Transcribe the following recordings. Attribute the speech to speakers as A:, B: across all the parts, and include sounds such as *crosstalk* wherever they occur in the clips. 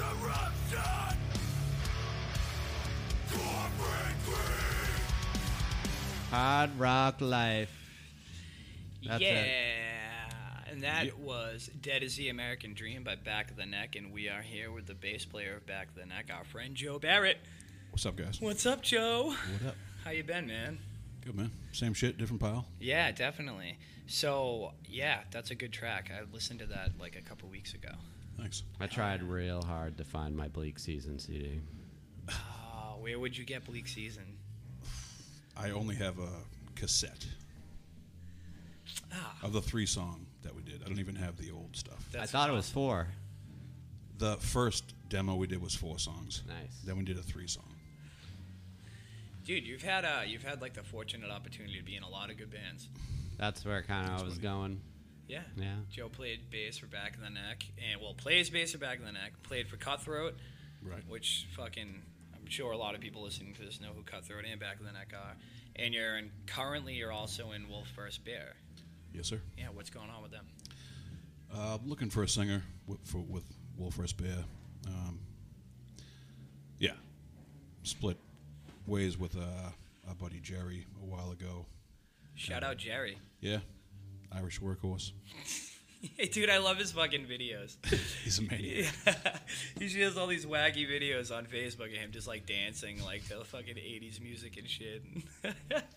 A: Corruption! Corporate greed!
B: Hard Rock Life. That's it.
C: yeah. And that was Dead is the American Dream by Back of the Neck. And we are here with the bass player of Back of the Neck, our friend Joe Barrett.
D: What's up, guys?
C: What's up, Joe?
D: What up?
C: How you been, man?
D: Good man. Same shit, different pile.
C: Yeah, definitely. So, yeah, that's a good track. I listened to that like a couple weeks ago.
D: Thanks.
B: I tried real hard to find my Bleak Season CD.
C: Oh, where would you get Bleak Season?
D: I only have a cassette
C: Ah,
D: of the three song that we did. I don't even have the old stuff.
C: that's
B: I thought it was four.
D: The first demo we did was four songs.
B: Nice.
D: Then we did a three song.
C: dude. You've had uh, you've had like the fortunate opportunity to be in a lot of good bands.
B: That's where kind of
D: That's
B: I was
D: funny.
B: going.
C: Yeah.
B: Yeah.
C: Joe played bass for Back of the Neck, and well, plays bass for Back of the Neck. Played for Cutthroat,
D: Right.
C: which fucking I'm sure a lot of people listening to this know who Cutthroat and Back of the Neck are. And you're in, currently you're also in Wolf First Bear.
D: Yes, sir.
C: Yeah, what's going on with them?
D: Uh, looking for a singer with, for, with Wolf Rest Bear. Um, yeah. Split ways with uh, our buddy Jerry a while ago.
C: Shout out Jerry. *laughs*
D: Yeah. Irish
B: *laughs*
D: workhorse.
C: dude, I love his fucking videos. *laughs*
D: He's a maniac.
C: he just has all these wacky videos on Facebook of him just like dancing like to fucking 80s music and shit. *laughs*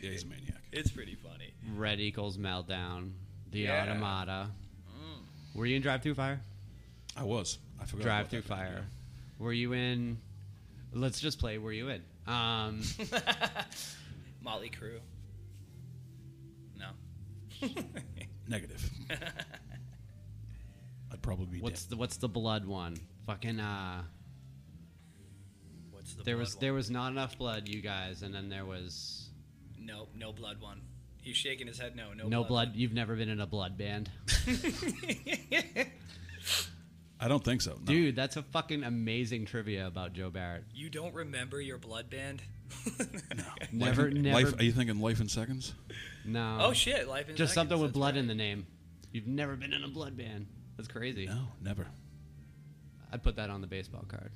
D: Yeah, he's a maniac.
C: it's pretty funny.
B: Red Equals Meltdown. The
C: Yeah.
B: Automata. Mm. Were you in Drive Through Fire?
D: I was. I forgot.
B: Drive
D: about
B: Through
D: that.
B: Fire. Were you in? Let's just play. Were you in?
D: *laughs*
B: Um,
C: Motley Crue. No.
B: *laughs*
D: Negative. I'd probably be
B: what's the What's the blood one? Fucking. Uh,
C: What's the
B: there
C: blood
B: was
C: one?
B: there was not enough blood, you guys, and then there was
C: No, no blood one. He's shaking his head. No, no,
B: no blood. You've never been in a blood band,
C: *laughs*
B: *laughs*
D: dead. I don't think so. No.
B: dude. That's a fucking amazing trivia about Joe Barrett.
C: You don't remember your blood band?
D: Life
B: Never,
D: in-
B: never.
D: Life, are you thinking life in seconds?
B: no.
C: *laughs* oh shit! Life in
B: Just
C: Seconds,
B: something with
C: that's
B: blood
C: right.
B: in the name. You've never been in a blood band. That's crazy.
D: No, never.
B: I'd put that on the baseball card.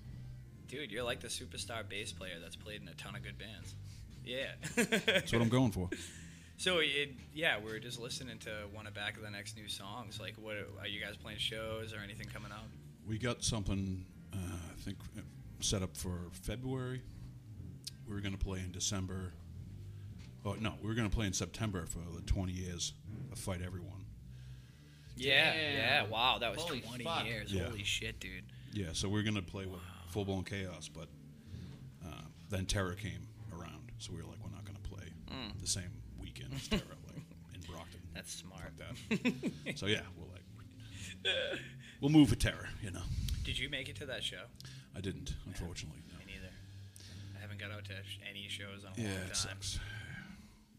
C: Dude, you're like the superstar bass player that's played in a ton of good bands. Yeah.
D: That's what I'm going
B: *laughs*
D: for.
C: so it, yeah, we were just listening to one of back of the next new songs. Like, what are you guys playing shows or anything coming up?
D: We got something, uh, I think, uh, set up for February. We were going to play in December. Oh, no, we were going to play in September for the 20 years of Fight Everyone.
C: Yeah,
B: Damn.
C: yeah. Wow, that was
B: Holy
C: 20
B: fuck.
C: years.
D: Yeah.
C: Holy shit, dude.
D: Yeah, so we were going to play with Full Blown Chaos, but uh, then Terror came around. So we were like, we're not going to play
B: Mm.
D: the same weekend as Terror, like in
B: *laughs*
D: Brockton.
C: That's smart.
D: Fuck that. *laughs* so yeah, we're like, we'll move with Terror, you know.
C: *laughs* Did you make it to that show?
D: I didn't, unfortunately. No.
C: Me neither. I haven't got out to sh- any shows in a long
D: Yeah,
C: time.
D: it sucks.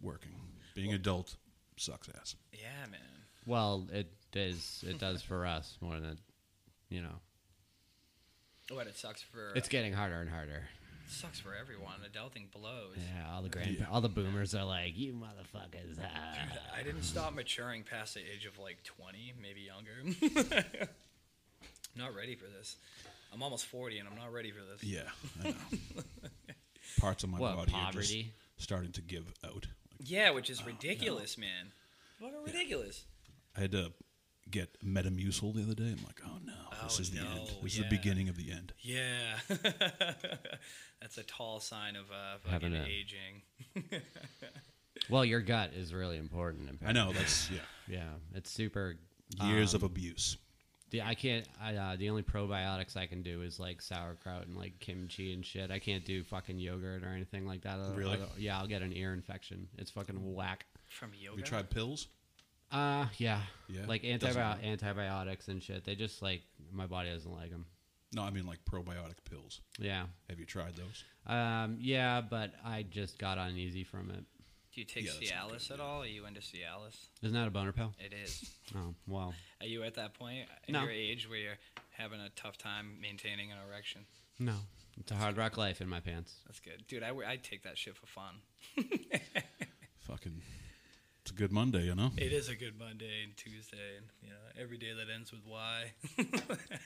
D: Working, being adult sucks ass.
C: Yeah, man.
B: Well, it is. It does for us more than, you know.
C: What it sucks for
B: It's getting harder and harder.
C: it sucks for everyone. Adulting blows.
B: Yeah, all the grand,
D: Yeah.
B: all the boomers are like, you motherfuckers. ah."
C: I didn't stop maturing past the age of like 20, maybe younger. *laughs* not ready for this. I'm almost 40 and I'm not ready for this.
D: Yeah, I know. *laughs* Parts of my
B: What,
D: body are
B: poverty?
D: just starting to give out. Like,
C: Yeah, which
D: Uh,
C: is ridiculous, man. Fucking ridiculous.
D: I had to get Metamucil the other day. I'm like, oh no, this
C: Oh,
D: is the end.
C: no,
D: This
C: yeah.
D: is the beginning of the end.
C: Yeah. *laughs* That's a tall sign of uh, fucking
B: Having a-
C: aging. *laughs*
B: Well, your gut is really important.
D: I know. That's *laughs* yeah.
B: Yeah, it's super.
D: Years of abuse.
B: The, I can't. I, uh, the only probiotics I can do is like sauerkraut and like kimchi and shit. I can't do fucking yogurt or anything like that. Other-
D: Really?
B: other- yeah, I'll get an ear infection. It's fucking whack.
C: From
D: Have
C: yoga?
D: you tried pills?
B: Uh, yeah.
D: Yeah,
B: Like
D: it doesn't
B: antibio-
D: work.
B: antibiotics and shit. They just like my body doesn't like them.
D: No, I mean like probiotic pills.
B: Yeah.
D: Have you tried those?
B: Um, yeah, but I just got uneasy from it.
C: Do you take
D: Yeah, that's not
C: Cialis at all? Are you into Cialis?
B: Isn't that a boner pill?
C: It is.
D: *laughs*
B: Oh, well.
C: Are you at that point in
B: No.
C: your age where you're having a tough time maintaining an erection?
B: No. It's a hard rock life in my pants.
C: That's good, dude. I would take that shit for fun.
D: Fucking It's a good Monday, you know.
C: It is a good Monday and Tuesday, and you know every day that ends with Y. *laughs*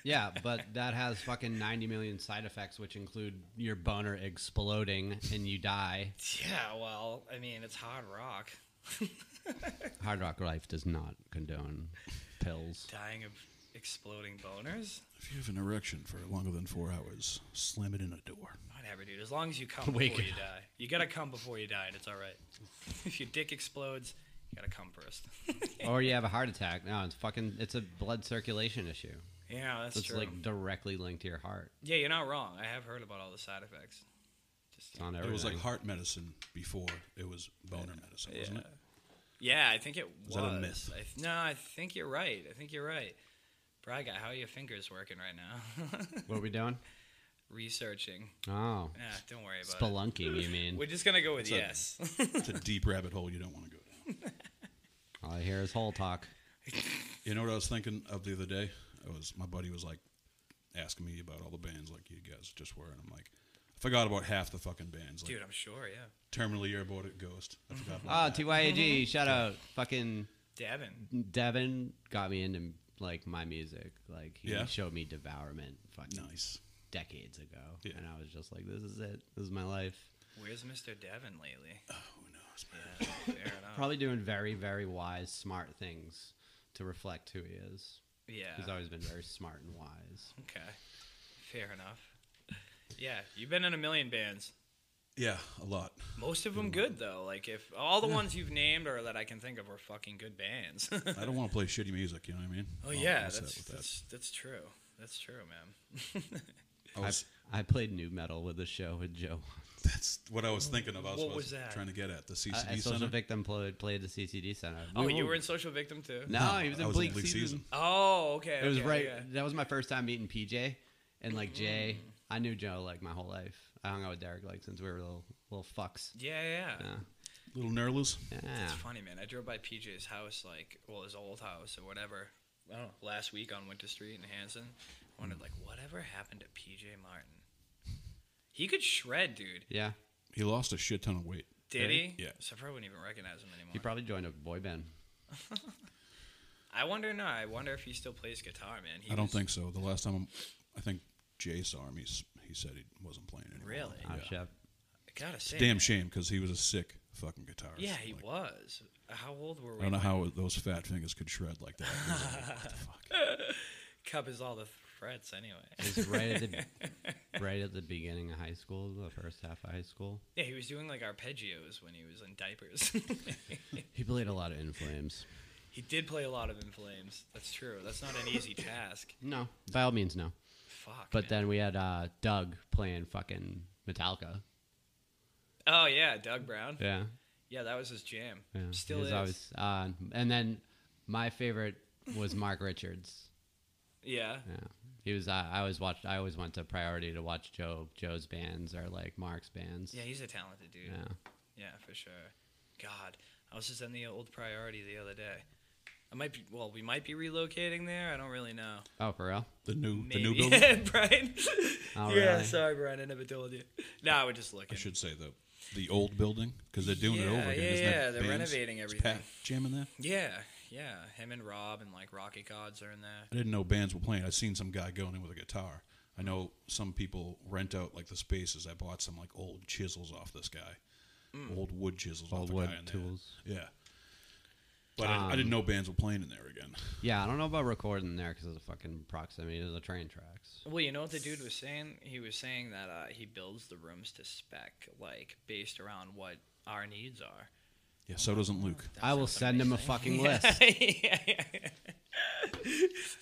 B: Yeah, but that has fucking 90 million side effects, which include your boner exploding and you die.
C: yeah, well, I mean it's hard rock.
B: Hard Rock Life does not condone pills.
C: Dying of exploding boners.
D: If you have an erection for longer than four hours, slam it in a door.
C: Whatever, dude. As long as you come
B: Wake
C: before
B: it
C: you die, you gotta come before you die, and it's all right. if your dick explodes, you gotta come
B: *laughs*
C: first.
B: Or you have a heart attack. No, it's fucking, it's a blood circulation issue.
C: yeah, that's
B: It's
C: true.
B: like directly linked to your heart.
C: yeah, you're not wrong. I have heard about all the side effects. Just,
B: It's on everything.
D: It was like heart medicine before it was boner medicine, wasn't it?
C: yeah, I think it
D: Is
C: was.
D: that a myth?
C: I th- no, I think you're right. I think you're right. Braga, how are your fingers working right now? *laughs*
B: What are
D: *laughs*
B: we doing?
C: Researching.
B: Oh,
C: Nah, don't worry about it.
B: spelunking, you mean?
C: We're just gonna go with
D: a-
C: yes. *laughs*
D: It's a deep rabbit hole you don't want to go down.
B: All I hear is whole talk.
D: You know what I was thinking of the other day? I was my buddy was like asking me about all the bands like you guys just were, and I'm like, I forgot about half the fucking bands. Like
C: Dude, I'm sure. Yeah,
D: Terminally Airborne Ghost. I forgot about
B: Oh,
D: that. *laughs*
B: TYAG, shout out. Fucking
C: Devin.
B: Devin got me into like my music. Like he
D: Yeah?
B: showed me Devourment fucking
D: nice.
B: decades ago.
D: Yeah.
B: And I was just like, this is it. This is my life.
C: Where's Mr. Devin
D: *laughs*
C: lately?
D: Who knows? man?
C: Yeah, fair enough.
B: Probably doing very, very wise, smart things to reflect who he is. He's
C: Yeah.
B: always been
C: *laughs*
B: very smart and wise.
C: Okay. Fair enough. Yeah, you've been in a million bands.
D: Yeah, a lot.
C: Most of them good though. Like if all the ones you've named or that I can think of are fucking good bands. *laughs*
D: I don't want to play shitty music. You know what I mean?
C: oh
D: I'll-
C: yeah,
D: I'll set
C: that's
D: with that.
C: that's that's true. That's true, man.
D: I
B: I,
D: was-
B: I played new metal with the show with Joe.
D: that's what I was thinking of. I was,
C: What
D: I
C: was that?
D: trying to get at the CCD
B: I, I social
D: Center.
B: victim played, played the CCD Center.
C: Oh,
B: We
C: you
B: were-
C: were in Social Victim too.
B: No, he was
D: I
B: in
D: was
B: Bleak
D: in Bleak
B: Season.
D: Season.
C: Oh, okay.
B: It was
C: okay,
B: right.
C: okay.
B: That was my first time meeting PJ and like Jay.
C: Mm.
B: I knew Joe like my whole life. I hung out with Derek like since we were little little fucks.
C: Yeah, yeah. yeah.
B: Yeah,
D: Little Nerlus.
B: yeah.
C: It's funny, man. I drove by PJ's house, like, well, his old house or whatever. I don't know. Last week on Winter Street in Hanson, I wondered, like, whatever happened to PJ Martin? He could shred, dude.
B: Yeah.
D: He lost a shit ton of weight.
C: Did
B: Really?
C: he?
D: Yeah.
C: So I probably wouldn't even recognize him anymore.
B: He probably joined a boy band.
C: I wonder. No, I wonder if he still plays guitar, man. He
D: I don't
C: was-
D: think so. The last time, I think Jay saw him, he's, he said he wasn't playing anymore.
C: Really?
B: Oh,
D: Yeah.
B: chef.
C: I gotta say.
D: Damn
C: man.
D: shame because he was a sick fucking guitarist.
C: Yeah, he
D: Like,
C: was. How old were we?
D: I don't know
C: when-
D: how those fat fingers could shred like that. It was like,
C: *laughs*
D: what the fuck?
C: Cub is all the frets, anyway.
B: It was right at the
C: *laughs*
B: right at the beginning of high school, the first half of high school.
C: yeah, he was doing like arpeggios when he was in diapers. *laughs*
B: He played a lot of In Flames.
C: he did play a lot of In Flames. That's true. That's not an easy task.
B: No, by all means, no.
C: Fuck.
B: But
C: man.
B: then we had uh, Doug playing fucking Metallica.
C: Oh yeah, Doug Brown.
B: Yeah.
C: Yeah, that was his jam.
B: Yeah,
C: Still
B: he
C: is.
B: was always uh, and then my favorite was Mark Richards.
C: yeah.
B: Yeah, he was. I, I always watched. I always went to Priority to watch Joe Joe's bands or like Mark's bands.
C: Yeah, he's a talented dude.
B: yeah.
C: Yeah, for sure. God, I was just in the old priority the other day. I might be. Well, we might be relocating there. I don't really know.
B: Oh, for real?
D: The new,
C: Maybe.
D: the new
C: *laughs*
D: building.
C: Brian.
B: Oh,
C: yeah,
B: really?
C: sorry, Brian. I never told you. No, I was just
D: I
C: looking.
D: should say the the old building because they're doing it
C: Yeah,
D: over again.
C: yeah,
D: Isn't
C: yeah,
D: that
C: they're
D: bands?
C: renovating
D: Is
C: everything.
D: Pat jamming there.
C: Yeah, yeah. Him and Rob and like Rocky Gods are in there.
D: I didn't know bands were playing. I seen some guy going in with a guitar. I know some people rent out like the spaces. I bought some like old chisels off this guy, old wood chisels off
B: Old
D: the
B: wood
D: guy in there.
B: tools.
D: Yeah, but I, I
B: Um,
D: didn't know bands were playing in there again.
B: Yeah, I don't know about recording there because of the fucking proximity to the train tracks.
C: Well, you know what the dude was saying? He was saying that uh, he builds the rooms to spec, like based around what our needs are.
D: Yeah, so doesn't Luke.
B: I will send him a
C: *laughs*
B: fucking list.
C: yeah, yeah, yeah.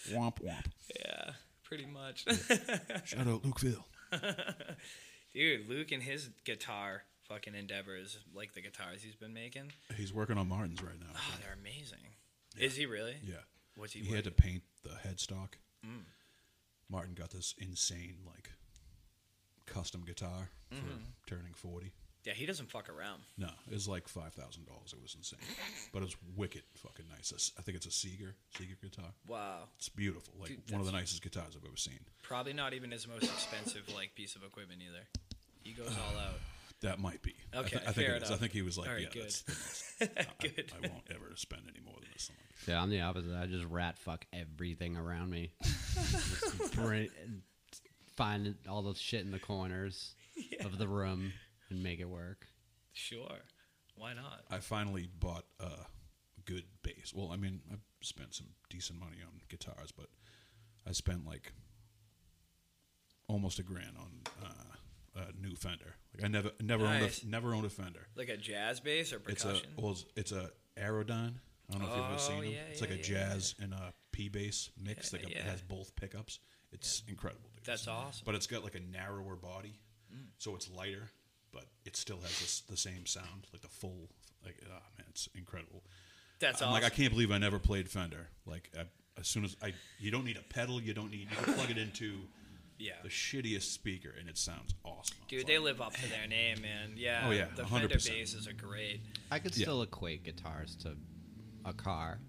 D: Womp womp.
C: Yeah, pretty much.
D: Shout out Lukeville.
C: *laughs* Dude, Luke and his guitar fucking endeavors, like the guitars he's been making,
D: He's working on Martins right now.
B: Ah,
C: oh, they're amazing. Is he really?
D: Ah. Yeah,
C: Was he?
D: he had to
C: working-
D: paint the headstock. Martin got this insane like custom guitar for turning forty.
C: yeah, he doesn't fuck around.
D: No, it was like five thousand dollars. It was insane, but it was wicked fucking nice. It's- I think it's a Seeger Seeger guitar.
C: Wow.
D: It's beautiful, like
C: Dude,
D: one of the nicest guitars I've ever seen.
C: Probably not even his most expensive like piece of equipment either. He goes all out.
D: That might be. Uh, I,
C: Okay,
D: thi- I think
C: fair
D: it is. I
C: enough.
D: think he was like,
C: All right,
D: yeah,
C: good.
D: that's the next.
C: *laughs*
D: I,
C: Good.
D: I won't ever spend any more than this. I'm like,
B: Yeah, I'm the opposite. I just rat fuck everything around
C: *laughs*
B: me. Just bring, find all the shit in the corners of the room and make it work.
C: Sure. Why not?
D: I finally bought a good bass. Well, I mean, I've spent some decent money on guitars, but I spent like almost a grand on uh, a new Fender. Like I never never
C: Nice.
D: owned a, never owned a Fender.
C: Like a jazz bass or
D: It's a
C: percussion?
D: well, it's- it's a Aerodyne. I don't know if you've
C: Oh,
D: ever seen them.
C: yeah,
D: it's like
C: yeah,
D: a
C: yeah,
D: jazz and a P bass mix
C: Yeah,
D: that got-
C: yeah.
D: has both pickups. It's incredible. Dude.
C: That's Mm. awesome.
D: But it's got like a narrower body, so it's lighter, but it still has this, the same sound, like the full. Like, oh man, it's incredible.
C: That's
D: I'm
C: awesome.
D: like, I can't believe I never played Fender. Like, I, as soon as I, you don't need a pedal. You don't need. You can plug it into
C: yeah.
D: the shittiest speaker, and it sounds awesome.
C: Dude,
D: It's
C: they
D: like-
C: live up to their name, man. Yeah.
D: Oh, yeah,
C: The
D: 100%.
C: Fender basses are great.
B: I could
D: Yeah.
B: still equate guitars to a car,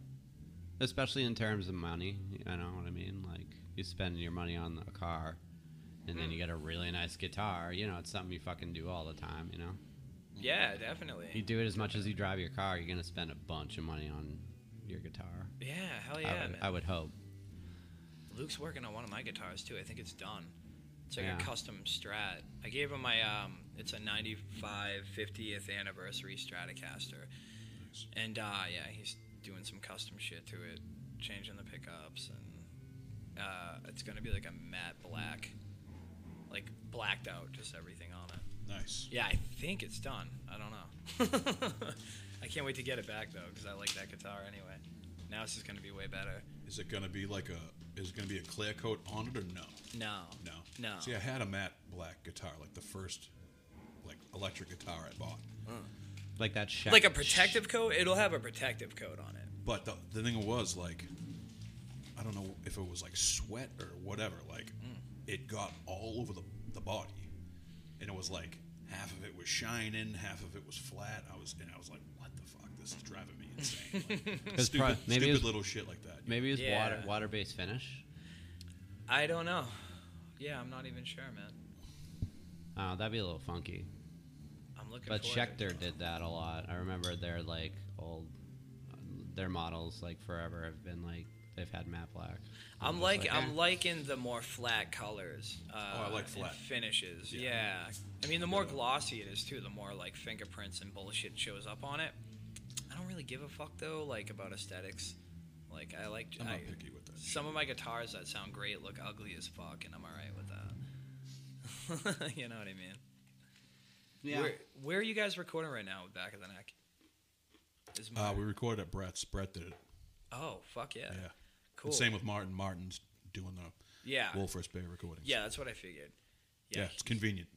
B: especially in terms of money. You know what I mean? Like you spend your money on a car, and
C: Hmm.
B: then you get a really nice guitar. You know, it's something you fucking do all the time. You know,
C: Yeah,
B: you
C: definitely.
B: do it as much as you drive your car. You're gonna spend a bunch of money on your guitar.
C: Yeah, hell
B: I
C: yeah,
B: would-
C: man.
B: I would hope.
C: Luke's working on one of my guitars too. I think it's done. It's like
B: Yeah.
C: a custom Strat. I gave him my um. It's a 95 50th anniversary Stratocaster, and uh, yeah, he's doing some custom shit to it, changing the pickups, and uh, it's gonna be like a matte black, like blacked out, just everything on it.
D: nice.
C: Yeah, I think it's done. I don't know. *laughs* I can't wait to get it back though, because I like that guitar anyway. Now it's just gonna be way better.
D: Is it gonna be like a? Is it gonna be a clear coat on it or no?
C: No.
D: No.
C: No.
D: See, I had a matte black guitar, like the first, like electric guitar I bought.
B: Like that. Sheck-
C: like a protective coat. It'll have a protective coat on it.
D: But the, the thing was like, I don't know if it was like sweat or whatever. Like, it got all over the the body, and it was like half of it was shining, half of it was flat. I was and I was like, what the fuck? This is driving me insane.
B: *laughs*
D: Like,
B: It's
D: stupid,
B: prob- maybe
D: stupid
B: it was-
D: little shit like that.
B: Maybe it's water
C: Yeah.
B: water based finish.
C: I don't know. Yeah, I'm not even sure, man.
B: Oh, that'd be a little funky.
C: I'm looking.
B: But
C: forward to it.
B: Schecter did that a lot. I remember their like old, their models like forever have been like they've had matte black.
C: I'm like,
B: eh.
C: I'm liking the more flat colors. Uh,
D: Oh, I like
C: and
D: flat.
C: finishes. Yeah.
D: Yeah.
C: I mean, the more glossy it is too, the more like fingerprints and bullshit shows up on it. I don't really give a fuck though, like about aesthetics. Like I like
D: I'm
C: I,
D: not picky with that.
C: some of my guitars that sound great look ugly as fuck, and I'm alright with that. *laughs* you know what I mean?
B: yeah.
C: Where, where are you guys recording right now with Back of the Neck? Is
D: Uh,
C: Martin-
D: we recorded at Brett's. Brett did it.
C: oh, fuck yeah.
D: Yeah.
C: Cool.
D: And same with Martin. Martin's doing the
C: yeah.
D: Wolfers Bay recordings.
C: yeah, that's what I figured.
D: Yeah,
C: Yeah.
D: it's convenient.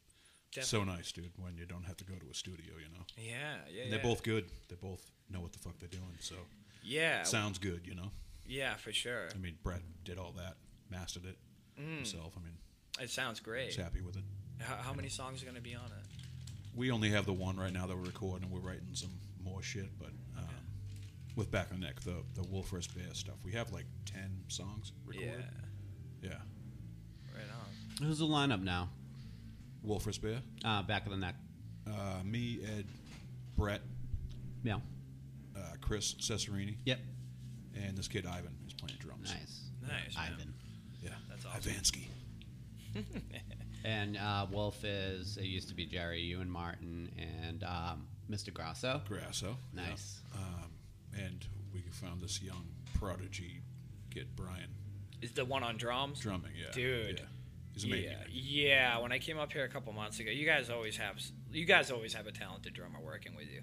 C: definitely.
D: So nice, dude, when you don't have to go to a studio, you know.
C: yeah, yeah.
D: And they're
C: yeah.
D: both good. They both know what the fuck they're doing, so
C: Yeah.
D: sounds good, you know.
C: yeah, for sure.
D: I mean, Brett did all that, mastered it
C: Mm.
D: himself. I mean,
C: It sounds great.
D: he's happy with it.
C: How, how many songs are going to be on it?
D: We only have the one right now that we're recording. We're writing some more shit, but um, with Back on Neck, the the Wolfers Bear stuff, we have like ten songs recorded.
C: Yeah.
D: Yeah,
C: Right on.
B: Who's the lineup now?
D: Wolfers Bear,
B: Uh, back of the neck.
D: uh, me, Ed, Brett,
B: Yeah.
D: uh, Chris Cesarini,
B: Yep.
D: and this kid Ivan is playing drums.
B: Nice.
C: Nice, man.
B: Ivan.
D: Yeah,
C: That's awesome.
D: Ivansky.
B: And uh, Wolf is it used to be Jerry, you and Martin, and um, Mr. Grasso.
D: Grasso. yeah.
B: Nice.
D: Um, and we found this young prodigy kid, Brian,
C: Is the one on drums?
D: drumming. Yeah,
C: Dude.
D: Yeah. He's amazing.
C: Yeah, yeah. When I came up here a couple months ago, you guys always have you guys always have a talented drummer working with you.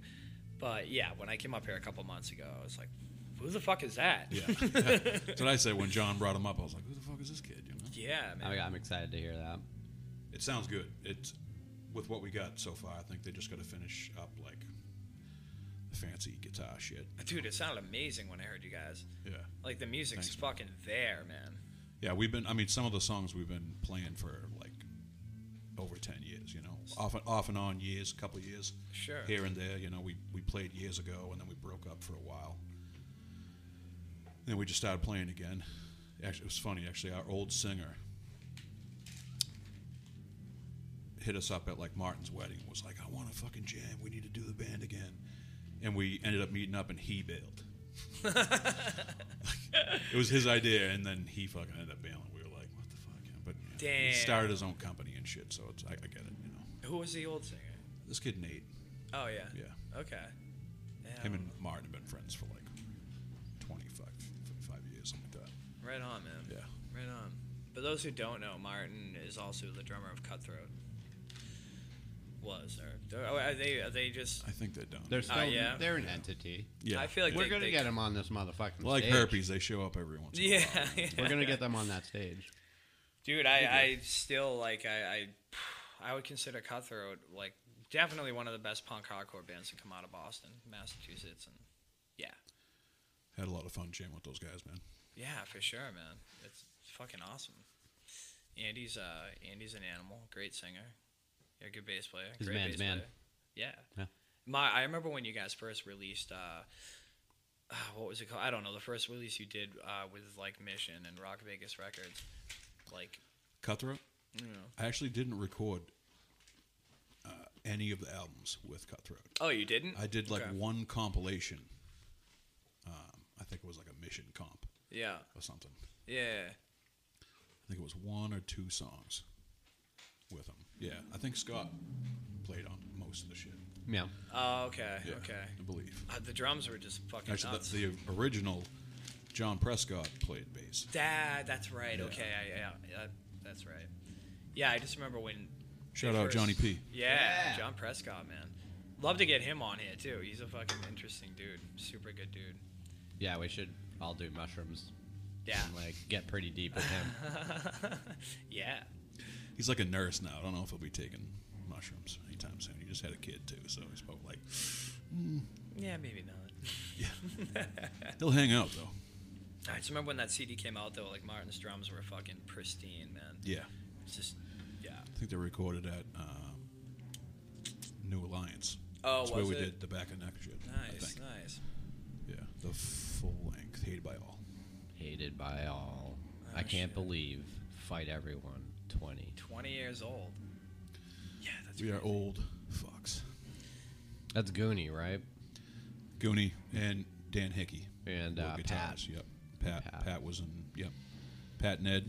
C: But yeah, when I came up here a couple months ago, I was like, "Who the fuck is that?"
D: Yeah. That's what I said when John brought him up. I was like, "Who the fuck is this kid?" You know.
C: *laughs* Yeah, man.
B: I I'm excited to hear that.
D: It sounds good. It's with what we got so far. I think they just got to finish up like the fancy guitar shit.
C: Dude, it sounded amazing when I heard you guys.
D: Yeah.
C: Like the music's
D: Thanks, man.
C: fucking there, man.
D: Yeah, we've been. I mean, some of the songs we've been playing for like over ten years. You know, off and off and on years, couple years.
C: Sure.
D: Here and there. You know, we we played years ago, and then we broke up for a while. Then we just started playing again. Actually, it was funny. Actually, our old singer. hit us up at like Martin's wedding. Was like, I want to fucking jam. We need to do the band again. And we ended up meeting up, and he
C: *laughs*
D: bailed. it was his idea, and then he fucking ended up bailing. We were like, what the fuck? But you know, he
C: Damn.
D: started his own company and shit, so it's I, I get it. You know,
C: Who was the old singer?
D: this kid Nate,
C: Oh yeah.
D: yeah,
C: Okay. Yeah,
D: him and Martin have been friends for like 25, 25 years, something like that.
C: right on, man.
D: Yeah.
C: Right on. But those who don't know, Martin is also the drummer of Cutthroat. Was or oh, are they? Are they just?
D: I think they're done.
B: They're still,
C: Oh, yeah.
B: they're an entity.
D: yeah,
C: I feel like
B: We're
C: they-
B: gonna
C: they-
B: get them on this motherfucking
D: like
B: stage.
D: herpes. They show up every once. In
C: *laughs* Yeah,
D: a while.
C: *laughs* yeah.
B: We're gonna get them on that stage.
C: Dude, I, I still like I, I I would consider Cutthroat like definitely one of the best punk hardcore bands to come out of Boston, Massachusetts, and yeah,
D: Had a lot of fun jamming with those guys, man.
C: yeah, for sure, man. It's fucking awesome. Andy's uh Andy's an animal, great singer, yeah, good bass player.
B: He's a
C: great
B: man's
C: bass
B: man.
C: Player. Yeah.
B: Yeah.
C: My I remember when you guys first released uh, uh what was it called? I don't know, the first release you did uh with like Mission and Rock Vegas Records. Like,
D: Cutthroat.
C: you know.
D: I actually didn't record uh, any of the albums with Cutthroat.
C: Oh, you didn't?
D: I did like
C: Okay.
D: one compilation. Um, I think it was like a mission comp
C: Yeah.
D: or something. I
C: Yeah.
D: think it was one or two songs with them. Yeah, I think Scott played on most of the shit.
B: Yeah.
C: Oh, okay.
D: Yeah,
C: Okay.
D: I believe.
C: Uh, the drums were just fucking
D: Actually,
C: nuts.
D: the, the original John Prescott played bass.
C: That, that's right.
D: Yeah.
C: Okay. I, yeah. yeah, that's right. Yeah, I just remember when.
D: Shout
C: they
D: out
C: first-
D: Johnny P.
C: Yeah,
B: Yeah.
C: John Prescott, man. Love to get him on here too. He's a fucking interesting dude. Super good dude.
B: Yeah, we should all do mushrooms.
C: Yeah.
B: And, like get pretty deep with
C: *laughs*
B: him.
C: Yeah.
D: He's like a nurse now. I don't know if he'll be taking mushrooms anytime soon. He just had a kid too, so he's probably like
C: Yeah, maybe not. *laughs*
D: he'll hang out though.
C: I just remember when that CD came out though. Like Martin's drums were fucking pristine, man.
D: Yeah.
C: It's just, yeah.
D: I think they recorded at um, New Alliance.
C: Oh,
D: That's where
C: was
D: we
C: it?
D: did the back and neck shit. I
C: Nice,
D: think.
C: nice.
D: Yeah, the full length, hated by all.
B: Hated by all.
C: Oh,
B: I can't
C: shit.
B: believe. Fight everyone. Twenty.
C: Twenty years old. Yeah, that's.
D: We are
C: crazy.
D: old fucks.
B: That's Goonie, right?
D: Goonie and Dan Hickey,
B: And
D: were
B: uh, Pat.
D: guitarists, Yep. Pat,
B: Pat.
D: Pat. was in. Yep. Pat Ned,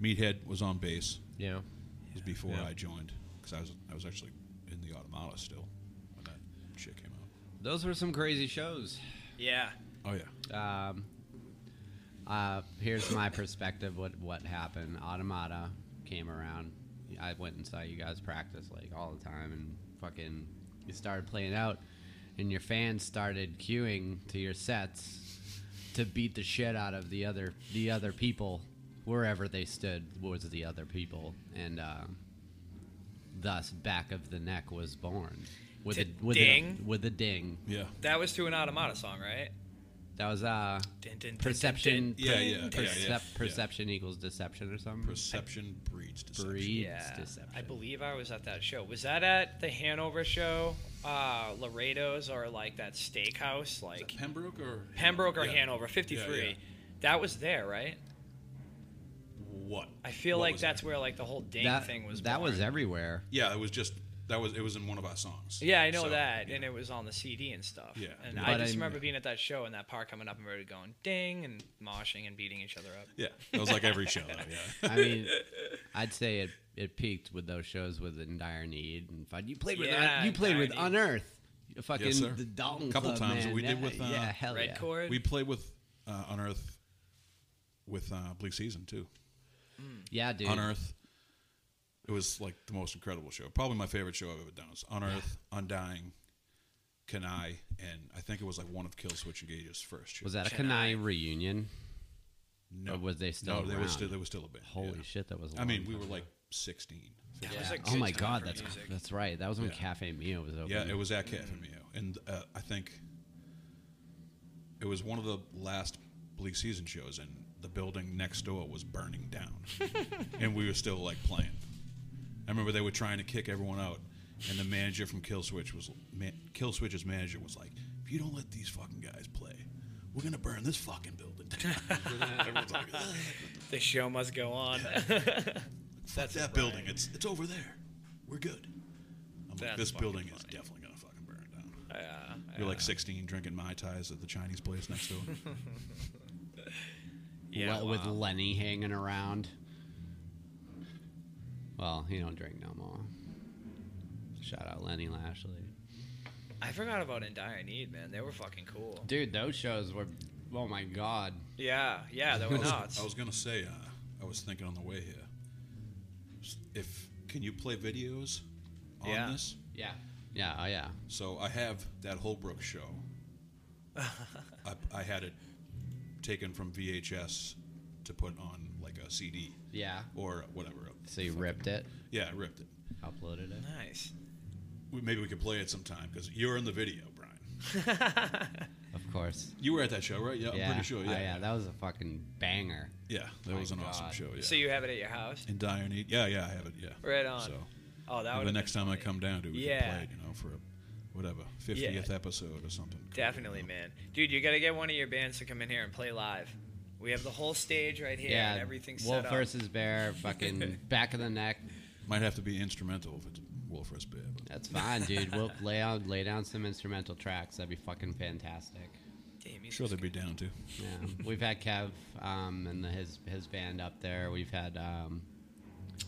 D: Meathead was on bass.
B: Yeah.
D: It was before
B: Yeah.
D: I joined because I was I was actually in the Automata still when that shit came out.
B: Those were some crazy shows.
C: Yeah.
D: Oh yeah.
B: um, uh, here's my perspective what what happened automata came around i went and saw you guys practice like all the time and fucking you started playing out and your fans started queuing to your sets to beat the shit out of the other the other people wherever they stood was the other people and um, thus back of the neck was born with a with a
C: Ding.
B: with a ding
D: Yeah.
C: That was to an Automata song, right?
B: that was uh
C: Dun, dun, dun,
B: perception.
D: Yeah, yeah, yeah,
B: percep-
D: yeah.
B: Perception equals deception or something.
D: Perception breeds deception.
B: breeds
C: Yeah,
B: deception.
C: I believe I was at that show. Was that at the Hanover show, uh, Laredo's, or like that steakhouse,
D: Is that
C: like
D: Pembroke or
C: Pembroke or
D: Yeah.
C: Hanover, fifty three?
D: Yeah, yeah.
C: That was there, right?
D: What?
C: I feel
D: What
C: like
D: was
C: that's
D: that?
C: where like the whole dang
B: that
C: thing was.
B: that
C: born.
B: was everywhere.
D: Yeah, it was just that was it was in one of our songs.
C: Yeah, I know
D: So,
C: that,
D: yeah.
C: and it was on the CD and stuff.
D: Yeah.
C: and
D: But
C: I just
B: I'm-
C: remember being at that show and that part coming up and everybody going ding and moshing and beating each other up.
D: yeah, that was like every show.
C: *laughs*
D: Though, yeah, *laughs*
B: I mean, I'd say it it peaked with those shows with Dire Need and Fun. You played with
C: Yeah,
B: Un- you played
C: Dire
B: with
C: Need.
B: Unearth, fucking
D: Yes, sir.
B: the Dalton
D: Couple
B: Club,
D: times that
B: man.
D: we did
B: Yeah,
D: with, uh,
B: yeah, hell
C: Red
B: yeah.
C: chord.
D: we played with uh, Unearth with uh, Bleak Season too.
B: Yeah, dude.
D: Unearth, it was like the most incredible show. Probably my favorite show I've ever done. It's Unearth, Undying, Kanai, and I think it was like one of Killswitch Engage's first shows.
B: Was that a
C: Chennai.
B: Kanai reunion?
D: No,
B: or was they
D: No,
B: still
D: they were
B: around?
D: still they were still a band.
B: Holy
D: yeah.
B: shit, that was. a
D: I mean,
B: long
D: we
B: time
D: were
B: ago.
D: like sixteen.
C: That was a
B: Oh
C: good
B: my
C: time
B: god,
C: for
B: that's
C: music.
B: that's right. That was when
D: Yeah.
B: Cafe Mio was open.
D: Yeah, it was at Cafe Mio, and uh, I think it was one of the last Bleak Season shows, and the building next door was burning
C: *laughs*
D: down, and we were still like playing. I remember they were trying to kick everyone out, and the manager from Killswitch was man, Killswitch's manager was like, "If you don't let these fucking guys play, we're gonna burn this fucking
C: *laughs*
D: building down." Everyone's like, "Ugh,
C: The show must go on.
D: "Fuck that building! It's it's over there." We're good. I'm like,
C: That's
D: this
C: fucking
D: building is
C: funny.
D: definitely gonna fucking burn down.
C: *laughs* Yeah.
D: You're
B: Uh,
D: like 16 drinking mai tais at the Chinese place next
B: *laughs*
D: door.
C: Yeah.
B: well, with
C: wow.
B: Lenny hanging around. Well, he don't drink no more. Shout out Lenny Lashley.
C: I forgot about In Dire Need, man. They were fucking cool.
B: Dude, those shows were oh my god.
C: Yeah,
D: *laughs*
C: yeah, they were nuts.
D: I was gonna say, uh, I was thinking on the way here. s- If can you play videos on
C: Yeah.
D: this?
B: Yeah. Yeah, oh yeah.
D: So I have that Holbrook
B: *laughs*
D: show. I, I had it taken from VHS to put on like a CD
B: Yeah.
D: or whatever.
B: So you ripped it,
D: Yeah, I ripped it.
B: uploaded it.
C: nice.
D: We, maybe we could play it sometime because you're in the video, Brian.
B: Of course.
D: You were at that show, right? Yeah,
B: yeah.
D: I'm pretty sure.
B: Oh,
D: Yeah,
B: yeah, that was a fucking banger.
D: Yeah, that
B: My
D: was an awesome
B: God.
D: show. Yeah.
C: So you have it at your house?
D: in dire need. Yeah, yeah, I have it. Yeah,
C: Right on.
D: So
C: Oh, that would
D: the next time I come down to, we can
C: Yeah.
D: play it. You know, for a, whatever fiftieth episode or something. cool, you
C: Definitely,
D: know.
C: man. Dude, you got to get one of your bands to come in here and play live. We have the whole stage right here and everything's
B: Wolf
C: set up.
B: versus
C: *laughs*
B: bear, fucking back of the neck.
D: Might have to be instrumental if it's Wolf vs. Bear. but-
B: That's fine, dude. We'll *laughs* lay out lay down some instrumental tracks. That'd be fucking fantastic.
C: Damn,
D: I'm
C: he's
D: sure they'd be down too.
B: Yeah, we've had Kev um, and the, his his band up there. We've had um,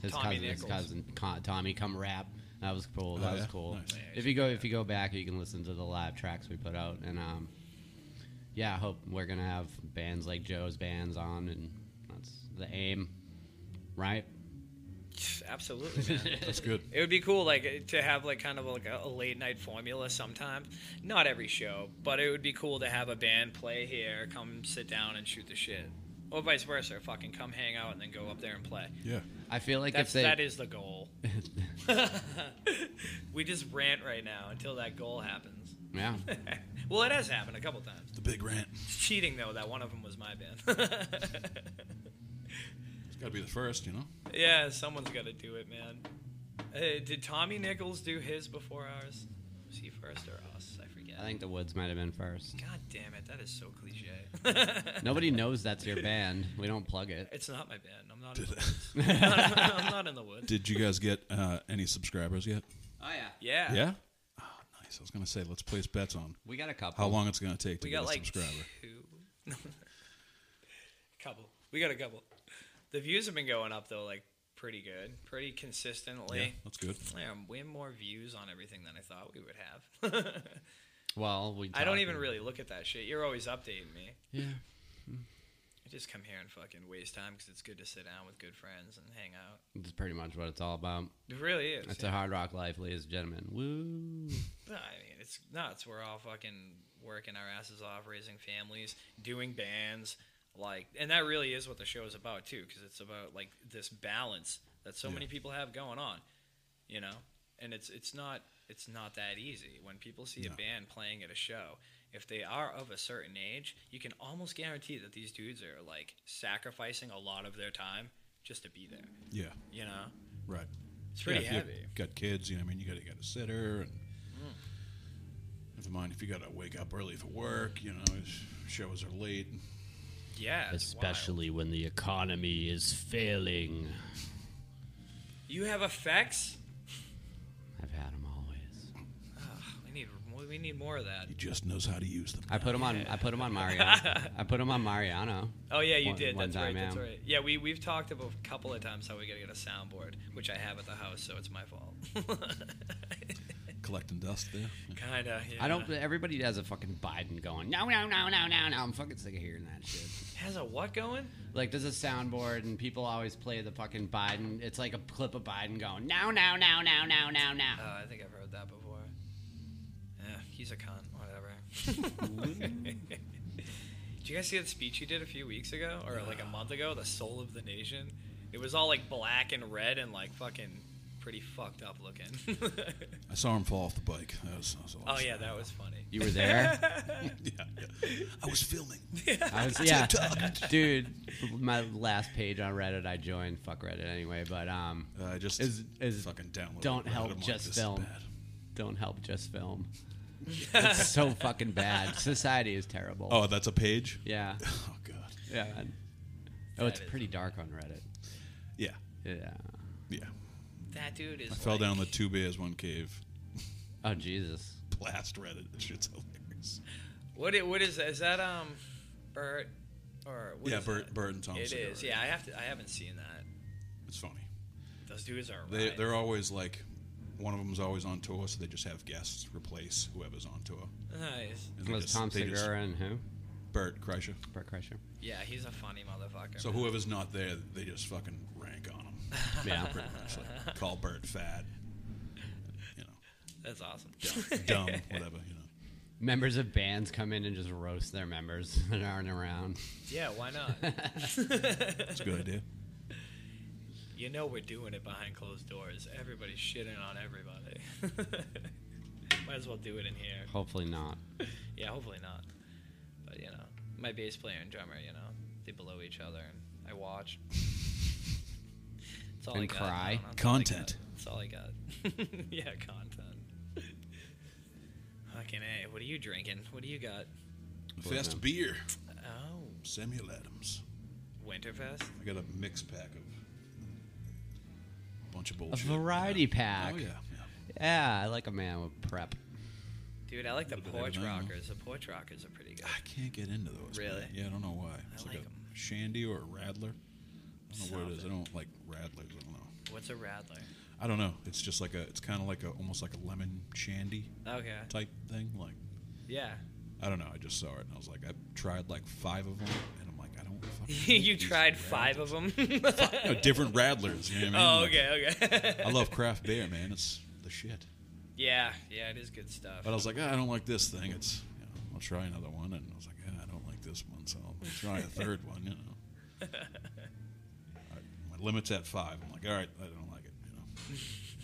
B: his
C: Tommy
B: cousin, his
C: Nichols.
B: cousin Co- Tommy come rap. That was cool. That
D: Oh,
B: was
D: yeah?
B: cool.
D: Nice. Yeah,
B: If you go if you go back, you can listen to the live tracks we put out. And um, yeah, I hope we're gonna have bands like Joe's bands on, and that's the aim, right?
C: Absolutely,
D: *laughs*
C: man.
D: That's good.
C: It would be cool, like to have like kind of like a, a late night formula sometimes. Not every show, but it would be cool to have a band play here, come sit down and shoot the shit, or vice versa. Fucking come hang out and then go up there and play.
D: Yeah.
B: I feel like
C: That's
B: if they
C: that is
B: *laughs*
C: the goal. we just rant right now until that goal happens. *laughs*
B: yeah.
C: well, it has happened a couple times.
D: The big rant.
C: It's cheating though that one of them was my band. *laughs*
D: It's got to be the first, you
C: *laughs*
D: know?
C: yeah, someone's got to do it, man. Uh, did Tommy Nichols do his before ours? Was he first or us? I forget.
B: I think the Woods might have been first.
C: God damn it, that is so
B: *laughs*
C: cliche.
B: Nobody knows that's your band. We don't plug it.
C: it's not my band.
B: *laughs*
C: I'm not in the *laughs* woods. I'm not, I'm not in the woods.
D: *laughs* Did you guys get uh, any subscribers yet?
B: Oh yeah,
C: Yeah.
D: Yeah? Oh, nice. I was going to say, let's place bets on
B: we got a couple.
D: how long it's going to take to
C: We
D: get
C: got
D: a
C: like
D: subscriber.
C: *laughs* two. couple. We got a couple. The views have been going up though, like pretty good, pretty
D: Yeah,
C: consistently.
D: that's good.
C: Yeah. Way more views on everything than I thought we would have. *laughs*
B: Well, we.
C: I don't
B: talked-
C: even really look at that shit. You're always updating me.
B: Yeah.
C: I just come here and fucking waste time because it's good to sit down with good friends and hang out.
B: That's pretty much what it's all about.
C: It really is.
B: That's
C: yeah.
B: a hard rock life, ladies and gentlemen. Woo!
C: No, I mean, it's nuts. We're all fucking working our asses off, raising families, doing bands, like, and that really is what the show is about too, because it's about like this balance that so
D: Yeah.
C: many people have going on, you know. And it's it's not it's not that easy. When people see
D: No.
C: a band playing at a show, if they are of a certain age, you can almost guarantee that these dudes are like sacrificing a lot of their time just to be there.
D: Yeah,
C: You know,
D: right.
C: it's pretty
D: yeah, if
C: heavy. Mm.
D: you got kids, you know what I mean? You got to get a sitter. and Never mind if you got to wake up early for work, you know, sh- shows are late.
C: Yeah, it's wild.
B: Especially when the economy is failing.
C: you have effects.
B: I've had them always.
C: We need we need more of that.
D: He just knows how to use them.
B: I put them on. I put 'em on
C: *laughs*
B: Mariano. I put 'em on Mariano.
C: Oh yeah, you
B: One-
C: did.
B: one
C: That's
B: time,
C: right. That's
B: yeah.
C: right. Yeah, we we've talked about a couple of times how we gotta get a soundboard, which I have at the house, so it's my fault. *laughs*
D: Collecting dust there.
C: Kinda. Yeah.
B: I don't. Everybody has a fucking Biden going. No, no, no, no, no, no. I'm fucking sick of hearing that shit.
C: Has a what going?
B: Like there's a soundboard and people always play the fucking Biden. It's like a clip of Biden going. No, no, no, no, no, no,
C: Uh,
B: no.
C: I think I've heard that before. Yeah, he's a cunt. Whatever. *laughs* did you guys see that speech he did a few weeks ago, or like a month ago? The soul of the nation. It was all like black and red and like fucking pretty fucked up looking. *laughs*
D: I saw him fall off the bike. That was, that was
C: oh
D: awesome.
C: yeah, that was funny.
B: You were
C: *laughs*
B: there.
D: yeah, yeah. I was filming.
B: I was, yeah, dude. My last page on Reddit, I joined. Fuck Reddit anyway, but um,
D: Uh, I just
B: Is- is-
D: fucking download.
B: don't
D: it.
B: help,
D: I'm like,
B: just
D: this is
B: film.
D: bad.
B: don't help, just film.
D: *laughs*
B: it's so fucking bad. Society is terrible.
D: Oh, that's a page.
B: yeah,
D: *laughs* Oh god.
B: yeah. Oh, it's
C: That is-
B: pretty dark on Reddit.
D: Yeah,
B: Yeah,
D: yeah.
C: that dude is.
D: I fell
C: like-
D: down the two bears one cave. *laughs*
B: Oh Jesus.
D: Blast Reddit. That shit's hilarious.
C: What? i- What is that? Is that um, Bert or what
D: yeah,
C: is
D: Bert,
C: that?
D: Bert and Tom.
C: It
D: Segura.
C: is. Yeah, I have to. I haven't seen that.
D: it's funny.
C: Those dudes are.
D: They
C: right.
D: they're always like, one of them's always on tour, so they just have guests replace whoever's on tour.
C: *laughs* nice.
D: And they
B: Was
D: just-
B: Tom
D: they just-
B: Segura and who?
D: Bert Kreischer. *laughs*
B: Bert Kreischer.
C: Yeah, he's a funny motherfucker.
D: So whoever's not there, they just fucking rank on them.
B: Yeah.
D: Pretty much like
B: *laughs*
D: call Bert fat, you know,
C: That's awesome.
D: dumb, whatever, you know.
B: members of bands come in and just roast their members *laughs* that aren't around.
C: *laughs* yeah, why not?
D: *laughs* It's a good idea.
C: *laughs* you know we're doing it behind closed doors. Everybody's shitting on everybody. *laughs* Might as well do it in here.
B: Hopefully not.
C: Yeah, hopefully not. But you know, my bass player and drummer, you know, they below each other, and I watch. It's all I
B: And
C: got.
B: cry.
C: I don't know. It's all I
D: Content.
C: got. *laughs* It's all I got. yeah, content. Fucking a. What are you drinking? What do you got?
D: Fast beer,
C: Oh,
D: Samuel Adams.
C: Winterfest.
D: I got a mix pack of bunch of
B: A
D: bullshit.
B: variety pack.
D: Oh yeah,
B: Yeah, I like a man with prep.
C: Dude, I like the
D: Little bit of Ah.
C: porch
D: everything, huh?
C: rockers. The porch rockers are pretty good.
D: I can't get into those. man.
C: Really?
D: Yeah, I don't know why. It's
C: like
D: a
C: 'em.
D: shandy or a rattler. I don't know what it is. I
C: Something.
D: don't like rattlers. I don't know.
C: What's a rattler?
D: I don't know. It's just like a. It's kind of like a almost like a lemon shandy
C: Okay.
D: type thing. Like
C: Yeah.
D: I don't know. I just saw it and I was like, I tried like five of them, and I'm like, I don't.
C: *laughs*
D: Fucking like
C: you
D: these
C: tried
D: rattlers.
C: five of them.
D: No, different rattlers. You know what I mean? Like,
C: *laughs* oh, okay, okay.
D: I love craft beer, man. It's the shit.
C: *laughs* yeah, yeah, it is good stuff.
D: But I was like, ah, I don't like this thing. It's, you know, I'll try another one. And I was like, ah, I don't like this one, so I'll try a third one. You know,
B: *laughs*
D: I, my limit's at five. I'm like, all right, I don't like it. You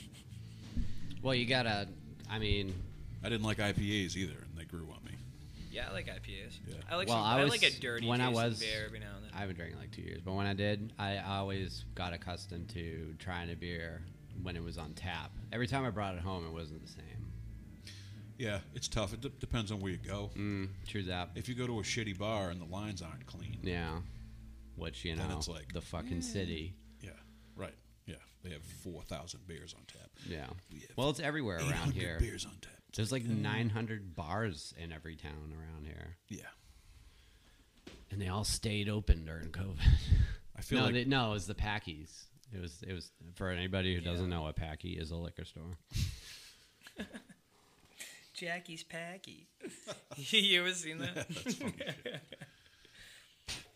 D: know,
B: Well, you gotta. I mean,
D: I didn't like IPAs either, and they grew on me.
C: Yeah, I like IPAs.
D: Yeah.
C: I like
B: Well,
C: some,
B: I
C: I,
B: was-
C: like a dirty
B: when I
C: taste in
B: was-
C: beer every now and then.
B: I haven't drank in like two years, but when I did, I always got accustomed to trying a beer when it was on tap. Every time I brought it home, it wasn't the same.
D: Yeah, it's tough. It d- depends on where you go.
B: Mm, true that.
D: If you go to a shitty bar and the lines aren't clean,
B: Yeah. Which you
D: Then
B: know,
D: it's like, "Mm."
B: the fucking city.
D: yeah, right, yeah, they have four thousand beers on tap.
B: Yeah.
D: We have
B: Well, it's everywhere around
D: 800
B: here.
D: beers on tap.
B: There's like 900 bars in every town around here,
D: Yeah,
B: and they all stayed open during COVID.
D: I feel
B: *laughs* no,
D: like *laughs*
B: they, no, it was the Packies. It was it was for anybody who doesn't know a Packy is a liquor store.
C: Jackie's Packy. *laughs* you ever seen that?
D: *laughs*
B: *laughs*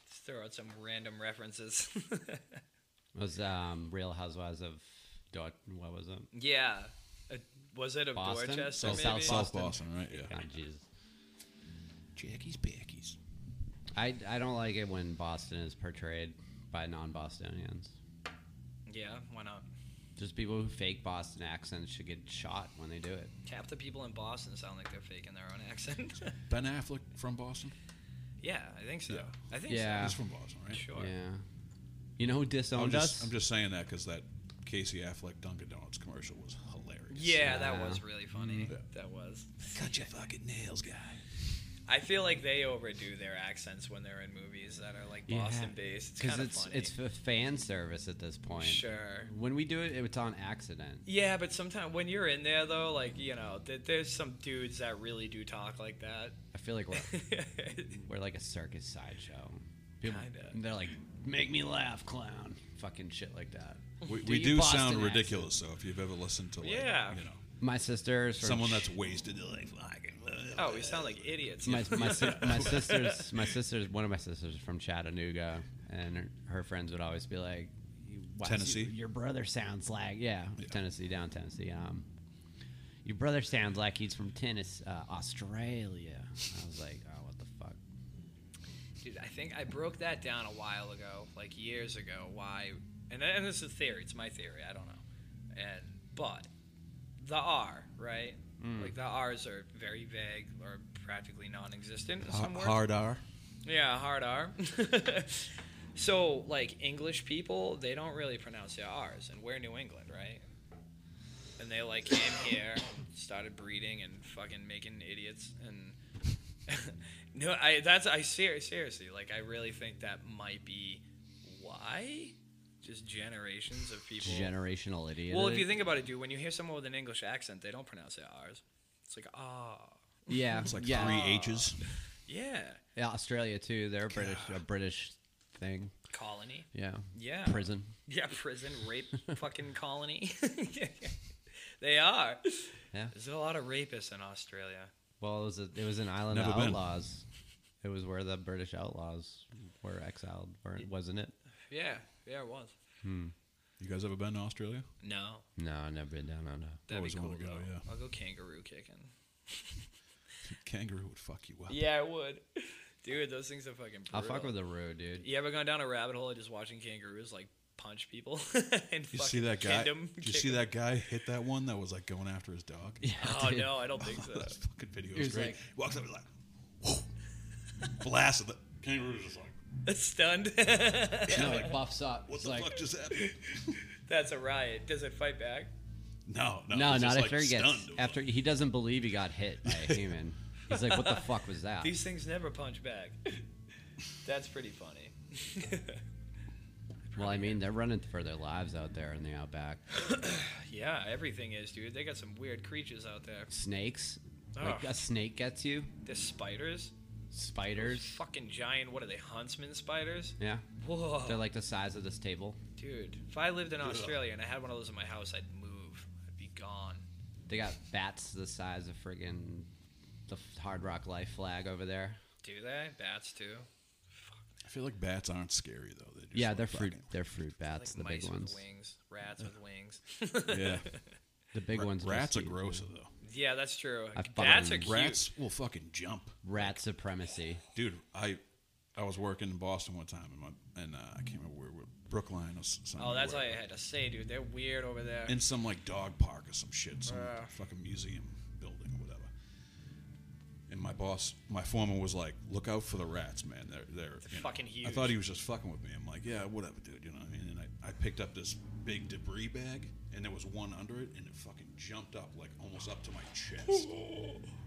C: Just throw out some random references. *laughs*
B: It was um, Real Housewives of Dort, what was it?
C: yeah. Uh, was it a
B: Boston?
C: Dorchester?
B: So
C: maybe?
B: South
D: South
B: Boston.
D: Boston, right? Yeah,
B: God, Jesus.
D: Jackie's Backies.
B: I I don't like it when Boston is portrayed by non-Bostonians.
C: Yeah, why not?
B: Just people who fake Boston accents should get shot when they do it.
C: Half the people in Boston sound like they're faking their own accent. *laughs*
D: Ben Affleck from Boston.
C: yeah, I think so.
D: Yeah.
C: I think
B: Yeah.
D: He's from Boston, right?
C: so. Sure.
B: Yeah. You know who
D: I'm
B: disowned
D: just,
B: us?
D: I'm just saying that because that Casey Affleck Dunkin' Donuts commercial was hilarious.
C: Yeah, that
B: Yeah.
C: was really funny.
D: Yeah.
C: That was.
D: Cut your fucking nails, guy.
C: I feel like they overdo their accents when they're in movies that are like
B: Yeah.
C: Boston based. It's
B: because
C: kind of
B: it's
C: funny.
B: it's for fan service at this point.
C: sure.
B: When we do it, it's on accident.
C: Yeah, but sometimes when you're in there though, like you know, th- there's some dudes that really do talk like that. *laughs*
B: I feel like we're we're like a circus sideshow. People,
C: Kinda.
B: they're like, make me laugh, clown, fucking shit like that.
D: We
B: Do
D: do, we
B: your
D: do
B: Boston
D: sound
B: accent.
D: ridiculous, so if you've ever listened to, like,
C: Yeah.
D: you know,
B: My sister's from
D: someone
B: Ch-
D: that's wasted, they're like, fucking.
C: oh, we sound like idiots.
B: my my,
C: *laughs*
B: si-
D: *laughs*
B: my sister's my sister's one of my sisters is from Chattanooga, and her, her friends would always be like, "You- why does
D: Tennessee?
B: Your, your brother sounds like yeah,
D: Yeah.
B: Tennessee down Tennessee. Um, your brother sounds like he's from Tennis, uh, Australia. I was like, oh, what the fuck?
C: Dude, I think I broke that down a while ago, like years ago. Why? And and this is theory. It's my theory. I don't know. And but the R, right?
B: Mm.
C: Like the R's are very vague or practically non-existent. In some words.
D: hard R.
C: Yeah, hard R. *laughs* so, like English people, they don't really pronounce their R's, and we're New England, right? And they like came here, started breeding and fucking making idiots. And *laughs* no, I that's I ser- seriously like I really think that might be why. just generations of people.
B: Generational idiot.
C: well, if you think about it, dude, when you hear someone with an English accent, they don't pronounce their R's. It's like ah,
B: yeah,
D: It's like
B: yeah.
D: three H's.
C: yeah,
B: Yeah, Australia too. They're a British, a British thing.
C: colony.
B: Yeah,
C: Yeah,
B: prison.
C: Yeah, prison
D: *laughs*
C: rape fucking colony. *laughs* they are.
B: Yeah.
C: There's a lot of rapists in Australia.
B: Well, it was a, it was an island
D: Never
B: of
D: been.
B: outlaws. It was where the British outlaws were exiled, weren't- wasn't it?
C: Yeah, yeah, it was.
D: You guys ever been to Australia?
C: No,
B: No, I've never been down. No, no.
C: that'd
D: Always
C: be cool
D: wanted to go,
C: though.
D: yeah.
C: I'll go kangaroo kicking.
D: Kangaroo would fuck you up.
C: Yeah, I would. Dude, those things are fucking. Brutal.
B: I'll fuck with the road, dude.
C: You ever gone down a rabbit hole of just watching kangaroos like punch people *laughs* and
D: You
C: fucking
D: see that guy?
C: kid 'em,
D: Did you
C: kick
D: see
C: 'em?
D: that guy hit that one that was like going after his dog?
B: *laughs* Yeah,
C: Oh
B: dude.
C: no, I don't think
D: *laughs*
C: so. *laughs*
D: that fucking video
B: He
D: is
B: was
D: great.
B: like-
D: He walks up and like, *laughs* whoa, blasted the kangaroo's just like, *laughs*
C: That's stunned.
B: No, it buffs up.
D: what
B: It's
D: the
B: like,
D: fuck just happened?
C: That's a riot. Does it fight back?
D: *laughs* No, no,
B: no,
D: he's just,
B: not
D: like,
B: after he gets
D: stunned.
B: after he doesn't believe he got hit by a human. He's like, what the fuck was that?
C: These things never punch back. *laughs* That's pretty funny. *laughs*
B: Well, I mean, they're running for their lives out there in the outback.
C: yeah, everything is, dude. They got some weird creatures out there.
B: Snakes, like
C: Ugh.
B: a snake gets you.
C: There's spiders.
B: Spiders,
C: Fucking giant. What are they? Huntsman spiders?
B: yeah,
C: Whoa.
B: they're like the size of this table.
C: dude, if I lived in Australia and I had one of those in my house, I'd move. I'd be gone.
B: They got bats the size of friggin' the f- Hard Rock Life flag over there.
C: Do they? Bats too.
D: I feel like bats aren't scary though. They just
B: yeah,
D: like
B: they're fruit.
D: fucking-
B: They're fruit bats,
C: like
B: the big
C: mice with
B: ones.
C: wings, rats with wings. *laughs*
D: Yeah,
B: The *laughs* big
D: Ra-
B: ones. are
D: rats are
B: sweet.
D: grosser though.
C: yeah, that's true.
B: I
C: Bats are
B: fucking-
C: cute.
D: Rats will fucking jump,
B: Rat supremacy.
D: dude. I I was working in Boston one time, and my, and uh, I can't remember where, where Brookline or s- something.
C: Oh, that's all
D: where,
C: I had to say, dude. They're weird over there.
D: in some like dog park or some shit, some
C: Yeah.
D: fucking museum building or whatever. And my boss, my foreman, was like, "Look out for the rats, man. They're they're, you know."
C: fucking
D: I
C: huge.
D: thought he was just fucking with me. I'm like, "Yeah, whatever, dude. You know what I mean?" And I, I picked up this big debris bag, and there was one under it, and it fucking jumped up like almost up to my
C: *laughs*
D: chest.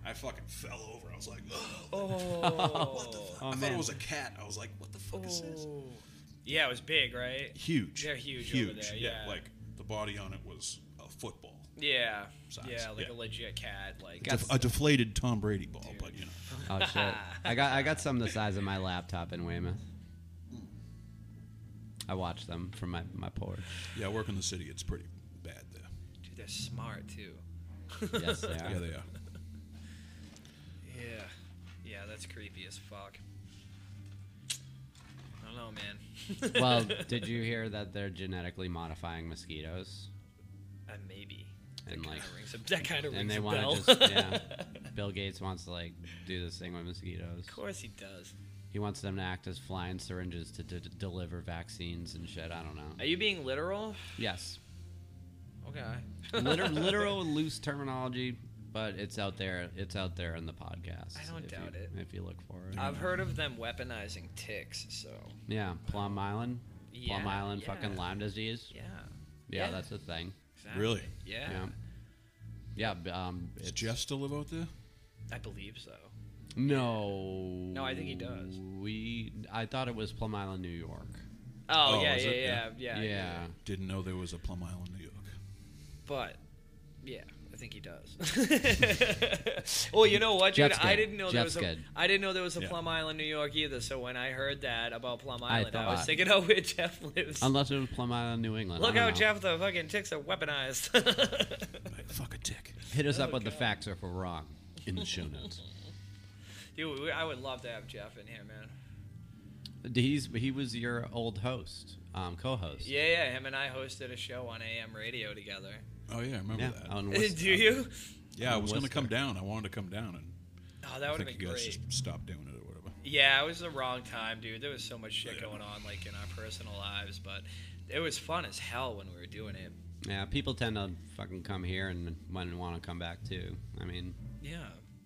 D: I fucking fell over. I was like, "Ugh." *laughs*
C: Oh.
D: I thought it was a cat. I was like, "What the fuck is this?"
C: Yeah, it was big, right?
D: Huge.
C: Oh. They're huge over
D: Huge.
C: there, yeah.
D: like the body on it was a football.
C: Yeah.
D: Size,
C: Yeah, like
D: yeah.
C: a legit cat. Like
B: Got
D: Def- a deflated Tom Brady ball,
C: Dude.
D: but you know.
B: Oh shit! I got I got some the size of my laptop in Weymouth. I watched them from my my porch.
D: Yeah, I work in the city. It's pretty bad there.
C: dude, they're smart too.
B: Yes, they are.
D: Yeah, they are.
C: Yeah. Yeah, that's creepy as fuck. I don't know, man.
B: well, did you hear that they're genetically modifying mosquitoes?
C: Uh, maybe. That
B: And,
C: kind
B: like-
C: of rings a, that kind *laughs* of rings
B: and they
C: a
B: want
C: bell.
B: to just yeah. Bill Gates wants to like do this thing with mosquitoes.
C: of course he does.
B: He wants them to act as flying syringes to d- deliver vaccines and shit. I don't know.
C: Are you being literal?
B: Yes,
C: Okay.
B: Liter- literal loose terminology, but it's out there. It's out there in the podcast.
C: I don't
B: if
C: doubt
B: you,
C: it.
B: If you look for it,
C: *laughs* I've heard of them weaponizing ticks, so
B: yeah, Plum Island, Plum
C: Yeah,
B: Island,
C: yeah.
B: fucking Lyme disease.
C: yeah.
B: Yeah, that's a thing.
C: exactly.
D: Really?
C: Yeah.
B: Yeah, yeah. b- um,
D: Does
B: it's
D: Jeff still live out there?
C: I believe so.
B: no.
C: No, I think he does.
B: We. I thought it was Plum Island, New York.
C: Oh,
D: Oh,
C: yeah,
D: is
C: yeah,
D: it?
C: yeah,
D: Yeah.
C: yeah,
B: Yeah.
C: yeah,
D: Didn't know there was a Plum Island,
B: *laughs*
D: New York.
C: But yeah, I think he does. *laughs* well, you know what, dude?
B: Jeff's
C: I
B: good.
C: didn't know
B: Jeff's
C: there was
B: good.
C: a I didn't know there was a
D: Yeah.
C: Plum Island, New York either. So when I heard that about Plum
B: I
C: Island, I, was
B: thought-
C: thinking, *laughs* oh, where Jeff lives.
B: Unless it was Plum Island, New England.
C: Look
B: I
C: how
B: don't know.
C: Jeff the fucking ticks are weaponized. *laughs*
D: Like, fuck a tick.
B: Hit us up
C: Oh,
B: with the
C: God.
B: facts if we're wrong. In the show notes. *laughs*
C: dude, we, I would love to have Jeff in here, man.
B: He's he was your old host, um, co-host.
C: Yeah, yeah. Him and I hosted a show on AM radio
B: *laughs*
C: together.
D: Oh yeah, I remember
B: Yeah.
D: that.
B: out
C: *laughs*
B: in
C: Do
B: Worcester.
C: you?
D: yeah, I was
B: Worcester.
D: gonna come down. I wanted to come down, and
C: Oh, that
D: I
C: would
D: think
C: have
D: you
C: been
D: guys
C: great.
D: just stopped doing it or whatever.
C: Yeah, it was the wrong time, dude. There was so much shit
D: Yeah.
C: going on, like in our personal lives, but it was fun as hell when we were doing it.
B: Yeah, people tend to fucking come here and when want to come back too. I mean,
C: Yeah,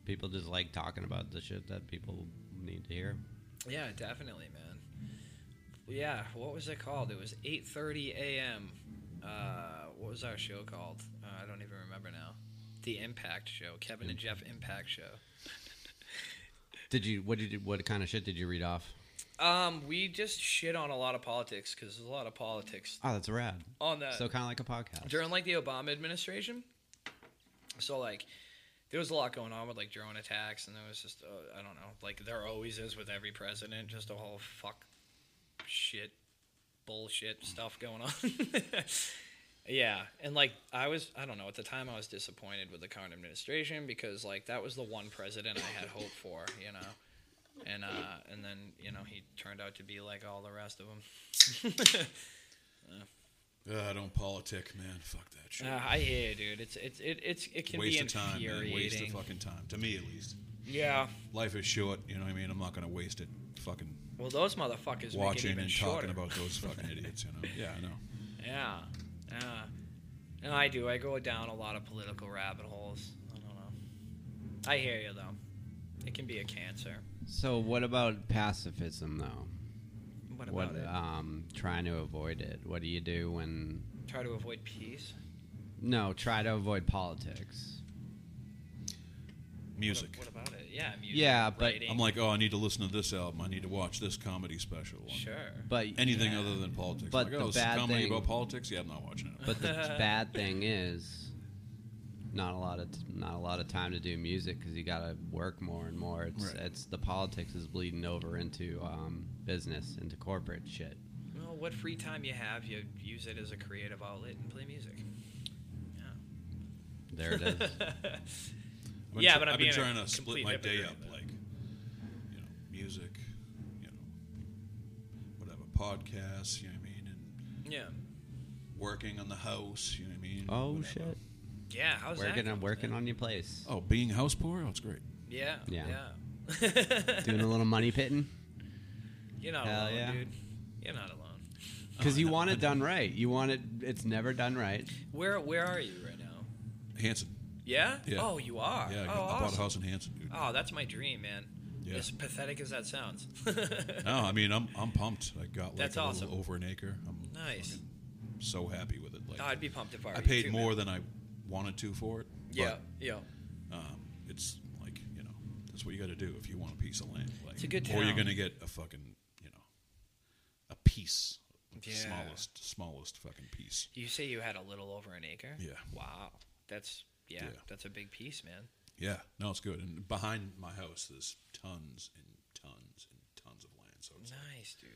B: people just like talking about the shit that people need to hear.
C: yeah, definitely, man. Yeah, what was it called? It was 8:30 a.m. Uh, what was our show called? Uh, I don't even remember now. The Impact Show, Kevin and Jeff Impact Show.
B: Did you what did you, what kind of shit did you read off?
C: Um, we just shit on a lot of politics because there's a lot of politics
B: Oh, that's rad.
C: on that.
B: So kind of like a podcast.
C: during like the Obama administration. So like there was a lot going on with like drone attacks and there was just uh, I don't know like there always is with every president just a whole fuck shit bullshit stuff going on. *laughs* yeah, and like I was I don't know at the time I was disappointed with the current administration because like that was the one president I had hope for, you know. And uh and then, you know, he turned out to be like all the rest of them.
D: Uh, don't politic, man. Fuck that shit.
C: Uh, I hear you, dude. It's it's it, it's it can
D: waste
C: be
D: of time, man.
C: infuriating.
D: Waste of fucking time. To me, at least.
C: Yeah.
D: Life is short. You know what I mean? I'm not gonna waste it. Fucking
C: Well, those motherfuckers
D: watching
C: make it even
D: and
C: shorter.
D: talking about those fucking idiots. You
C: *laughs*
D: know? Yeah, I know.
C: Yeah. Yeah. And I do. I go down a lot of political rabbit holes. I don't know. I hear you though. It can be a cancer.
B: So what about pacifism though?
C: What about it?
B: um trying to avoid it? What do you do when
C: Try to avoid peace.
B: no, try to avoid politics.
D: Music.
C: What, what about it? Yeah. Music,
B: Yeah, but-
C: writing.
D: I'm like, oh, I need to listen to this album. I need to watch this comedy special.
C: Sure.
B: But
D: Anything
C: Yeah.
D: other than politics.
B: But
D: like,
B: the
D: oh, it's
B: bad
D: comedy
B: thing-
D: about politics? Yeah, I'm not watching it.
C: *laughs*
B: but the bad thing is not a lot of t- not a lot of time to do music cuz you got to work more and more. It's
D: Right.
B: it's the politics is bleeding over into um, business, into corporate shit.
C: Well, what free time you have, you use it as a creative outlet and play music. Yeah.
B: There it is.
D: *laughs* I've been
C: Yeah,
D: try-
C: but I'm
D: I've been
C: being a
D: trying to split
C: complete
D: my day
C: hypocrite,
D: up,
C: but-
D: like you know, music, you know, whatever podcasts, you know what I mean, and
C: *laughs* Yeah.
D: working on the house, you know what I mean.
B: oh
D: whatever.
B: shit.
C: Yeah. How's that?
B: Working on
C: going,
B: working
C: man?
B: on your place.
D: Oh, being house poor, oh, it's great.
C: Yeah. *laughs*
B: Yeah.
C: Yeah.
B: Doing a little money pitting.
C: You're not
B: Hell
C: alone,
B: yeah.
C: dude. You're not alone.
B: Because
D: Oh,
B: you
D: no,
B: want
D: I
B: it done right. You want it. It's never done right.
C: Where Where are you right now?
D: Hanson,
C: Yeah.
D: Yeah.
C: Oh, you are.
D: yeah, I,
C: oh,
D: got- I bought a
C: awesome.
D: house in Hanson, dude.
C: Oh, that's my dream, man.
D: Yeah.
C: As pathetic as that sounds. *laughs*
D: No, I mean I'm I'm pumped. I got like
C: That's
D: a little
C: awesome.
D: over an acre. I'm
C: Nice.
D: fucking so happy with it. Like
C: Oh, I'd be pumped if I. Were
D: I
C: you
D: paid
C: too,
D: more
C: Man.
D: than I wanted to for it.
C: Yeah. Yeah.
D: But, um, it's like you know that's what you got to do if you want a piece of land. Like,
C: It's a good
D: Or you're
C: town.
D: gonna get a fucking you know a piece, like the
C: Yeah.
D: smallest smallest fucking piece.
C: You say you had a little over an acre.
D: Yeah.
C: Wow. That's yeah.
D: Yeah.
C: That's a big piece, man.
D: Yeah, no, it's good. And behind my house, there's tons and tons and tons of land. So it's,
C: Nice, dude.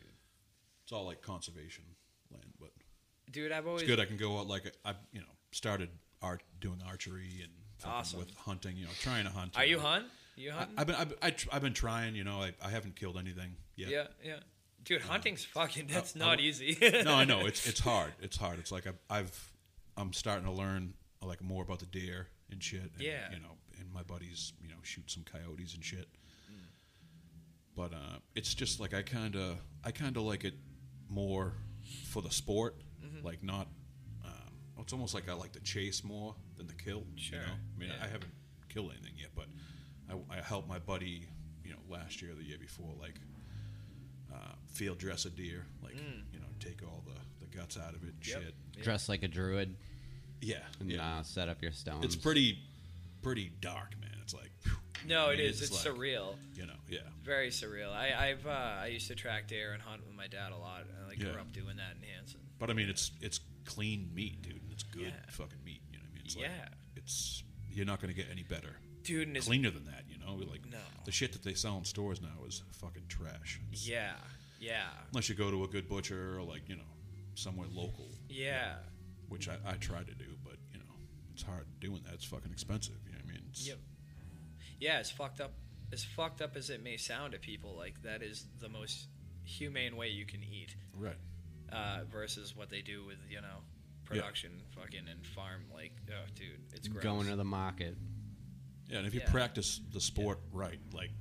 D: it's all like conservation land, but
C: Dude, I've always
D: it's good. I can go out like I you know started art doing archery and fucking
C: Awesome.
D: with hunting. You know, trying to hunt.
C: Are you
D: know.
C: hunt? You
D: I,
C: hunting?
D: I've been I've, I tr- I've been trying. You know, I, I haven't killed anything yet.
C: yeah. Yeah. Dude, hunting's fucking. That's
D: I
C: not
D: w-
C: easy. *laughs*
D: no, I know it's it's hard. It's hard. It's like I've, I've I'm starting to learn like more about the deer and shit. And,
C: Yeah.
D: you know, and my buddies, you know, shoot some coyotes and shit.
C: Mm.
D: But uh, it's just like I kind of I kind of like it more for the sport,
C: Mm-hmm.
D: like not. Um, it's almost like I like to chase more than the kill.
C: Sure.
D: You know? I mean,
C: Yeah.
D: I haven't killed anything yet, but I, I helped my buddy, you know, last year, or the year before, like uh, field dress a deer, like you know, take all the, the guts out of it, and
C: Mm. Yep.
D: shit.
C: Yeah.
B: Dress like a druid
D: Yeah,
B: and
D: yeah.
B: uh, set up your stones.
D: It's pretty, pretty dark, man. It's like, phew,
C: No,
D: I
C: it
D: mean,
C: is. It's,
D: like,
C: surreal.
D: You know, yeah,
C: Very surreal. I, I've uh, I used to track deer and hunt with my dad a lot. I like
D: Yeah.
C: grew up doing that in Hanson.
D: but I mean, it's it's clean meat, dude. and It's good
C: Yeah.
D: fucking meat. You know what I mean? It's like,
C: Yeah.
D: it's you're not gonna get any better,
C: Dude, and it's
D: cleaner than that. You know, like
C: No.
D: the shit that they sell in stores now is fucking trash. It's-
C: yeah, yeah,
D: Unless you go to a good butcher or like you know, somewhere local,
C: yeah.
D: which I, I try to do, but you know, it's hard doing that. It's fucking expensive. You know what I mean? It's-
C: Yep. Yeah, as fucked up as fucked up as it may sound to people, like that is the most humane way you can eat,
D: Right.
C: uh, versus what they do with you know production, fucking and farm. Like, oh, dude, it's gross.
B: going to the market.
D: Yeah, and if you
C: Yeah.
D: practice the sport right, like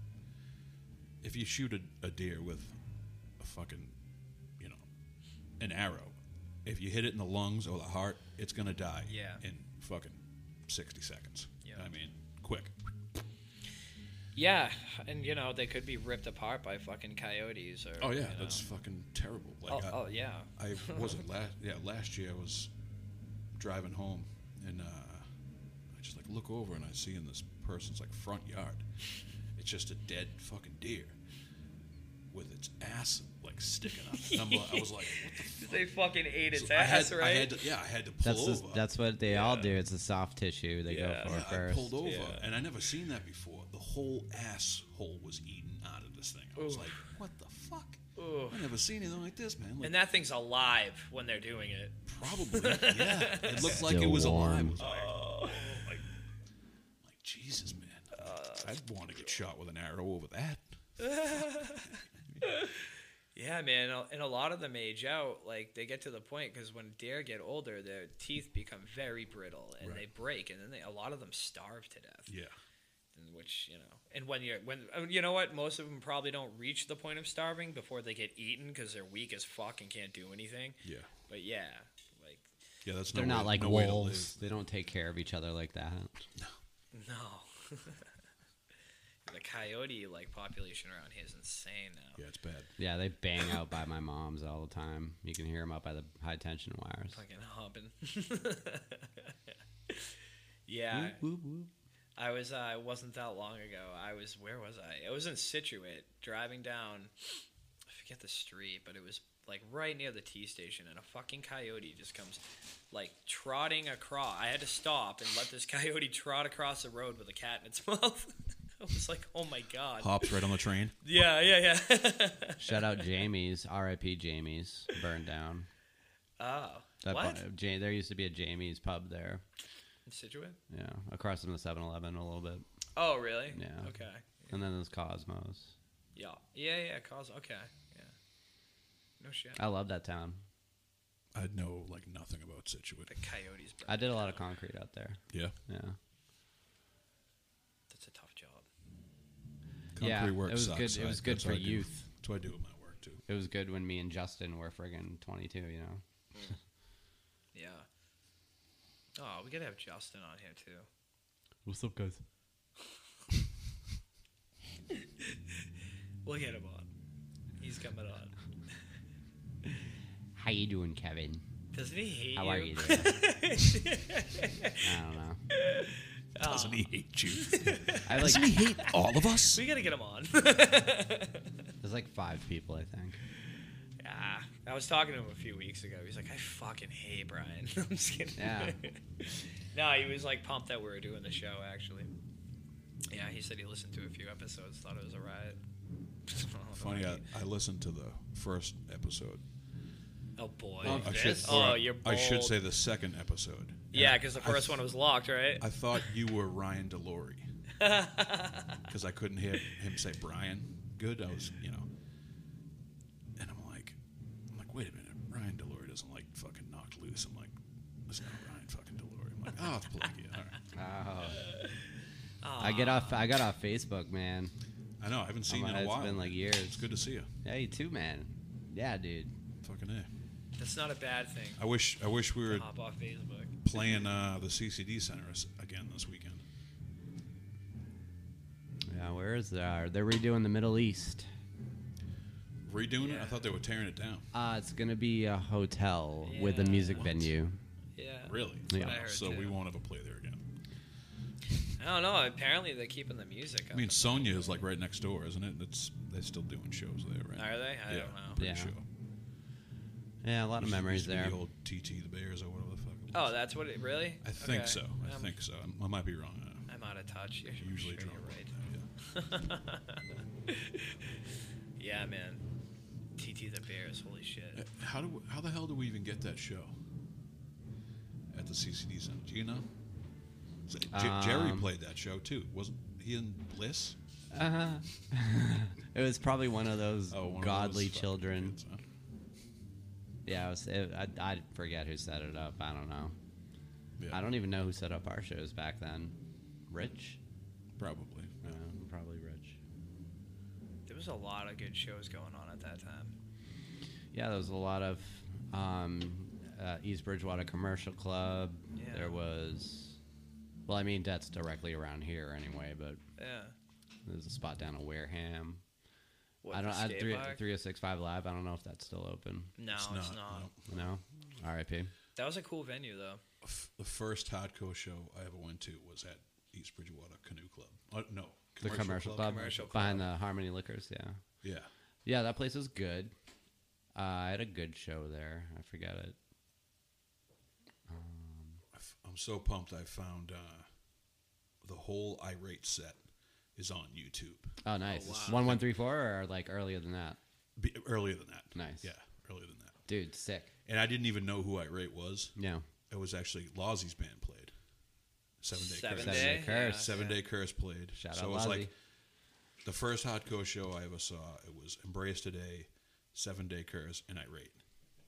D: if you shoot a, a deer with a fucking, you know, an arrow, if you hit it in the lungs or the heart, it's gonna die.
C: Yeah.
D: In fucking sixty seconds.
C: Yeah.
D: I mean, quick.
C: yeah, and you know they could be ripped apart by fucking coyotes or.
D: Oh yeah,
C: you know.
D: that's fucking terrible. Like uh,
C: Oh,
D: I,
C: oh yeah.
D: I wasn't last. Yeah, last year I was driving home, and uh, I just like look over and I see in this person's like front yard, it's just a dead fucking deer with its ass like sticking up. And I'm like- I was like,
C: *laughs*
D: what the
C: They fucking ate its
D: so I
C: ass,
D: had,
C: right?
D: I had to, yeah, I had to pull
B: That's
D: over.
B: the, that's what they all
C: Yeah.
B: do. It's the soft tissue they
C: Yeah.
B: go
D: Yeah,
B: for
D: I
B: first.
D: pulled over,
C: Yeah.
D: and I never seen that before. The whole asshole was eaten out of this thing. I was
C: Oof.
D: like, what the fuck?
C: Oof.
D: I never seen anything like this, man. Like,
C: and that thing's alive when they're doing it.
D: probably, yeah. It looked like it
B: Still
D: was alive.
B: warm.
D: I was like, oh, like, like, Jesus, man. I'd want to get shot with an arrow over that.
C: Yeah, man. a- And a lot of them age out. Like they get to the point because when deer get older, their teeth become very brittle and
D: Right.
C: they break, and then they, a lot of them starve to death.
D: Yeah.
C: and Which you know, and when you're when I mean, you know what, most of them probably don't reach the point of starving before they get eaten because they're weak as fuck and can't do anything.
D: Yeah.
C: But yeah, like
D: Yeah, that's no
B: They're not
D: way-
B: like
D: no way to
B: wolves. They don't take care of each other like that.
C: no, *laughs* the coyote like population around here is insane now.
D: live. Yeah, it's bad.
B: Yeah, they bang out by my mom's all the time. You can hear them out by the high tension wires.
C: Fucking hopping. *laughs* yeah.
B: Whoop, whoop, whoop.
C: I was uh, it wasn't that long ago. I was where was I? I was in Situate, driving down. I forget the street, but it was like right near the T station, and a fucking coyote just comes, like trotting across. I had to stop and let this *laughs* coyote trot across the road with a cat in its *laughs* mouth. I was like, oh my god.
D: Hops right on the train.
C: Yeah, yeah, yeah. *laughs*
B: Shout out Jamie's, R.I.P. Jamie's, burned down.
C: oh,
B: That
C: what?
B: bu- Ja- there used to be a Jamie's pub there.
C: In Situate?
B: Yeah, across from the 7-Eleven a little bit,
C: Oh, really?
B: Yeah.
C: Okay.
B: and then there's Cosmos.
C: Yeah. Yeah, yeah. Cause okay. Yeah. No shit.
B: I love that town.
D: I know like nothing about Situate.
C: the coyotes. Bro.
B: I did a lot of concrete out there.
D: Yeah.
B: Yeah,
C: That's a tough job.
D: Concrete
B: Yeah,
D: work
B: it was
D: sucks.
B: good- it
D: I-
B: was good
D: that's
B: for
D: what I do.
B: youth.
D: That's what I do with my work too.
B: it was good when me and Justin were friggin' 22. You know,
C: Yeah. Oh, we gotta have Justin on here too.
B: what's up, guys?
C: We'll get him on. He's coming on.
B: How you doing, Kevin?
C: Doesn't he hate
B: How
C: you?
B: are
C: *laughs*
B: you *laughs* doing? I don't know.
C: Ah,
D: Doesn't he hate *laughs* you?
B: I like.
D: hate all of us?
C: we gotta get him on. *laughs*
B: There's like five people, I think.
C: yeah. Ah, I was talking to him a few weeks ago. He's like, I fucking hate Brian. *laughs* I'm just kidding.
B: Yeah.
C: *laughs* no, he was like pumped that we were doing the show actually. Yeah, he said he listened to a few episodes, thought it was a riot. *laughs*
D: Funny, I, I listened to the first episode.
C: Oh boy.
B: Oh,
D: I
B: I
C: This?
D: should,
C: oh,
D: or
C: you're
D: I
C: bold.
D: should say the second episode.
C: Yeah,
D: And
C: because the
D: I-
C: first one was locked, right?
D: I thought you were Ryan Delory
C: *laughs*
D: because I couldn't hear him say Brian good. I was, you know, and I'm like, I'm like, wait a minute, Ryan Delory doesn't like fucking knocked loose. I'm like, it's not Ryan fucking Delory. I'm like, oh, it's Pelagia. All right.
B: Oh. I get off. I got off Facebook, man.
D: I know I haven't seen
B: I'm-
D: you in a
B: it's
D: while.
B: been like years.
D: It's good to see you.
B: Yeah, you too, man. Yeah, dude.
D: Fucking a.
C: That's not a bad thing.
D: I wish I wish we were
C: Hop off Facebook.
D: playing uh, the CCD Center s- again this weekend.
B: Yeah, where is that? They're redoing the Middle East.
D: Redoing it? I
C: Yeah.
D: thought they were tearing it down.
B: Uh, it's gonna be a hotel with a
C: Yeah.
B: music
D: What?
B: venue.
C: Yeah.
D: Really?
B: Yeah. That's what
C: I heard,
D: so we
C: too.
D: won't have a play there again.
C: I don't know. Apparently they're keeping the music. Up
D: I mean, Sonia is like right next door, isn't it? That's they're still doing shows there, right?
C: Are they? I
D: yeah,
C: don't know.
D: Pretty
B: Yeah.
D: sure.
B: Yeah, a lot of
D: Used to-
B: memories
D: used to be
B: there.
D: The old TT the Bears or whatever the fuck. It
C: oh,
D: was.
C: that's what it really.
D: I think
C: Okay.
D: so. I
C: I'm-
D: think so. I'm- I might be wrong. I
C: I'm out of touch. You're
D: usually
C: sure
D: drunk.
C: you're right.
D: Yeah.
C: *laughs* Yeah, man. TT the Bears. Holy shit.
D: Uh, How do we- how the hell do we even get that show at the CCD Center? Do you know? So, J- Jerry
B: Um,
D: played that show too, wasn't he? In Bliss.
B: Uh-huh. *laughs* it was probably one of those
D: Oh, one of
B: godly
D: those fucking
B: children.
D: kids, huh?
B: Yeah, it was, it, I, I forget who set it up. I don't know.
D: Yeah,
B: I don't even know who set up our shows back then. Rich?
D: probably.
B: Uh, probably Rich.
C: There was a lot of good shows going on at that time.
B: Yeah, there was a lot of um, uh, East Bridgewater Commercial Club.
C: Yeah.
B: There was, well, I mean, that's directly around here anyway, but
C: Yeah.
B: there's a spot down in Wareham.
C: What,
B: I don't.
C: the
B: I,
C: skate
B: three,
C: park?
B: 3065 Live. I don't know if that's still open.
C: No, it's not.
D: not, no.
B: No. R.I.P.
C: That was a cool venue though.
D: f- the first hardcore show I ever went to was at East Bridgewater Canoe Club. Uh, no,
B: The commercial club,
C: Commercial
B: behind the Harmony Liquors. Yeah.
D: Yeah,
B: Yeah, that place is good. Uh, I had a good show there. I forget it.
D: I f- I'm so pumped! I found uh, the whole irate set is on YouTube.
B: Oh, nice. One one three four, or like earlier than that.
D: Be, earlier than that,
B: Nice.
D: yeah, earlier than that.
B: Dude, sick.
D: And I didn't even know who irate was.
B: Yeah.
D: It was actually Lozzie's band played. Seven Day
C: Seven
D: Curse.
B: Day?
C: day.
B: Curse.
C: yeah,
D: Seven
C: yeah.
D: Day Curse played.
B: Shout
D: so
B: out
D: it was
B: Lozzy.
D: like the first hardcore show I ever saw. It was Embrace Today, Seven Day Curse, and Irate,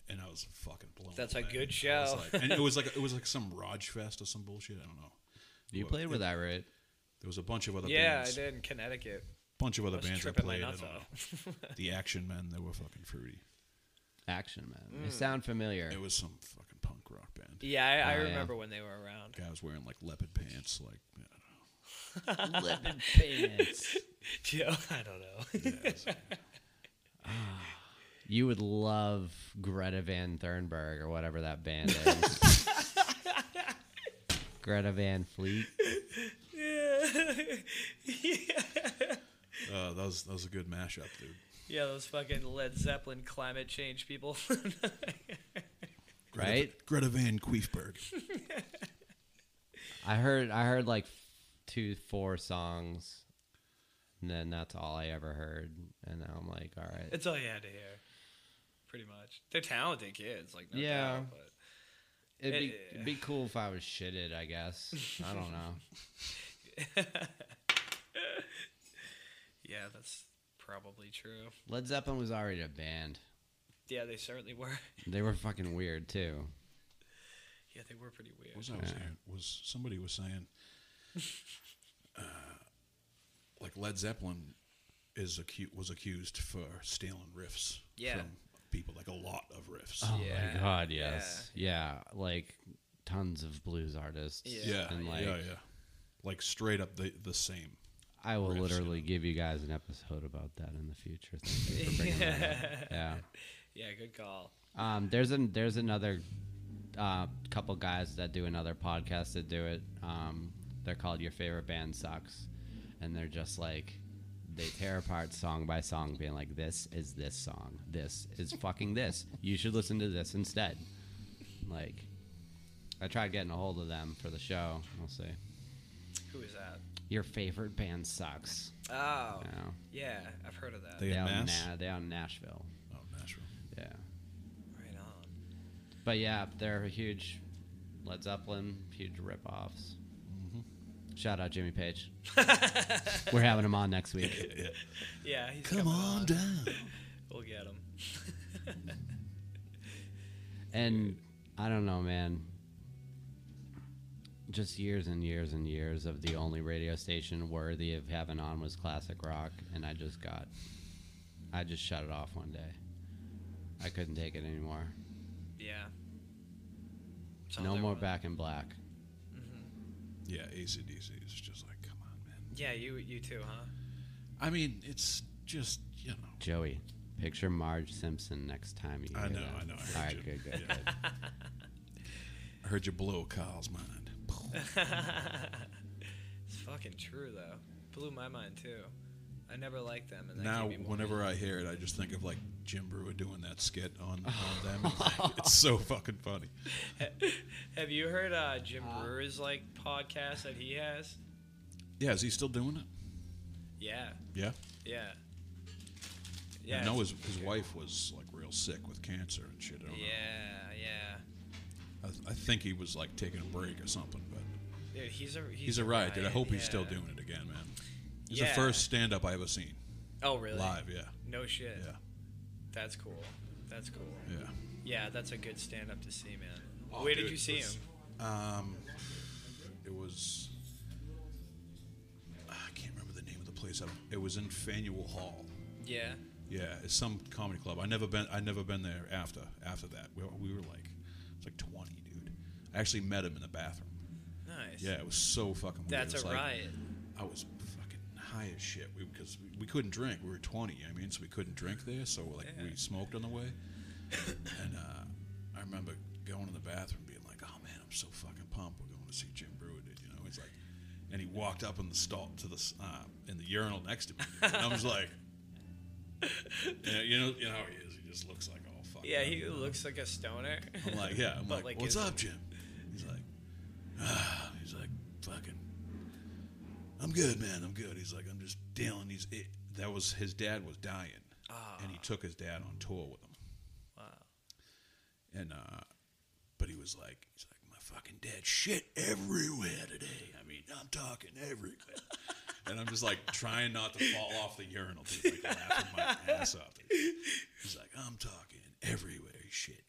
D: and I was fucking blown.
C: That's a
D: away.
C: good
D: I was
C: show.
D: like- and it was like it was like some Raj Fest or some bullshit. I don't know.
B: You
D: Well,
B: played with Irate.
D: There was a bunch of other
C: yeah, I
D: bands.
C: did in Connecticut.
D: bunch of
C: I
D: other
C: was
D: bands that
C: tripping my
D: played. I
C: nuts
D: don't know. *laughs*
C: off.
D: The Action Men, they were fucking fruity.
B: Action Man. They sound *laughs* familiar.
D: Mm. It was some fucking punk rock band.
C: *laughs* Yeah, I, I
B: Oh, yeah.
C: remember when they were around. *laughs*
D: Guy was wearing like leopard pants, like I don't know.
B: Leopard pants.
C: Yeah, I don't know. *laughs*
B: You would love Greta Van Thunberg or whatever that band is.
D: *laughs*
B: Greta Van Fleet.
D: Uh, that was that was a good mashup, dude.
C: *laughs* yeah, those fucking Led Zeppelin climate change people. *laughs*
D: Greta,
B: Right?
D: Greta Van
C: *laughs*
D: Queefberg.
B: I heard I heard like two four songs, and then that's all I ever heard. And now I'm like, all right,
C: That's all you had to hear, pretty much. They're talented kids, like no
B: Yeah.
C: doubt, but
B: it'd be,
C: eh, eh.
B: it'd be cool if I was shitted. I guess I don't know.
C: yeah, that's probably true.
B: Led Zeppelin was already a band.
C: Yeah, they certainly were. *laughs*
B: They were fucking weird too.
C: Yeah, they were pretty weird.
D: was I was hearing- was somebody was saying, uh, like Led Zeppelin is acu- was accused for stealing riffs
C: Yeah.
D: from people, like a lot of riffs.
B: Oh
C: Yeah,
B: my god, yes, yeah. like tons of blues artists.
C: Yeah.
D: yeah,
B: and like
D: yeah, yeah, like straight up the the same.
B: I will
D: Riffs,
B: literally give you guys an episode about that in the future. Thank you for
C: *laughs*
B: bringing that up. Yeah.
C: Yeah, good call.
B: Um, there's an there's another uh, couple guys that do another podcast that do it. Um, they're called Your Favorite Band Sucks, and they're just like they tear apart song by song, being like, "This is this song. This is fucking this. You should listen to this instead." Like, I tried getting a hold of them for the show. We'll see.
C: Who is that?
B: Your favorite band sucks.
C: Oh,
B: Yeah.
C: yeah, I've heard of that.
D: They-
B: They
D: in
B: out in
D: Mass?
B: Na- they out in Nashville.
D: Oh, Nashville.
B: Yeah.
C: right on.
B: But yeah, they're a huge Led Zeppelin, huge rip-offs.
D: Mm-hmm.
B: Shout out
D: *laughs*
B: Jimmy Page. We're having him on next week.
C: Yeah, he's
D: Come
C: coming
D: on down.
C: We'll get him.
B: And I don't know, man. Just years and years and years of the only radio station worthy of having on was classic rock, and I just got, I just shut it off one day. I couldn't take it anymore.
C: Yeah. It's all
B: No
C: there
B: more
C: was.
B: Back in Black.
D: Yeah, ACDC is just like, come on, man.
C: Yeah, you you too, huh? *laughs*
D: I mean, it's just you know.
B: Joey, picture Marge Simpson next time you.
D: I
B: hear
D: know,
B: that.
D: I know, I heard
B: All right,
D: you.
B: good, good, good.
D: I heard you blow Kyle's mind.
C: It's fucking true though. Blew my mind too. I never liked them. And that
D: now,
C: gave me more
D: whenever I hear it, I just think of like Jim Brewer doing that skit
C: *laughs*
D: on, on them. it's so fucking funny.
C: *laughs* Have you heard uh, Jim Brewer's like podcast that he has?
D: Yeah, is he still doing it?
C: Yeah,
D: Yeah.
C: yeah, yeah.
D: I know
C: it's-
D: his, his wife was like real sick with cancer and shit. I don't *laughs*
C: Yeah, yeah.
D: know. I, I think he was like taking a break or something, but
C: Dude, he's a he's,
D: he's, a riot, dude. I hope he's
C: yeah.
D: still doing it again, man. He's
C: Yeah.
D: the first stand up I ever seen
C: Oh, really?
D: live. Yeah.
C: No shit.
D: Yeah.
C: That's cool. That's cool.
D: Yeah.
C: Yeah, that's a good stand up to see, man.
D: Oh,
C: Where
D: dude,
C: did you see
D: it's-
C: him?
D: Um, it was. ah, I can't remember the name of the place. I don't, it was in Faneuil Hall.
C: Yeah.
D: Yeah, it's some comedy club. I never been. I never been there after after that. We, were- we were like, it's like twenty, dude. I actually met him in the bathroom.
C: Nice.
D: Yeah, it was so fucking. Weird.
C: That's
D: It was
C: a
D: like-
C: riot.
D: I was fucking high as shit We because we, we couldn't drink. We were twenty. I mean, so we couldn't drink there. So like we smoked on the way, and uh, I remember going to the bathroom, being like, "Oh man, I'm so fucking pumped. We're going to see Jim Brewer, dude." You know, he's like,
C: *laughs*
D: and he walked up in the stall to the s- uh, in the urinal next to me, and I was like. Yeah, you know, you know how he is. He just looks like all fucked
C: Yeah,
D: up.
C: he looks like a stoner.
D: I'm
C: *laughs*
D: like, yeah. I'm
C: But,
D: like,
C: like,
D: what's
C: isn't-
D: up, Jim? He's like, ah. He's like, fucking. I'm good, man. I'm good. He's like, I'm just dealing these. It, that was his dad was dying, and he took his dad on tour with him.
C: Ah. Wow.
D: And uh, but he was like, he's like, my fucking dad shit everywhere today. I mean, I'm talking everywhere. *laughs* and I'm just like trying not to fall off the urinal, just like laughing my ass off. He's like, I'm talking everywhere. He shit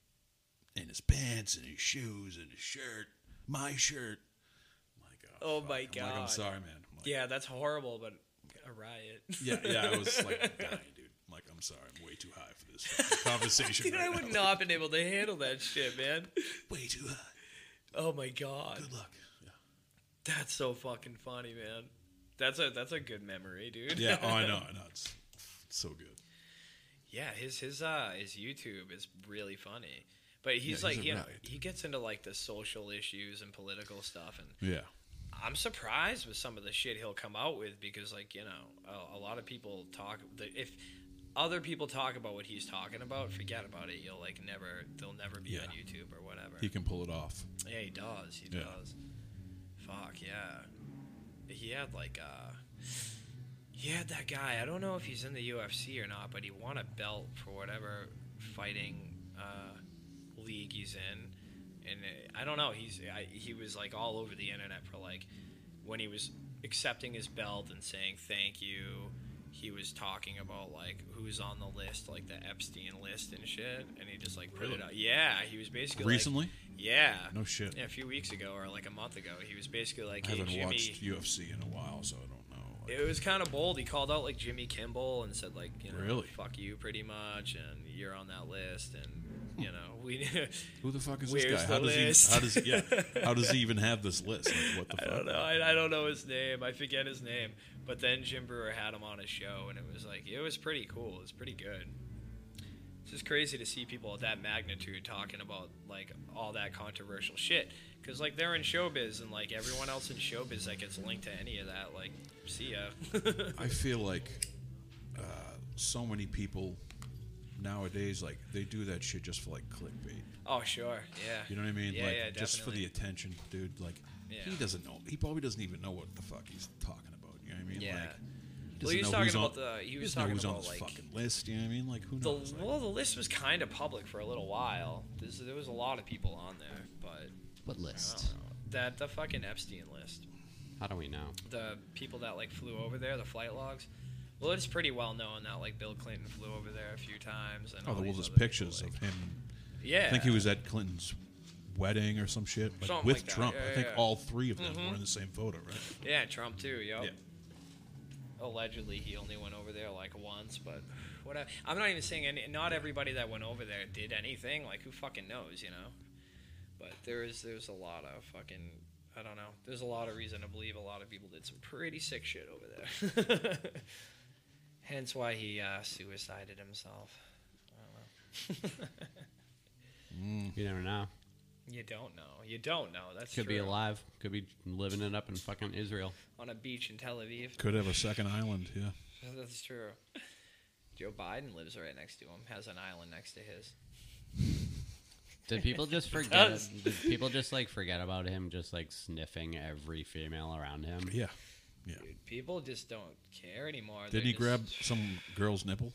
D: in his pants and his shoes and his shirt, my shirt. I'm like,
C: Oh
D: fuck.
C: my
D: I'm like, I'm
C: God.
D: sorry, man. I'm like,
C: Yeah, that's horrible, but a
D: *laughs*
C: riot.
D: yeah, yeah. I was
C: *laughs*
D: like dying, dude. I'm like, I'm sorry. I'm way too high for this fucking conversation.
C: *laughs* Dude,
D: right
C: I would
D: now.
C: not have been able to handle
D: *laughs*
C: that shit, man.
D: Way too high.
C: Oh my god,
D: Good
C: *laughs*
D: luck. Yeah.
C: that's so fucking funny, man. That's a that's a good memory, dude.
D: Yeah, oh, I know, I know. It's, it's so good.
C: *laughs* Yeah, his his uh his YouTube is really funny. But he's
D: he's
C: like
D: a
C: he,
D: riot.
C: he gets into like the social issues and political stuff and
D: Yeah.
C: I'm surprised with some of the shit he'll come out with because like, you know, a, a lot of people talk the- if other people talk about what he's talking about, forget about it. You'll like never they'll never be
D: Yeah.
C: on YouTube or whatever.
D: He can pull it off.
C: Yeah, he does. He
D: Yeah.
C: does. Fuck yeah. He had like uh he had that guy. I don't know if he's in the UFC or not, but he won a belt for whatever fighting uh, league he's in, and uh, I don't know. He's I, he was like all over the internet for like when he was accepting his belt and saying thank you. He was talking about like who's on the list, like the Epstein list and shit, and he just like put it
D: Really?
C: out. Yeah, he was basically like-
D: Recently?
C: yeah.
D: No shit.
C: Yeah, a few weeks ago or like a month ago, he was basically like,
D: I
C: "Hey,
D: haven't
C: Jimmy."
D: watched UFC in a while, so I don't know. Like,
C: It was kind of bold. He called out like Jimmy Kimball and said like, you know,
D: Really?
C: fuck you, pretty much, and you're on that list, and you know, we. *laughs*
D: who the fuck is
C: Where's
D: this guy? How
C: the
D: does
C: list?
D: he? How does yeah?
C: *laughs*
D: How does he even have this list? Like, what the
C: I
D: fuck?
C: don't know. I, I don't know his name. I forget his name. But then Jim Brewer had him on his show, and it was like it was pretty cool. It was pretty good. It's just crazy to see people of that magnitude talking about like all that controversial shit. Cause like they're in showbiz, and like everyone else in showbiz that gets linked to any of that, like,
D: *laughs*
C: see ya.
D: I feel like uh, so many people nowadays, like they do that shit just for like clickbait.
C: oh sure, yeah.
D: You know what I mean?
C: Yeah,
D: like
C: yeah,
D: just for
C: definitely.
D: the attention, dude. Like
C: Yeah.
D: he doesn't know. He probably doesn't even know what the fuck he's talking about. You know what I mean?
C: Yeah.
D: Like, he
C: Well,
D: doesn't
C: he was
D: know who's
C: talking
D: on-
C: about the- he was
D: doesn't know
C: talking
D: who's
C: about,
D: on this
C: like,
D: fucking list. You know what I mean? Like who
C: The
D: knows? Like,
C: well, the list was kind of public for a little while. This, there was a lot of people on there, but
B: What
C: I
B: list?
C: don't know. That the fucking Epstein list.
B: How do we know?
C: the people that like flew over there, the flight logs. Well, it's pretty well known that like Bill Clinton flew over there a few times, and
D: Oh,
C: all
D: there
C: these
D: was just
C: other people,
D: pictures
C: like-
D: of him.
C: Yeah,
D: I think he was at Clinton's wedding or some shit, like
C: Something
D: with
C: like that.
D: Trump.
C: Yeah,
D: I think
C: yeah. Mm-hmm.
D: all three of them were in the same photo, right?
C: Yeah, Trump too. Yo.
D: Yeah.
C: Allegedly, he only went over there like once, but whatever. I'm not even saying any. Not everybody that went over there did anything. Like who fucking knows, you know? But there is there's a lot of fucking. I don't know. There's a lot of reason to believe a lot of people did some pretty sick shit over there. *laughs* Hence why he uh, suicided himself. I don't know.
B: You never know.
C: you don't know. You don't know. That's
B: Could be
C: true.
B: alive. Could be living it up in fucking Israel.
C: on a beach in Tel Aviv. *laughs*
D: Could have a second island. Yeah.
C: That's true. Joe Biden lives right next to him, has an island next to his.
B: Did people *laughs* just forget?
C: does.
B: did people just like forget about him? Just like sniffing every female around him.
D: Yeah. Yeah.
C: Dude, people just don't care anymore.
D: Didn't he grab some girl's nipple?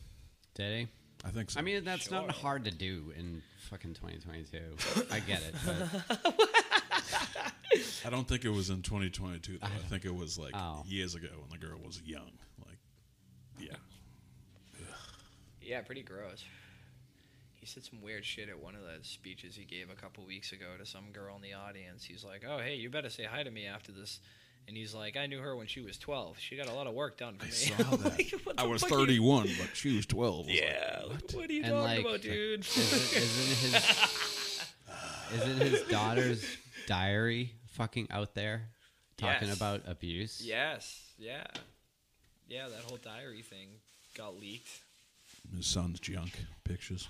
B: Did he?
D: I think so.
B: I mean, that's
C: Sure.
B: not hard to do in fucking 2022. I get it. But
D: I don't think it was in 2022. Though. I, think it was like
B: Oh.
D: years ago when the girl was young. Like, yeah.
C: Yeah, pretty gross. He said some weird shit at one of the speeches he gave a couple weeks ago to some girl in the audience. He's like, "Oh, hey, you better say hi to me after this." And he's like, "I knew her when she was 12. She got a lot of work done for
D: I
C: me."
D: saw
C: *laughs* I'm
D: that.
C: like, what the
D: I was
C: fuck are you-
D: 31, but she was 12. I was like,
C: Yeah, like, what? are *laughs* you
B: And,
C: talking
B: like,
C: about, dude?
B: isn't, isn't his isn't his daughter's diary fucking out there talking
C: Yes.
B: about abuse?
C: yes, yeah, yeah. That whole diary thing got leaked.
D: His son's junk pictures.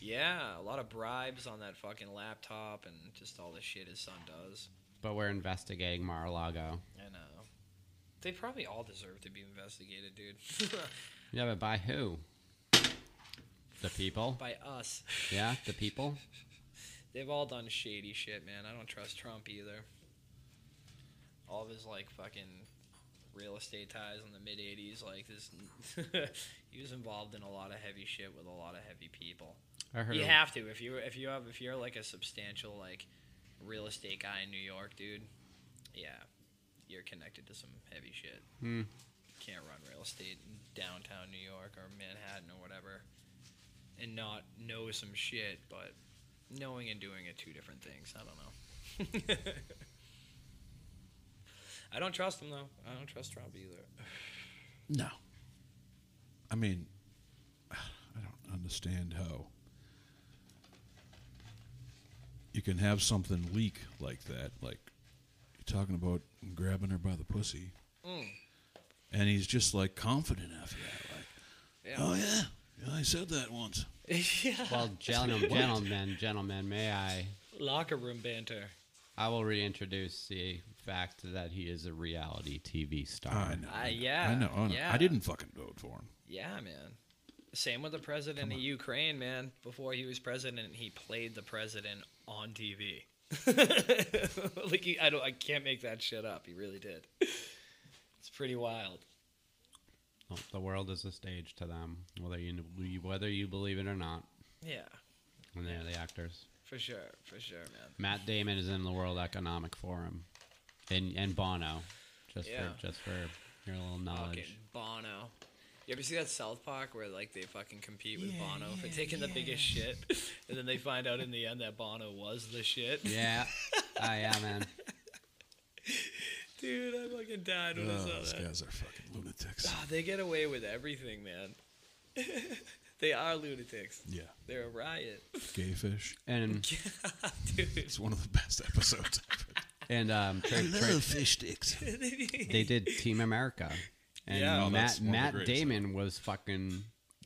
C: Yeah, a lot of bribes on that fucking laptop and just all the shit his son does.
B: But we're investigating Mar-a-Lago.
C: I know. They probably all deserve to be investigated, dude. *laughs*
B: Yeah, but by who? The people?
C: by us.
B: Yeah, the people?
C: *laughs* They've all done shady shit, man. I don't trust Trump either. All of his like fucking real estate ties in the mid '80s, like this, *laughs* he was involved in a lot of heavy shit with a lot of heavy people.
B: I heard
C: You
B: a-
C: have to if you if you have if you're like a substantial like real estate guy in New York, dude. Yeah, you're connected to some heavy shit.
B: Hmm.
C: Can't run real estate in downtown New York or Manhattan or whatever, and not know some shit. But knowing and doing are two different things. I don't know. *laughs* I don't trust him though. I don't trust Trump either. *laughs*
D: No. I mean, *sighs* I don't understand how you can have something leak like that. Like, you're talking about grabbing her by the pussy.
C: Mm.
D: And he's just like confident after that. Like, oh, yeah. Yeah, I said that once.
C: yeah. *laughs*
B: Well, gentlemen, gentlemen, gentlemen, may I?
C: Locker room banter.
B: I will reintroduce the fact that he is a reality TV star.
D: I know.
C: Ah, yeah,
D: I know. I, know.
C: yeah.
D: I didn't fucking vote for him.
C: Yeah, man. Same with the president of Ukraine, man. Before he was president, he played the president on TV. *laughs* like he, I don't, I can't make that shit up. He really did. It's pretty wild.
B: Well, The world is a stage to them, whether you whether you believe it or not.
C: Yeah,
B: And they're the actors.
C: for sure, for sure, man.
B: Matt Damon is in the World Economic Forum, and and Bono, just
C: Yeah.
B: for just for your little knowledge.
C: Fucking Bono. You ever see that South Park where like they fucking compete with Bono for taking the biggest shit, and then they find out in the end that Bono was the shit?
B: Yeah, I am, man.
C: *laughs* Dude, I fucking died when I saw
D: Oh,
C: that.
D: these guys are fucking lunatics.
C: Ah, they get away with everything, man. *laughs* they are lunatics.
D: *sighs* Yeah.
C: They're a riot. *laughs*
D: Gay fish.
B: And
C: Dude. *laughs*
D: It's one of the best *laughs* episodes ever.
B: and um, Tra- Tra-
D: fish sticks.
B: they did Team America, and
C: Yeah.
D: Oh, that's
B: Matt
D: one of the
B: Matt
D: greatest.
B: Damon was fucking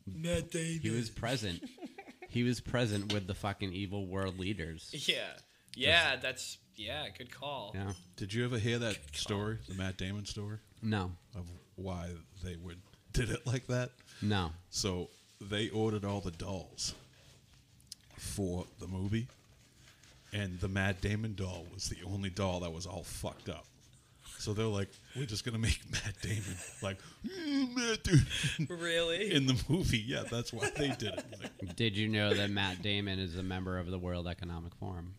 C: Matt Damon.
B: he was present. he was present with the fucking evil world leaders.
C: Yeah. Yeah, that's yeah, good call.
B: Yeah.
D: Did you ever hear that story, the Matt Damon story,
B: No.
D: of why they would *laughs* did it like that?
B: No.
D: So they ordered all the dolls for the movie, and the Matt Damon doll was the only doll that was all fucked up. So they're like, we're just gonna make *laughs* Matt Damon like "Mm, Matt Damon *laughs*
C: Really?
D: in the movie. Yeah, that's why they did it. Like,
B: Did you know that Matt Damon is a member of the World Economic Forum?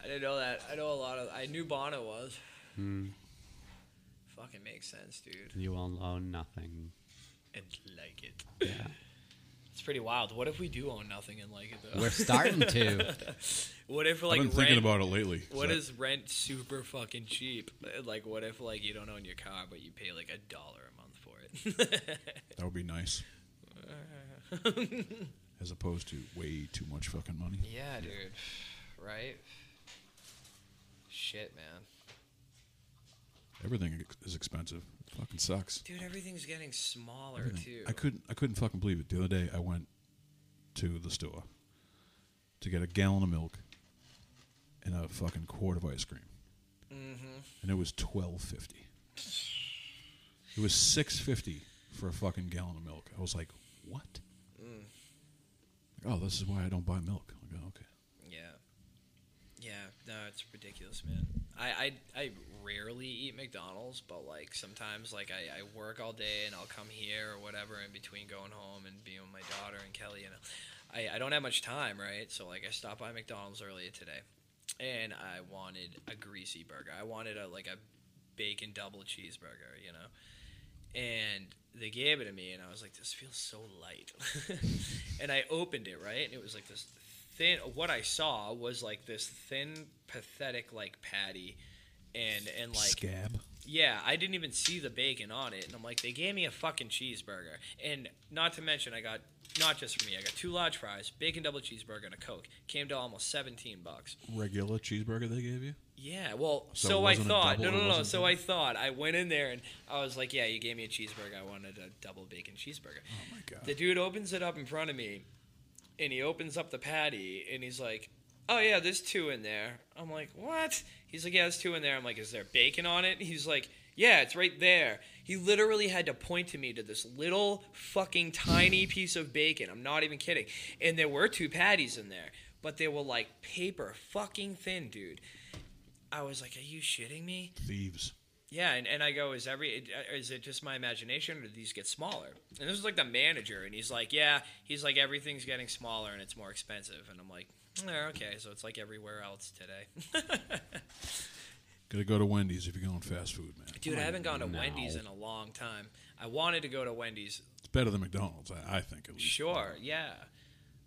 C: I didn't know that. I know a lot of I knew Bono was.
B: Hmm.
C: Fucking makes sense, dude.
B: You will own nothing.
C: And like it.
B: Yeah.
C: It's pretty wild. What if we do own nothing and like it though?
B: We're
D: *laughs*
B: starting to.
C: *laughs* what if like
D: I've been thinking
C: rent-
D: about it lately.
C: What
D: So-
C: is rent super fucking cheap? Like, what if like you don't own your car, but you pay like a dollar a month for it? *laughs*
D: that would be nice, as opposed to way too much fucking money.
C: yeah, dude. Right? Shit, man.
D: Everything is expensive. It fucking sucks.
C: Dude, everything's getting smaller too.
D: I couldn't. I couldn't fucking believe it. The other day, I went to the store to get a gallon of milk and a fucking quart of ice cream,
C: Mm-hmm.
D: and it was twelve fifty. It was six fifty for a fucking gallon of milk. I was like, "What?
C: Mm.
D: Like, oh, this is why I don't buy milk." I go, "Okay."
C: Yeah. Yeah, no, it's ridiculous, man. I, I, I rarely eat McDonald's, but like sometimes like I, I work all day and I'll come here or whatever in between going home and being with my daughter and Kelly and I, I don't have much time, right? So like I stopped by McDonald's earlier today and I wanted a greasy burger. I wanted a like a bacon double cheeseburger, you know? and they gave it to me and i was like this feels so light *laughs* and i opened it right and it was like this thin what i saw was like this thin pathetic like patty and and like
D: Scab.
C: yeah, I didn't even see the bacon on it, and I'm like, they gave me a fucking cheeseburger, and not to mention I got not just for me, I got two large fries, bacon double cheeseburger, and a coke. Came to almost seventeen bucks.
D: Regular cheeseburger they gave you.
C: Yeah, well,
D: So
C: so,
D: it
C: I
D: wasn't a
C: thought.
D: double,
C: No,
D: it
C: no, no.
D: wasn't
C: So
D: double?
C: I thought. I went in there and I was like, "Yeah, you gave me a cheeseburger. I wanted a double bacon cheeseburger."
D: Oh my god.
C: The dude opens it up in front of me, and he opens up the patty, and he's like, "Oh yeah, there's two in there." I'm like, "What?" He's like, "Yeah, there's two in there." I'm like, "Is there bacon on it?" He's like, Yeah, it's right there. He literally had to point to me to this little fucking tiny piece of bacon. I'm not even kidding. And there were two patties in there, but they were like paper fucking thin, dude. I was like, "Are you shitting me?"
D: Thieves.
C: Yeah, and, and I go, is every is it just my imagination, or do these get smaller? And this was like the manager, and he's like, yeah, he's like everything's getting smaller and it's more expensive, and I'm like, "Yeah, okay, so it's like everywhere else today. *laughs*
D: Gotta go to Wendy's if you're going fast food, man.
C: Dude, I haven't gone to
B: no.
C: Wendy's in a long time. I wanted to go to Wendy's,
D: It's better than McDonald's, I, I think at least.
C: sure, yeah.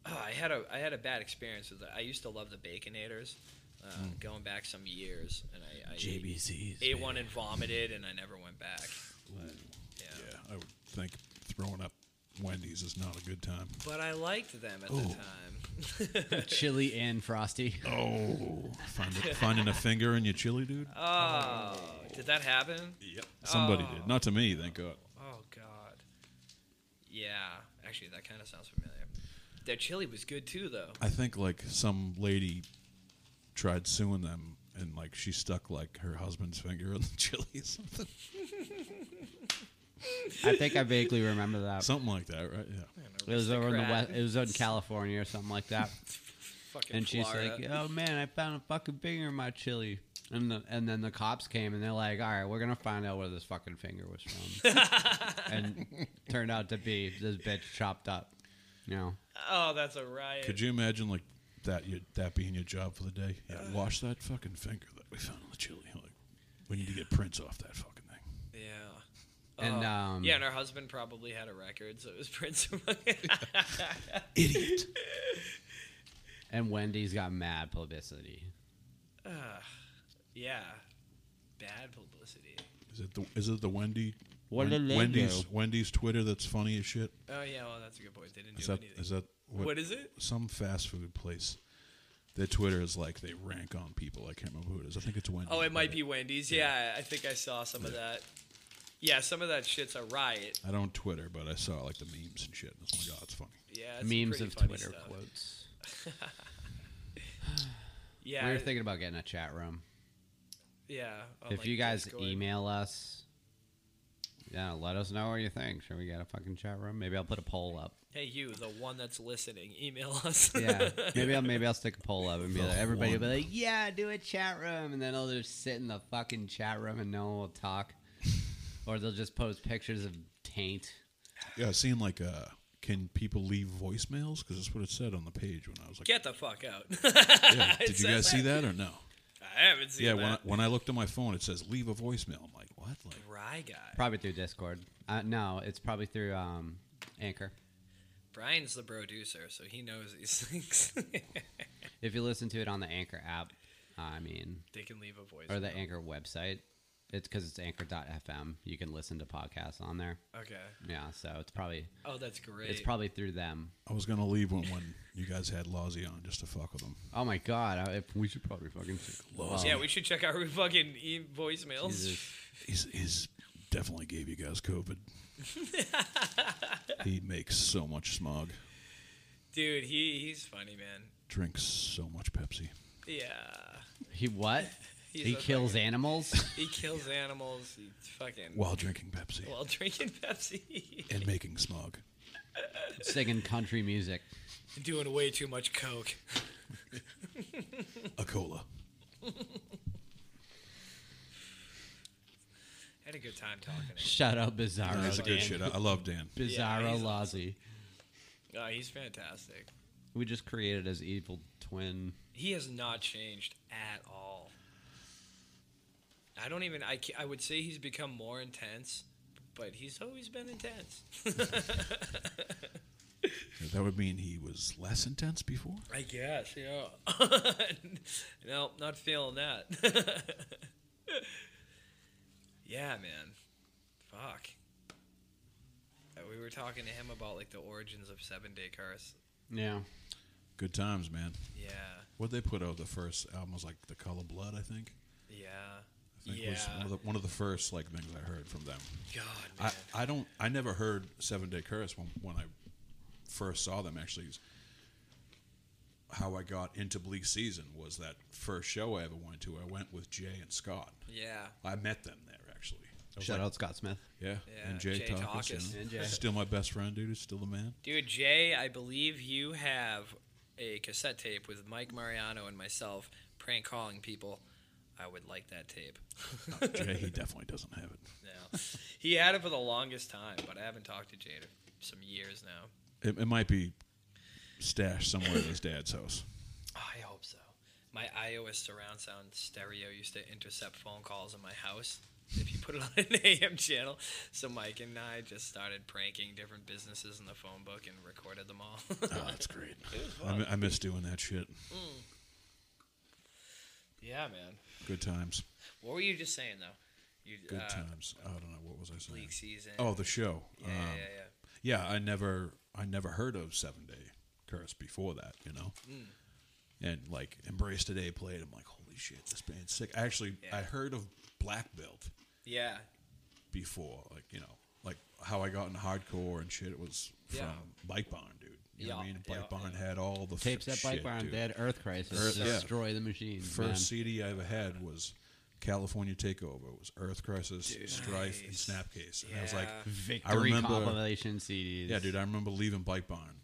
C: Oh, I had a I had a bad experience with it. I used to love the Baconators, uh, going back some years, and I, I ate, ate one and vomited, and I never went back.
D: Yeah. I would think throwing up Wendy's is not a good time.
C: But I liked them at
D: Ooh.
C: the time. *laughs*
B: Chili and frosty.
D: Oh, finding, finding a finger in your chili, dude.
C: Oh, did that happen?
D: Yep. Somebody
C: Oh.
D: did. Not to me, thank God.
C: Oh God. Yeah, actually, that kind of sounds familiar. Their chili was good too, though.
D: I think like some lady tried suing them, and like she stuck like her husband's finger in the *laughs* chili or something,
B: I think I vaguely remember that.
D: something like that, right? Yeah.
B: it was over in the
C: Aristocrat.
B: west. It was out in California or something like that.
C: *laughs* Fucking
B: and she's
C: Florida.
B: like, "Oh man, I found a fucking finger in my chili." And the, and then the cops came and they're like, "All right, we're gonna find out where this fucking finger was
C: *laughs*
B: from." and turned out to be this bitch chopped up. You know,
C: oh, that's a riot.
D: Could you imagine like that? You, that being your job for the day? Yeah. Wash that fucking finger that we found in the chili. Like, we need to get prints off that fucking thing.
C: yeah.
B: And,
C: Oh,
B: um,
C: yeah, and her husband probably had a record, so it was *laughs* Prince.
D: Idiot.
B: and Wendy's got mad publicity.
C: *laughs* Ugh, yeah, bad publicity.
D: Is it the is it the Wendy? Wen-
B: What did they
D: Wendy's
B: do?
D: Wendy's Twitter that's funny as shit.
C: Oh yeah, well that's a good point. They didn't
D: Is
C: do
D: that
C: anything.
D: is that
C: what is it?
D: some fast food place. Their Twitter is like they rank on people. I can't remember who it is. I think it's Wendy's.
C: Oh, it might
D: but
C: be Wendy's. Yeah, I think I saw some of that. Yeah, some of that shit's a riot.
D: I don't Twitter, but I saw like the memes and shit. And it's like, oh, it's funny.
C: Yeah, it's
B: Memes
C: pretty
B: of
C: funny
B: Twitter
C: stuff.
B: quotes.
C: Yeah,
B: we
C: I-
B: were thinking about getting a chat room.
C: Yeah. on,
B: If
C: like,
B: you guys
C: Discord.
B: email us, yeah, let us know what you think. Should we get a fucking chat room? Maybe I'll put a poll up.
C: hey you, the one that's listening, email *laughs* us.
B: Yeah, maybe I'll maybe I'll stick a poll up and be
D: The
B: like, everybody will be
D: one.
B: like, yeah, do a chat room, and then I'll just sit in the fucking chat room and no one will talk, or they'll just post pictures of taint.
D: Yeah, I seen like uh, can people leave voicemails? Because that's what it said on the page when I was like,
C: *laughs* Get the fuck out. *laughs*
D: yeah,
C: It
D: did you
C: says
D: guys see that or no?
C: I haven't seen
D: Yeah, when I,
C: that.
D: when I looked at my phone, it says leave a voicemail. I'm like, what? Like,
C: Rye guy.
B: Probably through Discord. Uh, no, it's probably through um, Anchor.
C: Brian's the producer, so he knows these *laughs* things.
B: If you listen to it on the Anchor app, I mean,
C: they can leave a voice.
B: or the Anchor website, it's because it's Anchor.fm. You can listen to podcasts on there.
C: Okay.
B: Yeah, so it's probably
C: Oh, that's great.
B: it's probably through them.
D: I was gonna leave when when you guys had Lozzie on just to fuck with him.
B: Oh my god, I, if, we should probably fucking Oh,
D: Lost.
C: yeah, we should check our fucking e- voicemails.
B: Jesus.
D: He's, he's definitely gave you guys COVID. he makes so much smog,
C: Dude, he he's funny, man.
D: drinks so much Pepsi.
C: Yeah.
B: He what?
C: He's
B: he
C: a
B: kills
C: *laughs*
B: animals.
C: He kills animals. He fucking
D: while drinking Pepsi
C: while drinking Pepsi.
D: and making smog.
B: singing country music.
C: *laughs* Doing way too much coke.
D: A cola.
C: Had a good time talking to him.
B: Shout out Bizarro.
D: That's a
B: Dan.
D: good shit. I, I love Dan.
B: Bizarro
C: he's
B: Lazzy.
C: Oh, he's fantastic.
B: We just created his evil twin.
C: He has not changed at all. I don't even. I, ca- I would say he's become more intense, but he's always been intense. *laughs*
D: That would mean he was less intense before.
C: I guess, yeah. *laughs* no, not feeling that. *laughs* yeah, man. Fuck. Uh, We were talking to him about like the origins of Seven Day Curse.
B: Yeah.
D: Good times, man.
C: Yeah,
D: What they put out the first album was like The Color Blood, I think.
C: yeah,
D: I think
C: yeah.
D: was one of the one of the first like things I heard from them.
C: God,
D: I,
C: man.
D: I don't I never heard Seven Day Curse when when I first saw them actually. It's How I got into Bleak Season was that first show I ever went to. I went with Jay and Scott.
C: yeah.
D: I met them there actually. was
B: Shout
D: like-
B: out Scott Smith.
D: Yeah.
C: Yeah,
D: and Jay,
C: Jay
D: Takis. you
C: Takis.
D: know.
B: And Jay.
D: Still my best friend, dude. He's still the
C: *laughs*
D: man.
C: Dude, Jay, I believe you have a cassette tape with Mike Mariano and myself prank calling people. I would like that tape.
D: *laughs* Jay, he definitely doesn't have it.
C: No. He had it for the longest time, but I haven't talked to Jay in some years now.
D: It, it might be stashed somewhere at his dad's
C: *laughs*
D: house.
C: Oh, I hope so. My iOS surround sound stereo used to intercept phone calls in my house if you put it on an *laughs* AM channel. So Mike and I just started pranking different businesses in the phone book and recorded them all. *laughs*
D: Oh, that's great.
C: it was
D: I,
C: fun.
D: mi- I miss doing that shit.
C: yeah, man.
D: Good times.
C: What were you just saying though? You,
D: Good
C: uh,
D: times. I don't know what was I saying.
C: League season.
D: Oh, the show.
C: yeah,
D: um,
C: yeah, yeah.
D: yeah i never i never heard of seven day curse before that you know
C: Hmm.
D: and like embrace today played i'm like holy shit this band's sick actually
C: Yeah.
D: i heard of black belt
C: Yeah,
D: before like you know like how i got into hardcore and shit it was from
C: Yeah.
D: bike barn dude you know what i
C: Yeah,
D: mean
C: yeah,
D: bike barn
C: yeah.
D: had all the
B: Tapes
D: f-
B: at Bike
D: shit,
B: Barn,
D: dude.
B: Dead Earth Crisis,
D: Earth- yeah.
B: Destroy the Machine.
D: first
B: man.
D: cd i ever had was California Takeover It was Earth Crisis, Strife,
C: Nice.
D: and Snapcase, and I was like,
C: Yeah.
B: Victory
D: remember-
B: compilation CDs.
D: Yeah, dude, I remember leaving Bike Barn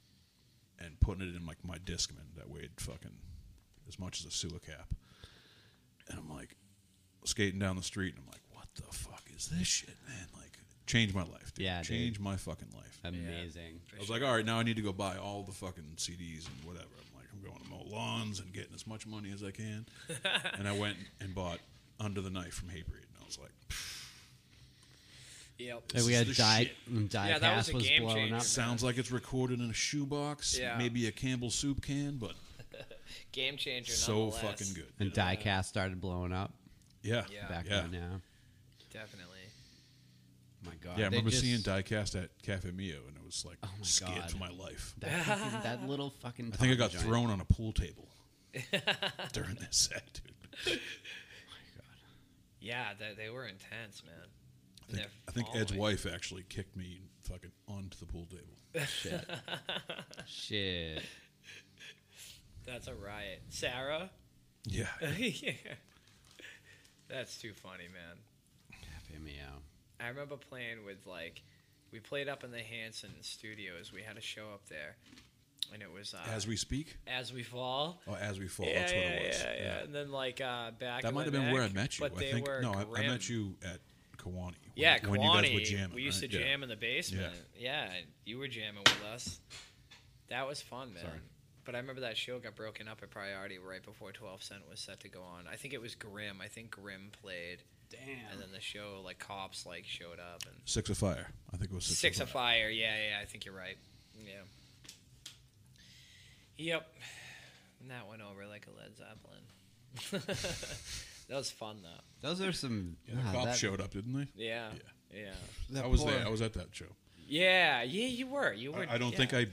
D: and putting it in like my discman that weighed fucking as much as a sewer cap. And I'm like skating down the street and I'm like, what the fuck is this shit, man? Like changed my life, dude.
B: Yeah, dude.
D: Changed my fucking life.
B: Amazing.
D: I was like, all right, now I need to go buy all the fucking CDs and whatever. I'm like, I'm going to mow lawns and getting as much money as I
B: *laughs*
D: can. and I went and bought Under the Knife from Hatebreed. And I was like,
C: yep.
B: And we
D: is
B: had
D: the
B: Die,
D: shit.
B: die
C: Yeah, that was
B: Cast
C: a
B: was,
C: game
B: blowing
C: changer,
B: up.
D: sounds like it's recorded in a shoebox,
C: Yeah.
D: maybe a Campbell soup can, but
C: Game changer.
D: so
C: nonetheless.
D: fucking good. you
B: And
D: know?
B: Diecast started blowing up
D: Yeah.
C: Yeah.
B: back
D: Yeah.
B: then, yeah.
C: Definitely.
B: My God.
D: Yeah, I
B: they
D: remember
B: just-
D: seeing diecast at Cafe Mio, and it was like
C: Oh
B: my
D: scared
B: God.
D: for my life.
B: that, fucking, that little fucking.
D: I think I
B: Tommy
D: got
B: joint.
D: thrown on a pool
C: *laughs*
D: table during that set, dude.
C: Yeah, they, they were intense, man.
D: I think,
C: They're
D: I think Ed's
C: following.
D: wife actually kicked me fucking onto the pool table.
B: Shit. Shit.
C: That's a riot. Sarah? *laughs*
D: Yeah,
C: yeah. That's too funny, man.
B: Cafe Meow.
C: I remember playing with like we played up in the Hanson studios. We had a show up there. And it was uh,
D: as we speak,
C: As We fall.
D: or as we fall.
C: yeah,
D: that's what
C: yeah,
D: it was.
C: yeah, yeah. And then like uh back
D: That
C: of
D: might
C: the
D: have been where I
C: neck,
D: met you.
C: But
D: I
C: they
D: think
C: were
D: no, I, I
C: grim.
D: met you at Kewanee. When,
C: Yeah,
D: when you guys were
C: Kewanee,
D: jamming.
C: We used
D: right?
C: to
D: Yeah.
C: jam in the basement. Yeah. you were jamming with us. That was fun, man.
B: Sorry.
C: But I remember that show got broken up at Priority right before 12 Cent was set to go on. I think it was Grim. I think Grim played, and
B: Damn.
C: then the show like cops like showed up and
D: Six of Fire. I think it was Six,
C: Six, of Fire. Yeah, yeah. I think you're right. Yeah. Yep. And that went over like a Led Zeppelin. *laughs* that was fun though.
B: Those are some.
D: Yeah, the
B: wow,
D: cops
B: that,
D: showed up, didn't they?
C: Yeah.
D: Yeah.
C: Yeah.
B: that
D: I was
B: poor-
D: there. I was at that show.
C: Yeah. Yeah. You were. You were.
D: I, I don't
C: yeah.
D: think I,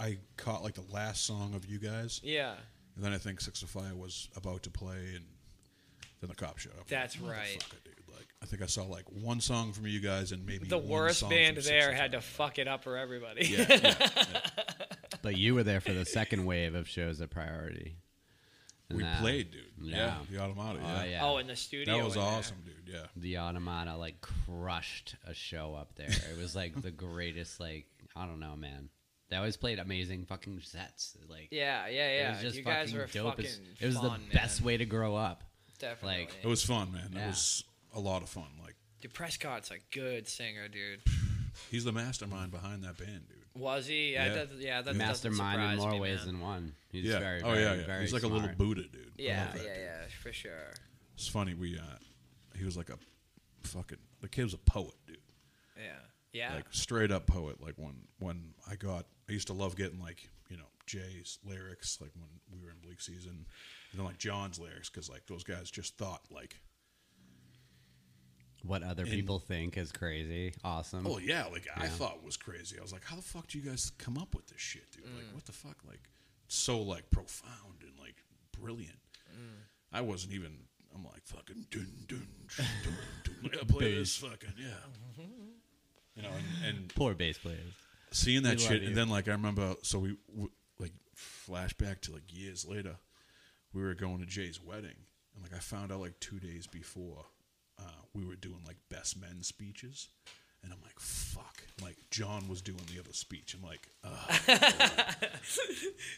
D: I caught like the last song of you guys.
C: Yeah.
D: And then I think Six of Fire was about to play, and then the cop showed up.
C: That's
D: Motherfucker,
C: right.
D: dude. Like, I think I saw like one song from you guys, and maybe
C: the
D: one
C: worst
D: song
C: band
D: from
C: there
D: Six
C: had to *laughs*
D: of
C: fuck it up for everybody. *laughs*
D: Fire. Yeah, yeah.
B: But you were there for the second wave of shows at Priority. And
D: we
B: that-
D: played, dude. Yeah,
B: Yeah.
D: the Automata.
B: Oh,
D: Yeah,
B: yeah.
C: Oh, in the studio.
D: that was
C: in there.
D: awesome, dude. Yeah,
B: the automata like crushed a show up there it was like the *laughs* greatest like i don't know man they always played amazing fucking sets like
C: Yeah, yeah, yeah.
B: it was just
C: you
B: fucking
C: guys were
B: dope
C: fucking.
B: as, it was
C: fun,
B: the best
C: man.
B: way to grow up
C: Definitely.
B: like-
D: it was fun, man. It
B: Yeah.
D: was a lot of fun. Like,
C: dude, Prescott's a good singer, dude.
D: he's the mastermind behind that band, dude.
C: Was he? Yeah,
D: Yeah.
C: that, yeah. That doesn't
B: mastermind in
C: surprise
B: more
C: me,
B: ways
C: man.
B: than one he's
D: yeah.
B: very
D: oh
B: very,
D: yeah, yeah.
B: very
D: he's like a little
B: smart.
D: Buddha, dude. I
C: Yeah,
D: love that
C: yeah,
D: dude.
C: yeah, for sure.
D: It's funny. We, uh, he was like a fucking. The kid was a poet, dude.
C: Yeah, yeah.
D: like straight up poet. Like when when I got, I used to love getting like you know Jay's lyrics. Like when we were in Bleak Season, and then like John's lyrics because like those guys just thought like,
B: what other
D: And-
B: people think is crazy awesome
D: oh yeah, like I
B: Yeah.
D: thought was crazy. I was like, how the fuck do you guys come up with this shit, dude? Like what the fuck? Like so like profound and like brilliant. I wasn't even. I'm like fucking dun dun dun dun. dun. I play this fucking yeah. You know, and, and
B: poor bass players
D: seeing that
B: We love
D: shit,
B: you.
D: and then like I remember, so we w- like flashback to like years later, we were going to Jay's wedding, and like I found out like two days before uh, we were doing like best men speeches. And I'm like, fuck. Like John was doing the other speech. I'm like, ugh.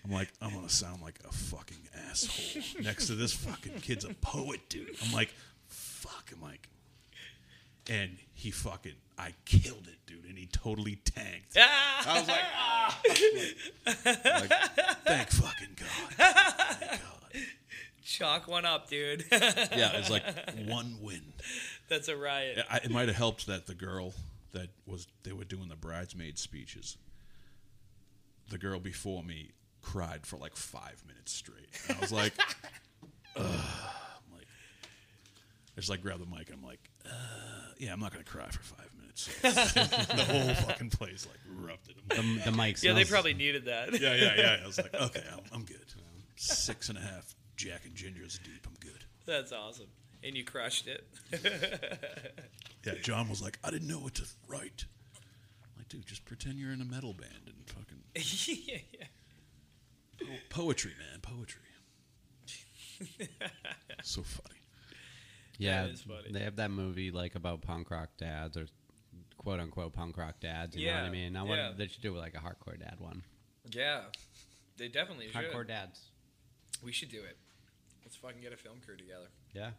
D: I'm like, I'm gonna sound like a fucking asshole next to this fucking kid's a poet, dude. I'm like, fuck. I'm like, and he fucking, I killed it, dude. And he totally tanked. I was like, ah. Like, thank fucking god. Thank god.
C: Chalk one up, dude.
D: *laughs*
C: *laughs*
D: Yeah, it's *laughs* like one win.
C: That's a riot.
D: I, it might have helped that the girl that was they were doing the bridesmaid speeches. The girl before me cried for like five minutes straight. And I was *laughs* like, Ugh. I'm like, I just like grab the mic and I'm like, uh, yeah, I'm not gonna cry for five minutes. *laughs* So the whole fucking place like erupted. I'm like,
B: The mic.
C: *laughs* Yeah, they
B: smells-
C: probably needed that.
D: yeah, yeah, yeah. I was like, okay, I'm, I'm good. Six and a half Jack and Gingers deep. I'm good.
C: *laughs* That's awesome. And you crushed it. *laughs*
D: Yeah, John was like, I didn't know what to write. I'm like, dude, just pretend you're in a metal band and fucking
C: yeah, yeah.
D: poetry, man, poetry. *laughs* so funny.
B: Yeah,
C: That is funny.
B: they have that movie like about punk rock dads or quote unquote punk rock dads. You know what
C: Yeah,
B: I mean? I wonder
C: yeah.
B: if they should do like a hardcore dad one.
C: Yeah. They definitely
B: Hardcore
C: should.
B: dads.
C: We should do it. Let's fucking get a film crew together.
B: Yeah,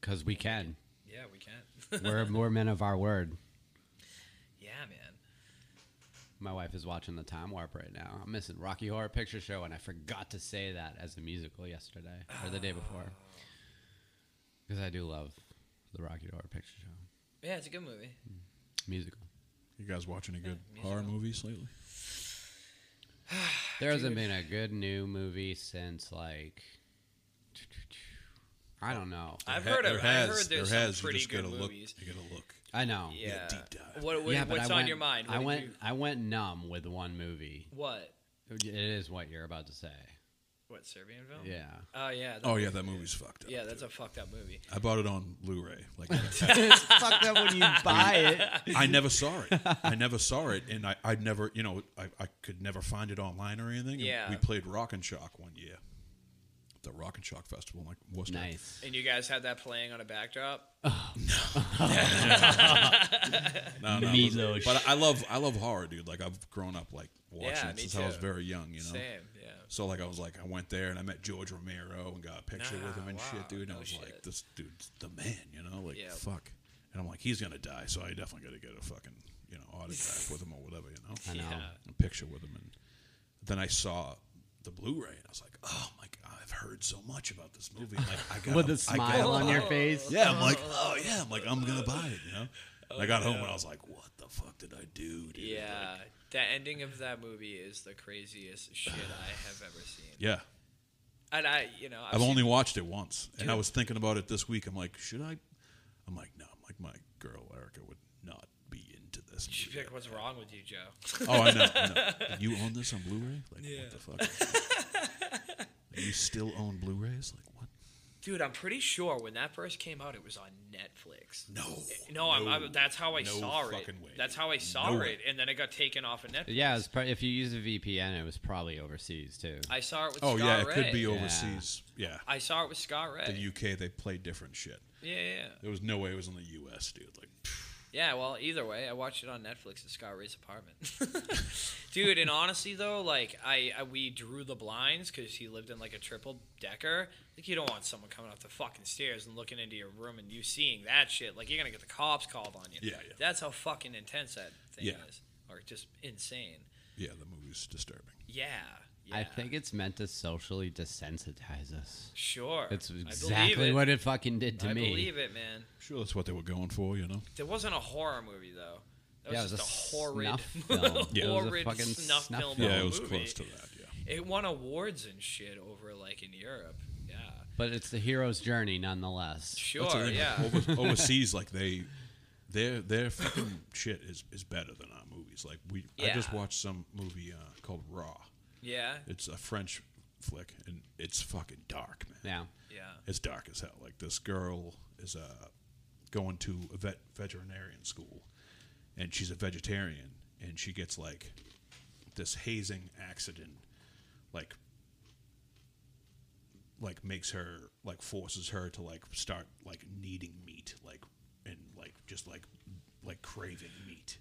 B: because we
C: *laughs*
B: can.
C: Yeah, we can.
B: We're we're men of our word.
C: *laughs* yeah, man.
B: My wife is watching the Time Warp right now. I'm missing Rocky Horror Picture Show, and I forgot to say that as a musical yesterday or the
C: Ah.
B: day before. Because I do love the Rocky Horror Picture Show
C: Yeah, it's a good movie.
B: musical.
D: You guys watching any good
C: Yeah,
D: horror
C: musical.
D: movies lately?
B: There hasn't been a good new movie since like I don't know.
C: I've
D: There ha-
C: heard.
D: there
C: Of,
D: has-
C: I've heard there's
D: there
C: some
D: has,
C: pretty
D: you just
C: good
D: gotta
C: movies.
D: Look, you gotta look.
B: I know.
C: Yeah.
D: deep dive.
C: What, what-
B: Yeah, but
C: what's
B: I
C: on
B: went-
C: your mind? What
B: I
C: did
B: went.
C: you-
B: I went numb with one movie.
C: what?
B: It is what you're about to say.
C: What Serbian film?
B: Yeah. *laughs*
C: Oh yeah. that-
D: Oh yeah, that movie's fucked up.
C: yeah, that's a fucked up movie.
D: I bought it on Blu-ray.
C: *laughs*
D: Like
B: it's fucked up when you buy it.
D: I never saw it. I never saw it, and I, I never, you know, I, I could never find it online or anything. And
C: Yeah.
D: we played Rock and Shock one year, the Rock and Shock Festival, in, like Worcester.
B: *laughs* Nice.
C: And you guys had that playing on a backdrop.
D: No, no, it wasn't.
B: Meatloaf.
D: but I love, I love horror, dude. Like I've grown up like watching
C: Yeah,
D: it
C: me
D: since I was
C: too.
D: very young, you know.
C: Same. Yeah.
D: So like I was like I went there and I met George Romero and got a picture with
C: Nah,
D: him and
C: wow,
D: shit, dude. And
C: no
D: I was like,
C: shit.
D: this dude's the man, you know? Like
C: Yeah.
D: fuck. And I'm like, he's gonna die, so I definitely gotta get a fucking you know autograph
C: *laughs*
D: with him or whatever, you know?
B: I know.
C: Yeah.
D: a picture with him, and then I saw the Blu-ray, and I was like, "Oh my god, I've heard so much about this movie." I'm Like,
B: *laughs*
D: I got
B: With a smile on your face.
D: Yeah, I'm like, "Oh yeah," I'm like, "I'm gonna buy it," you know. And I got home and I was like, "What the fuck did I do?" Dude?
C: Yeah. The ending of that movie is the
D: *sighs*
C: craziest shit I have ever seen.
D: yeah.
C: And I, you know, I've,
D: I've
C: seen-
D: only watched it once, and I
C: Dude.
D: was thinking about it this week. I'm like, should I? I'm like, no. I'm like, my girl Erica would not be into this.
C: She's
D: movie.
C: like, "What's wrong with you, Joe?" *laughs*
D: Oh, I know. I know. you own this on Blu-ray? Like,
C: Yeah.
D: what the fuck?
C: *laughs*
D: you still own Blu-rays? Like, what?
C: Dude, I'm pretty sure when that first came out, it was on Netflix.
D: No.
C: No, I'm, I'm, that's how I
D: No
C: saw it.
D: fucking way.
C: That's how I saw
D: No
C: it,
D: way.
C: and then it got taken off of Netflix.
B: Yeah. It's pro- if you use a VPN, it was probably overseas too.
C: I saw it with
D: Oh
C: Scott
D: yeah, it
C: Ray.
D: could be overseas. Yeah.
C: I saw it with Scott Ray.
D: The UK, they play different shit.
C: yeah, yeah,
D: There was no way it was in the US, dude. Like, pfft.
C: yeah. Well, either way, I watched it on Netflix at Scott Ray's apartment. *laughs* Dude, and honestly though, like I, I we drew the blinds because he lived in like a triple decker. Like you don't want someone coming up the fucking stairs and looking into your room and you seeing that shit. Like you're gonna get the cops called on you.
D: Yeah, yeah.
C: That's how fucking intense that thing
D: Yeah.
C: is, or just insane.
D: yeah, the movie's disturbing.
C: Yeah. Yeah.
B: I think it's meant to socially desensitize us.
C: Sure.
B: It's
C: I believe
B: exactly
C: it.
B: what it fucking did to
C: I
B: me.
C: believe it, man.
D: Sure, that's what they were going for, you know.
C: There wasn't a horror movie though. That was
B: Yeah, it was
C: just
B: a
C: a, horrid,
B: snuff film.
C: *laughs*
B: Yeah. It was a
C: horrid
B: fucking
C: snuff,
B: snuff
C: film.
B: film.
C: of
D: Yeah,
C: a
D: it was
C: movie.
D: close to that. Yeah.
C: It won awards and shit over like in Europe. Yeah,
B: But it's the hero's journey nonetheless.
D: That's the
C: sure.
D: thing,
C: Yeah,
D: like,
C: *laughs*
D: over- overseas, like they, their their fucking shit is, is better than our movies. Like we, I just
C: Yeah.
D: watched some movie uh, called Raw.
C: yeah,
D: It's a French flick, and it's fucking dark, man.
B: Yeah.
C: yeah.
D: It's dark as hell. Like this girl is uh, going to a vet veterinarian school, and she's a vegetarian, and she gets like this hazing accident, like like makes her like forces her to like start like needing meat, like like just like like craving meat,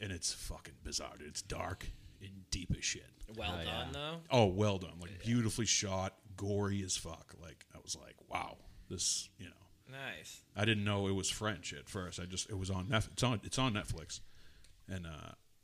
D: and it's fucking bizarre. Dude. It's dark and deep as shit.
C: Well
B: Oh,
C: done
B: yeah.
C: though.
D: Oh, well done. Like beautifully shot, gory as fuck. Like I was like, wow, this. You know,
C: Nice.
D: I didn't know it was French at first. I just it was on Netflix. It's on it's on Netflix, and uh,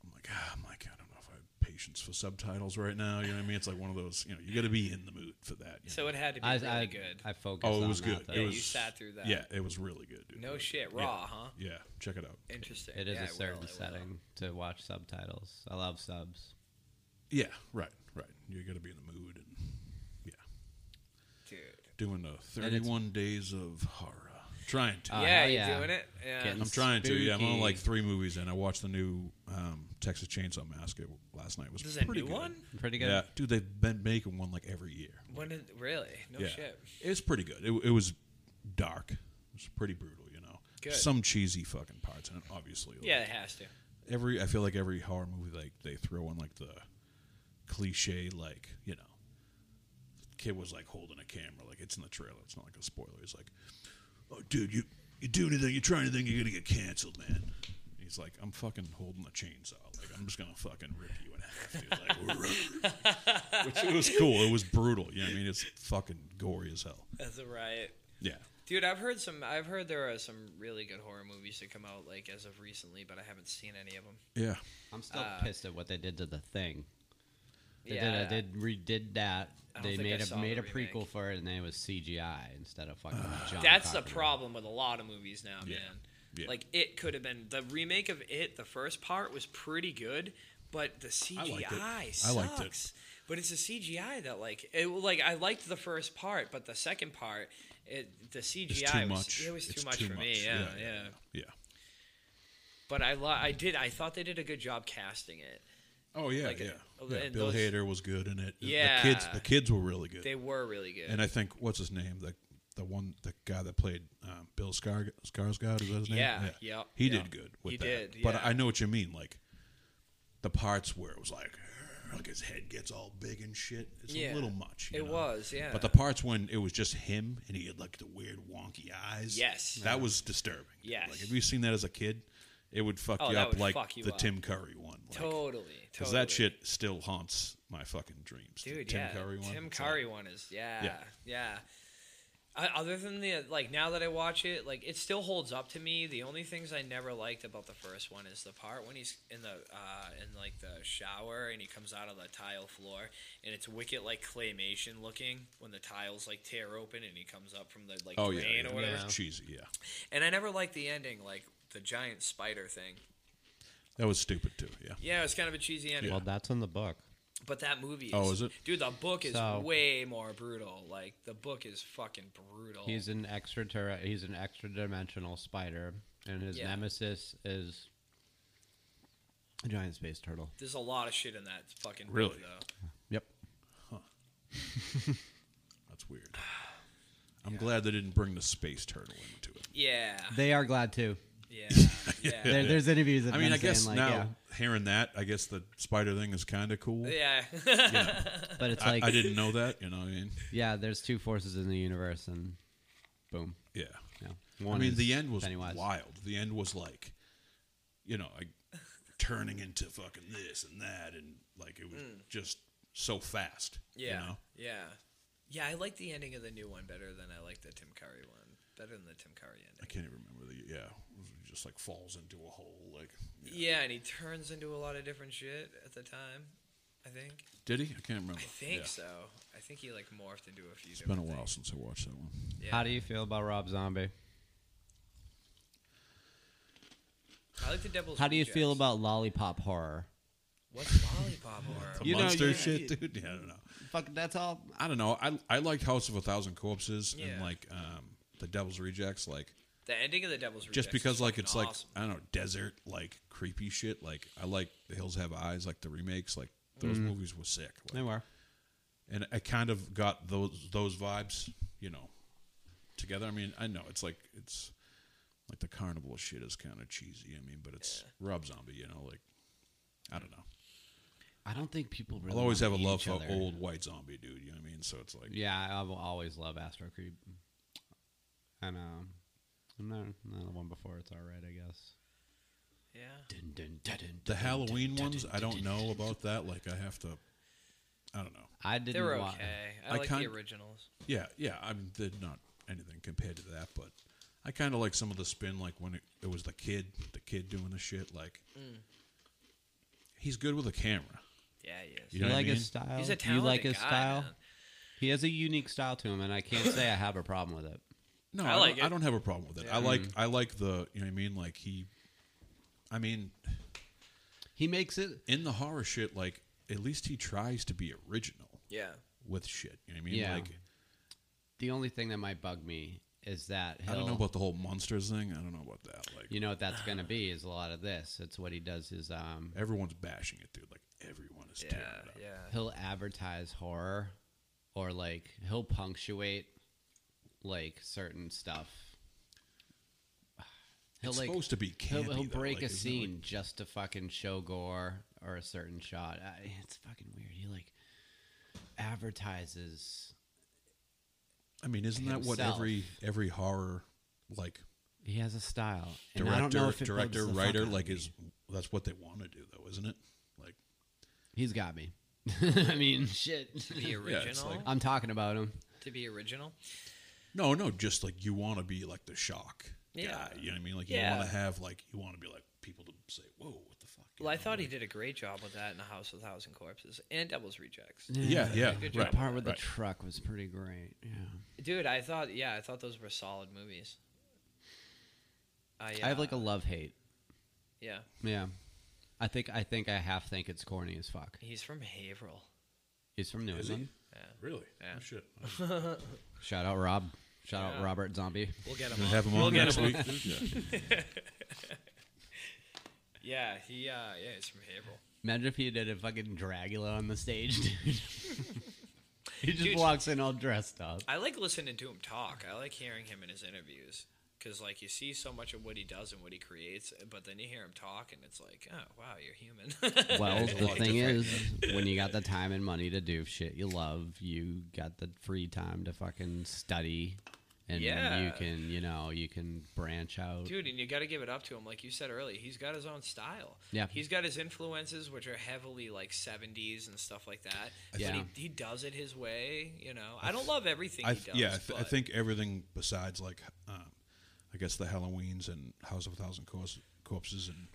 D: I'm like, ah, I'm like, I don't know if I have patience for subtitles right now. You know what I mean? It's like one of those. You know, you got to be in the mood for that. you
C: So
D: know?
C: it had to be
B: I,
C: really
B: I,
C: good.
B: I focused.
D: Oh, it
B: on
D: was
B: that,
D: good.
B: though.
D: It
C: Yeah,
D: was,
C: you sat through that.
D: Yeah, it was really good, dude.
C: no
D: It-
C: shit,
D: yeah.
C: raw, huh?
D: Yeah, check it out.
C: Interesting.
B: It is
C: Yeah,
B: a
C: I will,
B: certain
C: I will.
B: setting to watch subtitles. I love subs.
D: Yeah, right, right. You got to be in the mood, and yeah,
C: Dude.
D: doing the
B: And it's-
D: thirty-one days of horror. Trying to.
B: Uh,
C: yeah,
B: hell
C: you
B: yeah.
C: doing it? Yeah.
B: Getting
D: I'm trying to. Yeah, I'm on
B: spooky.
D: like three movies, and I watched the new um, Texas Chainsaw Massacre last night. It was
C: This is a
D: pretty
C: new
D: good.
C: one?
B: Pretty good.
D: Yeah, dude, they've been making one like every year.
C: When did really? No
D: yeah,
C: shit.
D: it's pretty good. It, it was dark. It was pretty brutal, you know.
C: Good.
D: Some cheesy fucking parts in it, obviously. like,
C: Yeah, it has to.
D: every I feel like every horror movie like they throw in like the cliche like you know kid was like holding a camera like it's in the trailer it's not like a spoiler he's like oh dude you you do anything you try anything you're gonna get canceled man he's like I'm fucking holding a chainsaw like I'm just gonna fucking rip you in half dude. like, *laughs* which it was cool it was brutal you know what I mean it's fucking gory as hell
C: That's a riot.
D: yeah
C: Dude, I've heard some. I've heard there are some really good horror movies that come out like as of recently, but I haven't seen any of them.
D: yeah
B: I'm still
C: Uh,
B: pissed at what they did to the thing. They
C: yeah,
B: did a, did redid that.
C: I
B: They
C: don't think I
B: made a
C: saw the
B: made a
C: remake.
B: prequel for it, and it was CGI instead of
D: *sighs*
B: fucking. John
C: that's the
B: Carpenter.
C: problem with a lot of movies now,
D: Yeah,
C: man.
D: yeah.
C: Like it could have been the remake of it. The first part was pretty good, but the
D: I
C: CGI
D: liked it.
C: sucks.
D: I liked it.
C: But it's the CGI that like it. Like I liked the first part, but the second part, it the CGI
D: it's too
C: was
D: much
C: it was too
D: It's
C: much for me. Yeah, yeah.
D: yeah
C: But I lo- I did I thought they did a good job casting it.
D: Oh yeah,
C: Like,
D: yeah.
C: uh,
D: yeah.
C: and
D: Bill
C: those-
D: Hader was good in it. The-
C: Yeah.
D: the kids, the kids were really good.
C: They were really good.
D: and I think what's his name, the the one, the guy that played um, Bill Skar Skarsgård, is that his name?
C: Yeah, yep,
D: He
C: yep.
D: did good with
C: He
D: that.
C: did,
D: But
C: yeah.
D: I know what you mean, like the parts where it was like, like his head gets all big and shit. It's
C: Yeah.
D: a little much. you
C: It
D: know?
C: was, yeah.
D: But the parts when it was just him and he had like the weird wonky eyes.
C: Yes.
D: That was disturbing.
C: Yes.
D: Like if you seen that as a kid, it would fuck
C: Oh,
D: you
C: that
D: up
C: would
D: like
C: fuck you
D: the
C: up.
D: Tim Curry one. Like,
C: totally,
D: because
C: totally.
D: that shit still haunts my fucking dreams. The
C: dude.
D: Tim
C: yeah,
D: Curry one.
C: Tim
D: it's
C: Curry
D: like-
C: one is yeah, yeah.
D: Yeah.
C: I, other than the like, now that I watch it, like it still holds up to me. The only things I never liked about the first one is the part when he's in the uh, in like the shower and he comes out of the tile floor and it's wicked like claymation looking when the tiles like tear open and he comes up from the like
D: Oh yeah,
C: drain
D: yeah.
C: or whatever.
D: It's cheesy. Yeah,
C: And I never liked the ending, like the giant spider thing.
D: that was stupid too. Yeah,
C: Yeah, it's kind of a cheesy ending.
B: Well, that's in the book.
C: But that movie is,
D: Oh, is it?
C: Dude, the book is
B: So-
C: way more brutal. Like the book is fucking brutal.
B: He's an extra terra- he's an extra dimensional spider, and his
C: Yeah.
B: nemesis is a giant space turtle.
C: There's a lot of shit in that fucking book,
D: Really?
C: though.
B: Yep.
D: that's weird.
C: *sighs*
D: I'm glad they didn't bring the space turtle into it.
C: Yeah.
B: They are glad too.
D: *laughs*
C: Yeah. Yeah.
B: There, there's interviews. That
D: I mean,
B: men
D: I guess
B: saying, like,
D: now
B: yeah.
D: hearing that, I guess the spider thing is kind of cool.
C: yeah. *laughs*
B: but it's
D: I,
B: like
D: I didn't know that. You know, what I mean,
B: yeah, there's two forces in the universe, and boom.
D: yeah.
B: Yeah. One
D: I mean,
B: is
D: the end was
B: Pennywise.
D: wild. The end was like, you know, like turning into fucking this and that, and like it was just so fast.
C: Mm. yeah.
D: You know?
C: Yeah. Yeah, I like the ending of the new one better than I like the Tim Curry one. Better than the Tim Curry
D: I
C: ending.
D: can't even remember the yeah. It just like falls into a hole. Like
C: Yeah, and he turns into a lot of different shit at the time. I think.
D: did he? I can't remember.
C: I think
D: Yeah.
C: so. I think he like morphed into a few.
D: It's been a while since I watched that one.
C: Yeah.
B: How do you feel about Rob Zombie?
C: I like the Devil's.
B: How do you feel
C: Rejects.
B: about lollipop horror?
C: What's lollipop horror?
D: The
B: You know,
D: monster
B: yeah,
D: shit, dude. Yeah, I don't know.
B: Fuck, that's all.
D: I don't know. I I liked House of a Thousand Corpses
C: Yeah.
D: and like um the Devil's Rejects. Like
C: The ending of the Devil's Rejects.
D: just because
C: is
D: like
C: fucking
D: it's like
C: awesome.
D: I don't know desert like creepy shit. Like I like The Hills Have Eyes. Like the remakes. Like those movies were sick. Like,
B: They were.
D: and I kind of got those those vibes, you know, together. I mean, I know it's like it's like the carnival shit is kind of cheesy. I mean, but it's Rob Zombie, you know, like I don't know.
B: I don't think people really.
D: I'll always have
B: wanna
D: a
B: eat
D: love
B: each
D: for
B: other.
D: old white zombie, dude. You know what I mean? So it's like,
B: Yeah, I will always love Astro Creep. And um, No, no, the one before it's all right, I guess.
C: Yeah.
B: Dun, dun, dun, dun,
D: The
B: dun,
D: Halloween
B: *laughs* dun, dun,
D: ones,
B: dun,
D: I don't
B: dun,
D: know
B: dun.
D: about that. Like, I have to. I don't know.
B: I didn't.
C: They were
B: wa-
C: okay. I,
D: I
C: like
D: can't-
C: the originals.
D: Yeah, yeah. I'm they're not anything compared to that, but I kind of like some of the spin, like when it, it was the kid, the kid doing the shit. Like,
B: Mm.
D: he's good with a camera.
C: Yeah, he
D: You
C: is.
D: know
B: You
D: what I
B: like
D: mean?
B: his style.
C: He's a
B: You
C: talented
B: like his
C: guy,
B: style.
C: man.
B: He has a unique style to him, and I can't say I have a problem with it. Mm-hmm.
D: No,
C: I
D: I,
C: like
D: don't,
C: it.
D: I don't have a problem with it. I like I like the you know what I mean. Like he, I mean,
B: He makes it.
D: in the horror shit, like at least he tries to be original
C: Yeah.
D: with shit. You know what I mean?
B: Yeah.
D: Like
B: The only thing that might bug me is that he'll,
D: I don't know about the whole monsters thing. I don't know about that. Like
B: you know what that's going to be is a lot of this. It's what he does is um
D: everyone's bashing it, dude. Like everyone is
C: Yeah.
D: tearing it up.
C: Yeah.
B: he'll advertise horror or like he'll punctuate like certain stuff. *sighs* He'll
D: it's
B: like
D: supposed to be campy.
B: he'll, he'll
D: though.
B: break
D: Like,
B: a
D: isn't it,
B: scene just to fucking show gore or a certain shot. I, it's fucking weird. He like advertises.
D: like- I mean, isn't that what
B: himself.
D: every every horror like
B: He has a style. And I don't know
D: director
B: if it bugs
D: director
B: the fuck
D: writer
B: out of
D: like
B: me.
D: is that's what they want to do though, isn't it? Like
B: He's got me. *laughs* I mean, shit. *laughs*
C: To
D: it's
C: be original.
D: like-
B: I'm talking about him.
C: to be original.
D: no, no, just like you want to be like the shock.
C: Yeah.
D: guy, you know what I mean? Like
C: Yeah.
D: you want to have like you want to be like people to say, "Whoa, what the fuck?" you
C: Well, I
D: know?
C: thought he did a great job with that in A House with a Thousand Corpses and Devil's Rejects.
D: Yeah, yeah,
C: Good
B: The
D: right.
C: job.
B: part with
D: right.
B: the truck was pretty great. Yeah.
C: Dude, I thought, yeah, I thought those were solid movies. I,
B: I have like a
C: uh,
B: love hate.
C: yeah.
B: Yeah. I think I think I half think it's corny as fuck.
C: He's from Haverhill.
B: He's from New
D: Is he?
B: England.
D: Really?
C: Yeah.
D: Oh, *laughs* shit.
B: Shout out Rob. Shout
C: Yeah.
B: out Robert Zombie.
C: We'll get him.
D: Gonna
C: on.
D: have him
C: we'll
D: on next
C: get him on.
D: week.
C: *laughs*
D: Yeah.
C: Yeah, he. Uh, yeah, he's from Haverhill.
B: Imagine if he did a fucking Dragula on the stage, dude. *laughs* he just
C: Dude.
B: walks in all dressed up.
C: I like listening to him talk. I like hearing him in his interviews because, like, you see so much of what he does and what he creates, but then you hear him talk, and it's like, oh wow, you're *laughs* human.
B: Well,
D: It's a
B: the
D: lot
B: thing
D: different.
B: is, when you got the time and money to do shit you love, you got the free time to fucking study, and
C: Yeah.
B: you can, you know, you can branch out.
C: Dude, and you got to give it up to him. Like you said earlier, he's got his own style.
B: Yeah.
C: He's got his influences, which are heavily like 70s and stuff like that. But
B: Yeah.
C: he, he does it his way, you know. I don't love everything
D: I
C: he
D: th-
C: does.
D: yeah, I, th- I
C: but-
D: think everything besides like, um, I guess the Halloweens and House of a Thousand Corpse- Corpses and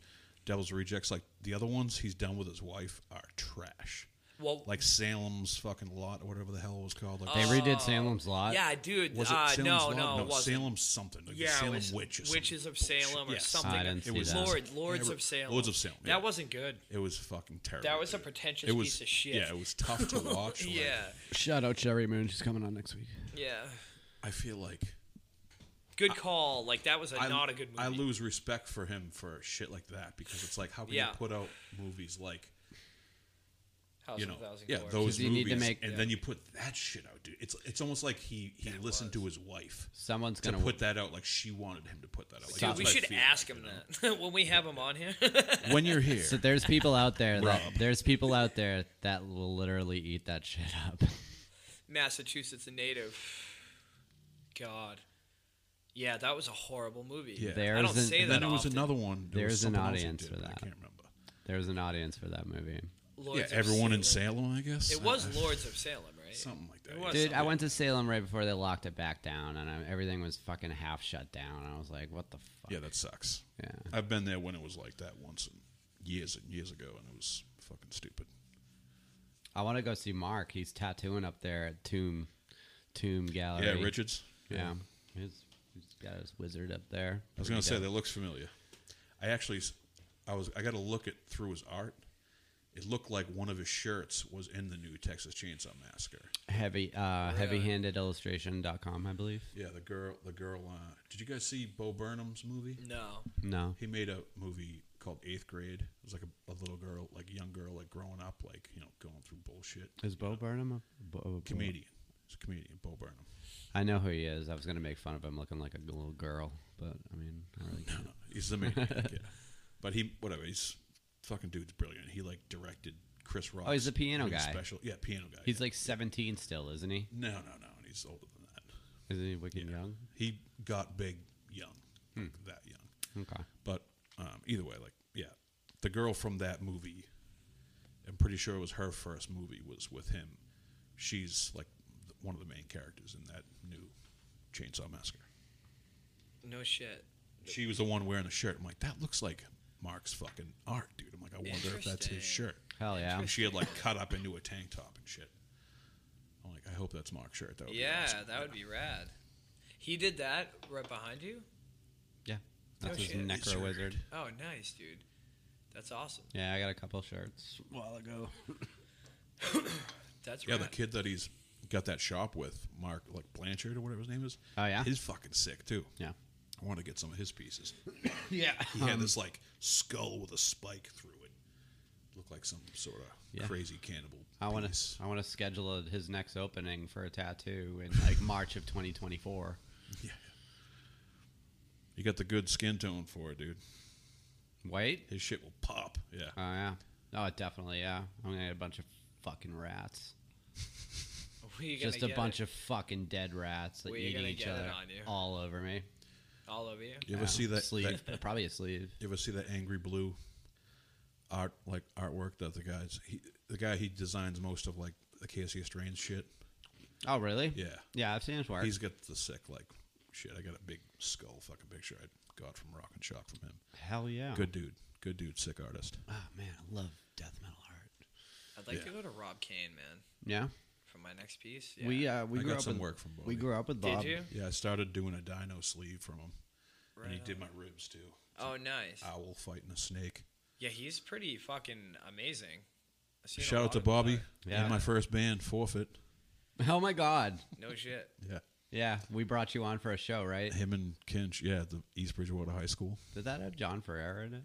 D: Devil's Rejects, like the other ones he's done with his wife are trash.
C: Well,
D: Like Salem's fucking lot or whatever the hell it was called. Like
B: they
C: Oh,
B: redid Salem's Lot.
C: yeah, dude.
D: was it
C: uh,
D: Salem's
C: no,
D: lot?
C: no, it wasn't.
D: Salem something. Like
C: yeah,
D: Salem
C: it was
D: Witch. Or some
C: Witches of
D: bullshit.
C: Salem or
D: Yes.
C: something.
B: I didn't
C: it
B: see
C: was
B: that.
C: Lord, Lords
D: Yeah,
C: of Salem.
D: Lords of Salem, yeah.
C: That wasn't good.
D: It was fucking terrible.
C: That was a
D: dude.
C: pretentious
D: It was
C: piece of shit.
D: Yeah, it was tough
C: *laughs*
D: to watch. like,
C: yeah,
B: Shout out Sherry Moon. She's coming on next week.
C: yeah.
D: I feel like
C: Good call. Like that was a,
D: I-
C: not a good movie.
D: I lose respect for him for shit like that because it's like how can
C: Yeah.
D: you put out movies like
C: House
D: you
C: of
D: know
C: a Thousand
D: yeah
C: Corpses.
D: those
B: 'Cause you
D: movies
B: need to make-
D: and then you put that shit out, dude. It's it's almost like he he listened to his wife
B: Someone's
D: to
B: gonna
D: put that out like she wanted him to put that out. Like,
C: Dude,
D: that's
C: we
D: what I
C: should
D: feel
C: ask
D: like,
C: him
D: you know?
C: that *laughs* when we have him on here.
D: when you're here.
B: *laughs* So there's people out there that
D: Rob.
B: there's people out there that will literally eat that shit up. *laughs*
C: Massachusetts, a native. God. Yeah, that was a horrible movie.
D: Yeah.
C: I
B: There's an-
C: don't say
D: and
C: that
D: then it was
C: often.
D: another one. there was
B: There's an
D: something else he
B: audience
D: did,
B: for
D: but
B: that.
D: I can't remember.
B: There's an audience for that movie.
C: Lords of
D: yeah, everyone in
C: Salem.
D: Salem, I guess.
C: It was
D: I-
C: Lords of Salem, right?
D: something like that.
C: It
D: yeah.
C: was
B: Dude, I
C: something.
B: went to Salem right before they locked it back down, and I, everything was fucking half shut down. I was like, "What the fuck?"
D: Yeah, that sucks.
B: Yeah.
D: I've been there when it was like that once and years and years ago, and it was fucking stupid.
B: I want to go see Mark. He's tattooing up there at Tomb Tomb Gallery.
D: yeah, Richards.
B: Yeah, he's, he's got his wizard up there.
D: I was gonna
B: Pretty
D: say
B: dope.
D: that looks familiar. I actually, s- I was, I got to look it through his art. It looked like one of his shirts was in the new Texas Chainsaw Massacre.
B: heavy uh, heavyhandedillustration.com, I believe.
D: Yeah, the girl, the girl. Uh, did you guys see Bo Burnham's movie?
C: No.
B: No,
D: He made a movie called Eighth Grade. It was like a, a little girl, like young girl, like growing up, like you know, going through bullshit.
B: is Bo Burnham a, Bo, Bo-
D: Comedian. He's a comedian. Bo Burnham.
B: I know who he is. I was gonna make fun of him looking like a little girl, but I mean, I really can't.
D: He's the maniac,
B: *laughs*
D: yeah. But he, whatever, he's fucking dude's brilliant. He like directed Chris Rock.
B: Oh, he's a piano guy.
D: Special, yeah, piano guy.
B: *laughs* He's like 17 still, isn't he?
D: no, no, no, and he's older than that.
B: Isn't he wicked young?
D: He got big young.
B: Hmm.
D: like that young.
B: Okay.
D: But um, either way, like yeah, the girl from that movie, I'm pretty sure it was her first movie was with him. She's like th- one of the main characters in that new Chainsaw Massacre.
C: No shit.
D: She was the one wearing the shirt. I'm like, that looks like Mark's fucking art, dude. I'm like, I wonder if that's
C: Interesting.
D: his shirt.
B: Hell yeah.
D: And she had like cut up into a tank top and shit. I'm like, I hope that's Mark's shirt. That would
C: yeah,
D: be awesome.
C: that would be rad. He did that right behind you.
B: That's
C: Oh,
B: his
C: shit.
B: necro wizard.
C: Oh, nice, dude. That's awesome.
B: Yeah, I got a couple shirts a while ago.
C: That's
D: Yeah,
C: rad.
D: the kid that he's got that shop with, Mark like Blanchard or whatever his name is.
B: Oh, yeah?
D: He's fucking sick too.
B: Yeah.
D: I want to get some of his pieces.
B: Yeah.
D: He had this like skull with a spike through it. Looked like some sort of
B: Yeah.
D: crazy cannibal.
B: *laughs* I want
D: piece.
B: *laughs* to. I want to schedule a, his next opening for a tattoo in like *laughs* March of 2024.
D: Yeah. You got the good skin tone for it, dude.
B: Wait.
D: His shit will pop. Yeah.
B: Oh yeah. Oh, definitely. Yeah. I'm gonna get a bunch of fucking rats.
C: Where you gonna
B: Just a
C: get
B: bunch
C: it?
B: of fucking dead rats that
C: Where you
B: eat
C: gonna
B: each
C: get it
B: other
C: on you?
B: all over me.
C: all over you.
D: You ever
B: Yeah.
D: see that,
B: sleeve?
D: that-
B: Probably a sleeve.
D: You ever see that angry blue art like artwork that the guys he the guy he designs most of like the Casey Strange shit.
B: Oh really?
D: Yeah.
B: Yeah, I've seen his work.
D: He's got the sick like shit. I got a big skull fucking picture I got from Rock and Shock from him.
B: Hell yeah.
D: Good dude. Good dude, sick artist.
B: Oh man, I love death metal art.
C: I'd like
D: Yeah.
C: to go to Rob Kane, man,
B: Yeah.
C: for my next piece. Yeah.
B: We uh we
D: I
B: grew
D: got
B: up
D: some
B: with,
D: work from Bobby.
B: We grew up with
C: Did
B: Bob.
C: you?
D: yeah, I started doing a dino sleeve from him. and he
C: Right
D: did
C: on.
D: my ribs too.
C: Oh, nice.
D: Owl fighting a snake.
C: Yeah, he's pretty fucking amazing. I've seen a
D: Shout
C: lot
D: out to
C: of his art.
D: Bobby
B: Yeah.
D: and my first band, Forfeit.
B: *laughs* Oh my god.
C: No shit.
D: Yeah.
B: Yeah, we brought you on for a
D: *laughs*
B: show, right?
D: Him and Kinch, yeah, at the East Bridgewater High School.
B: Did that have John Ferrer in it?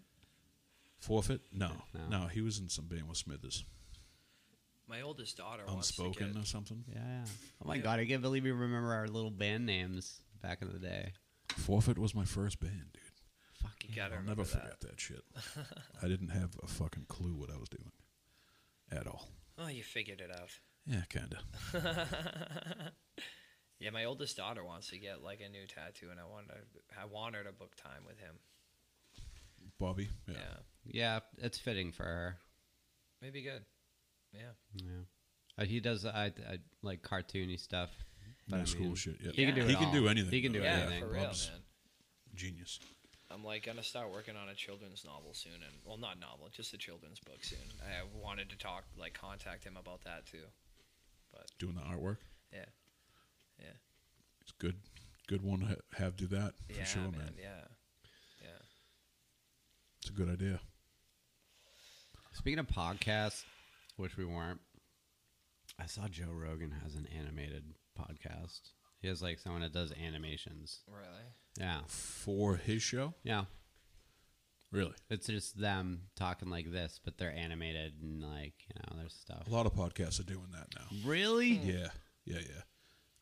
D: Forfeit? No.
B: No.
D: No, he was in some band with Smithers.
C: My oldest daughter wants to
D: Unspoken
C: get-
D: or something.
B: Yeah. yeah. Oh my god, I can't believe you remember our little band names back in the day.
D: Forfeit was my first band, dude.
B: Fucking
C: You gotta
D: I'll
C: remember
D: never forget
C: that.
D: that
C: *laughs*
D: shit. I didn't have a fucking clue what I was doing at all.
C: Oh, you figured it out.
D: Yeah, kinda.
C: Yeah, my oldest daughter wants to get like a new tattoo, and I wanted to, I want her to book time with him.
D: Bobby. Yeah.
C: Yeah,
B: Yeah, it's fitting for her.
C: maybe good. Yeah,
B: Yeah. Uh, he does I, I like cartoony stuff. But
D: New
B: I
D: school
B: mean,
D: shit. Yeah.
B: He can do
D: He
B: it
D: can
B: all.
D: do anything.
B: He can
D: though.
B: do
C: yeah,
B: anything.
C: for real,
D: Bob's
C: man.
D: Genius.
C: I'm like gonna start working on a children's novel soon, and well, not novel, just a children's book soon. I wanted to talk, like, contact him about that too.
D: Doing the artwork.
C: Yeah. Yeah.
D: It's good. Good one to ha- have do that for
C: yeah,
D: sure, man.
C: Yeah, yeah.
D: It's a good idea.
B: Speaking of podcasts, which we weren't, I saw Joe Rogan has an animated podcast. He has like someone that does animations.
C: Really?
B: Yeah.
D: For his show,
B: Yeah.
D: really,
B: It's just them talking like this, but they're animated and like, you know, there's stuff.
D: a lot of podcasts are doing that now.
B: Really?
D: *laughs*
C: Mm.
D: Yeah, yeah, yeah.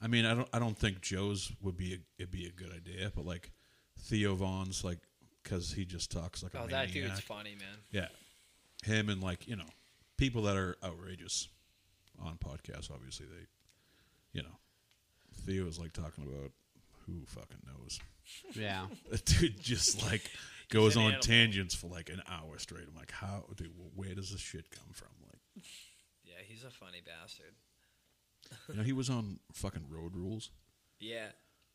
D: I mean, I don't, I don't think Joe's would be, a, it'd be a good idea, but like Theo Vaughn's, like, because he just talks like a
C: Oh,
D: maniac.
C: that dude's funny, man.
D: Yeah. Him and like, you know, people that are outrageous on podcasts, obviously they you know. Theo is like talking about who fucking knows.
B: Yeah.
D: That *laughs* dude just like goes
C: an
D: on
C: animal.
D: tangents for like an hour straight. I'm like, how dude, wh- where does this shit come from? Like
C: Yeah, he's a funny bastard.
D: you know, he was on fucking road rules
C: Yeah.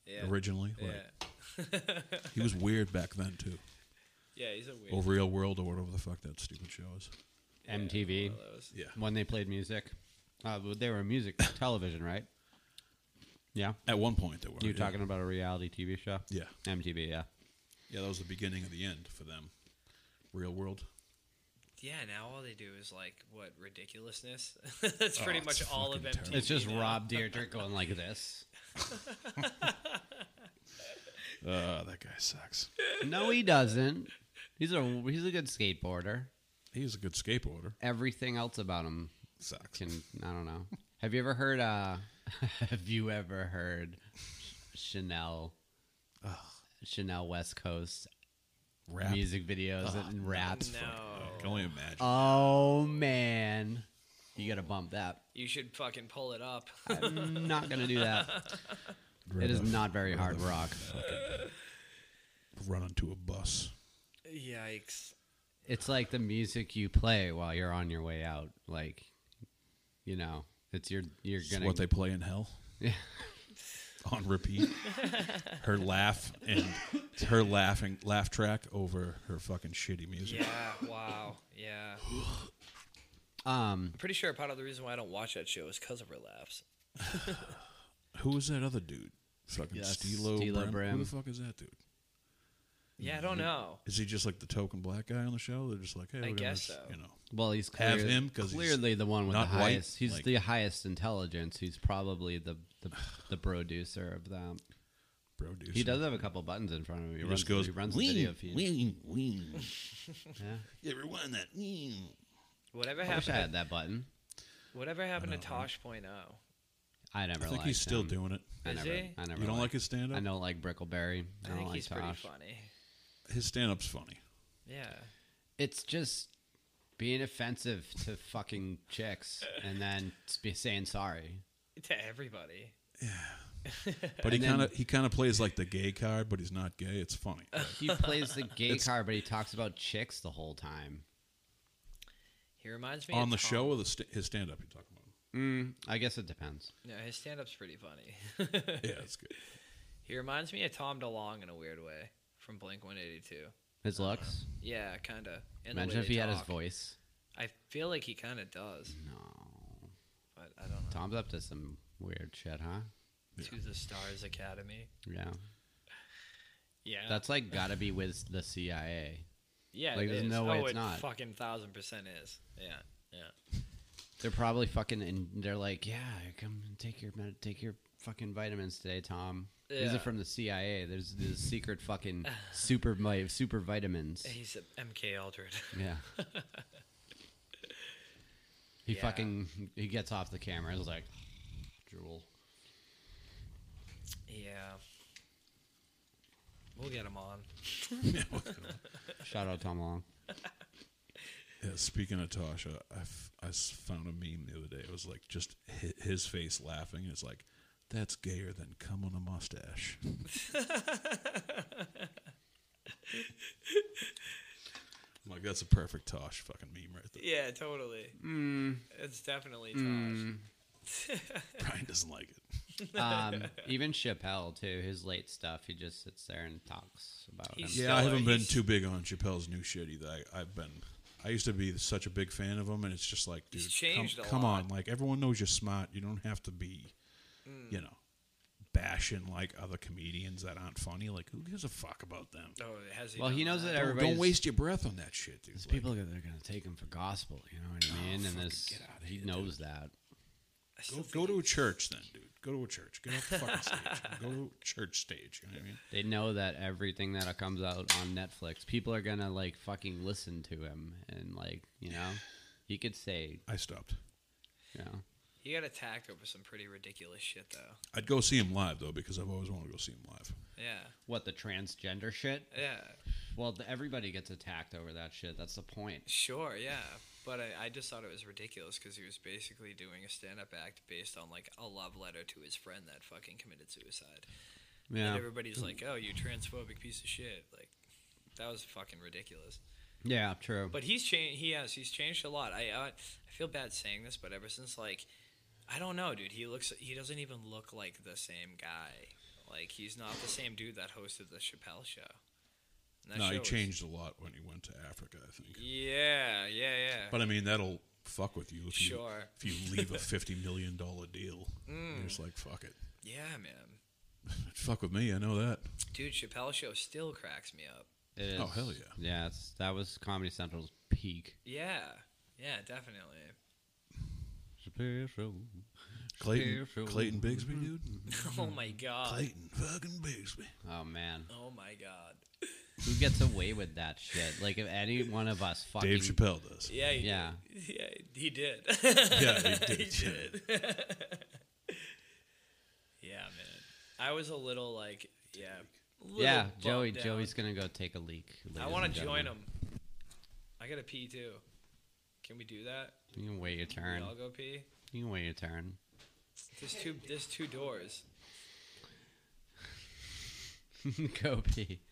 C: Yeah.
D: originally.
C: Yeah.
D: Like he was weird back then too.
C: *laughs* Yeah, he's a weird.
D: Or real world or whatever the fuck that stupid show is.
B: MTV.
C: one of those.
D: Yeah.
B: When they played music. Uh, but they were music *coughs* television, right? Yeah.
D: At one point they were
B: You
D: yeah.
B: talking about a reality TV show?
D: Yeah.
B: MTV, yeah.
D: Yeah, that was the beginning of the end for them. Real world.
C: Yeah, now all they do is like what ridiculousness. *laughs* That's
D: Oh,
C: pretty
D: it's
C: much all of
D: fucking
C: MTV.
D: terrible.
B: It's just
C: now.
B: Rob Deirdre going like this.
D: Uh, that guy sucks.
B: No, he doesn't. He's a he's a good skateboarder.
D: He's a good skateboarder.
B: Everything else about him
D: Sucks.
B: can I don't know. Have you ever heard? uh *laughs* Have you ever heard Chanel? Chanel West Coast
D: Rap.
B: music videos and raps.
C: No,
D: I can only imagine.
B: Oh man, you gotta bump that.
C: you should fucking pull
D: *laughs*
C: it up.
B: I'm not gonna do that. It is not very hard rock.
D: run onto a bus.
C: Yikes.
B: It's like the music you play while you're on your way out. Like, you know, it's your you're
D: It's
B: gonna
D: what they play in hell.
B: Yeah.
D: *laughs* on repeat. her laugh and her laughing laugh track over her fucking shitty music.
C: Yeah. Wow. Yeah. I'm
B: um.
C: pretty sure part of the reason why I don't watch that show is because of her laughs.
D: Who was that other dude? Fucking
B: Yeah,
D: Stilo,
B: Stilo
D: Brim.
B: Brim.
D: Who the fuck is that dude?
C: Yeah, I
B: Mm-hmm.
C: don't know.
D: Is he just like the token black guy on the show? They're just like, hey,
C: I
D: we're gonna
C: guess
D: just,
C: so.
D: You know,
B: Well, he's
D: Have
B: clear-
D: him 'cause he's
B: clearly the one with the
D: not white,
B: highest. He's
D: like-
B: the highest intelligence. He's probably the the, the producer of them.
D: bro, dude.
B: He does have a couple buttons in front of him. He,
D: He
B: runs,
D: just goes,
B: He runs the
D: wing,
B: video feed.
D: wing, wing.
B: Yeah.
D: You ever won that? Wing.
C: Whatever
B: I wish I
C: happened.
B: had that button.
C: To, whatever happened to
D: I don't know.
C: Tosh Point oh.
B: I never.
D: I think
B: liked
D: he's still
B: him.
D: doing it.
B: I
C: Is
B: never,
C: he?
B: I never.
D: You don't like
B: liked-
D: his stand
B: I
D: up?
B: don't like Brickleberry. I,
C: I
B: don't
C: think
B: like
C: he's pretty
B: Tosh.
C: funny.
D: His stand up's
B: *laughs*
D: funny.
C: Yeah. *laughs*
B: It's just being offensive to fucking chicks and then sp- saying sorry.
C: To everybody.
D: But he
B: And then-
D: kind of he kind of plays like the gay card, but he's not gay. It's funny.
B: He plays the gay
D: *laughs* It's-
B: card, but he talks about chicks the whole time.
C: He reminds me
D: on
C: of
D: the
C: Tom.
D: show or the st- his stand up you're talking about?
B: Mm, I guess it depends.
C: No, his stand-up's pretty funny. *laughs*
D: Yeah, it's good.
C: he reminds me of Tom DeLonge in a weird way from Blink 182.
B: His looks.
C: Yeah, kind of.
B: Imagine if he had his voice.
C: I feel like he kind of does,
B: No.
C: but I don't know.
B: Tom's up to some weird shit, huh?
C: To the Stars Academy.
B: Yeah.
C: Yeah.
B: That's like gotta be with the CIA.
C: yeah.
B: like,
C: it
B: there's
C: is.
B: no way
C: oh,
B: it's
C: it
B: not.
C: Fucking thousand percent is. Yeah. Yeah.
B: They're probably fucking and they're like, yeah, come and take your med- take your fucking vitamins today, Tom. These
C: Yeah.
B: are from the CIA. There's this secret fucking super vi- super vitamins.
C: He's a MK Aldred. *laughs*
B: Yeah. he
C: Yeah.
B: fucking he gets off the camera. He's like, drool.
C: yeah. We'll get him on.
B: Shout out Tom Long.
D: Yeah, speaking of Tasha, I, f- I s- found a meme the other day. It was like just hi- his face laughing. and It's like that's gayer than cum on a mustache. I'm like that's a perfect Tosh fucking meme right there.
C: Yeah, totally.
B: Hmm.
C: It's definitely Tosh.
D: Brian doesn't like it. *laughs*
B: Um, even Chappelle too. His late stuff. He just sits there and talks about him.
C: He's-
D: Yeah, I
C: Stellar,
D: haven't been
C: he's-
D: too big on Chappelle's new shit either. I, I've been. I used to be such a big fan of him, and it's just like, dude,
C: He's changed
D: come,
C: a
D: come
C: lot. Mm.
D: on! Like everyone knows you're smart. You don't have to be, you know, bashing like other comedians that aren't funny. Like, who gives a fuck about them?
C: Oh, has he?
B: Well, he
C: done
B: knows that
D: Don't-
B: everybody.
D: don't waste your breath on that shit, dude.
B: There's
D: Like,
B: people that are gonna take him for gospel. You know what I mean? and this,
D: Oh, get outta
B: he
D: here,
B: knows that.
C: I still
D: go,
C: think
D: go
C: he-
D: to a church, then, dude. Go to a church. Get off the
C: *laughs*
D: fucking stage. Go to a church stage. You know what I mean?
B: They know that everything that comes out on Netflix, people are gonna like fucking listen to him, and like you know, he could say,
D: I stopped.
B: you know,
C: He got attacked over some pretty ridiculous shit, though.
D: I'd go see him live though, because I've always wanted to go see him live.
C: Yeah.
B: what the transgender shit.
C: Yeah.
B: Well, the, everybody gets attacked over that shit. That's the point.
C: Sure. Yeah. But I, I just thought it was ridiculous because he was basically doing a stand-up act based on like a love letter to his friend that fucking committed suicide. And
B: Yeah,
C: everybody's like, "Oh, you transphobic piece of shit!" Like, that was fucking ridiculous.
B: yeah, true.
C: But he's changed. He has. He's changed a lot. I uh, I feel bad saying this, but ever since like, I don't know, dude. He looks. He doesn't even look like the same guy. Like he's not the same dude that hosted the Chappelle show. And that
D: no,
C: show
D: he
C: was-
D: changed a lot when he went to Africa. I think.
C: yeah, yeah, yeah.
D: But I mean, that'll fuck with you if you
C: Sure.
D: if you leave a fifty million dollar deal. You're just like fuck it, *laughs*
C: yeah, man.
D: fuck with me. I know that.
C: Dude, Chappelle show still cracks me up.
B: It is.
D: Oh, hell yeah.
B: Yeah, it's, that was Comedy Central's peak.
C: Yeah, yeah, definitely. *laughs*
B: Special.
D: Clayton
B: Special.
D: Clayton Bigsby, dude.
C: oh
D: Mm-hmm.
C: my god.
D: Clayton fucking Bigsby.
B: Oh man,
C: Oh my god.
B: who gets away with that shit? Like if any one of us fucking
D: Dave Chappelle does.
C: Yeah, he
B: Yeah.
C: Did. yeah, he
B: *laughs*
C: did.
D: Yeah, he did. yeah.
C: *laughs* yeah, man. I was a little like, yeah, little
B: Yeah,
C: bummed
B: Joey.
C: down.
B: Joey's gonna go take a leak.
C: I
B: ladies
C: want
B: and
C: to join
B: gentlemen.
C: him. I gotta pee too. Can we do that?
B: You can wait your turn.
C: I'll go pee.
B: You can wait your turn. *laughs*
C: There's two. There's two doors.
B: go pee.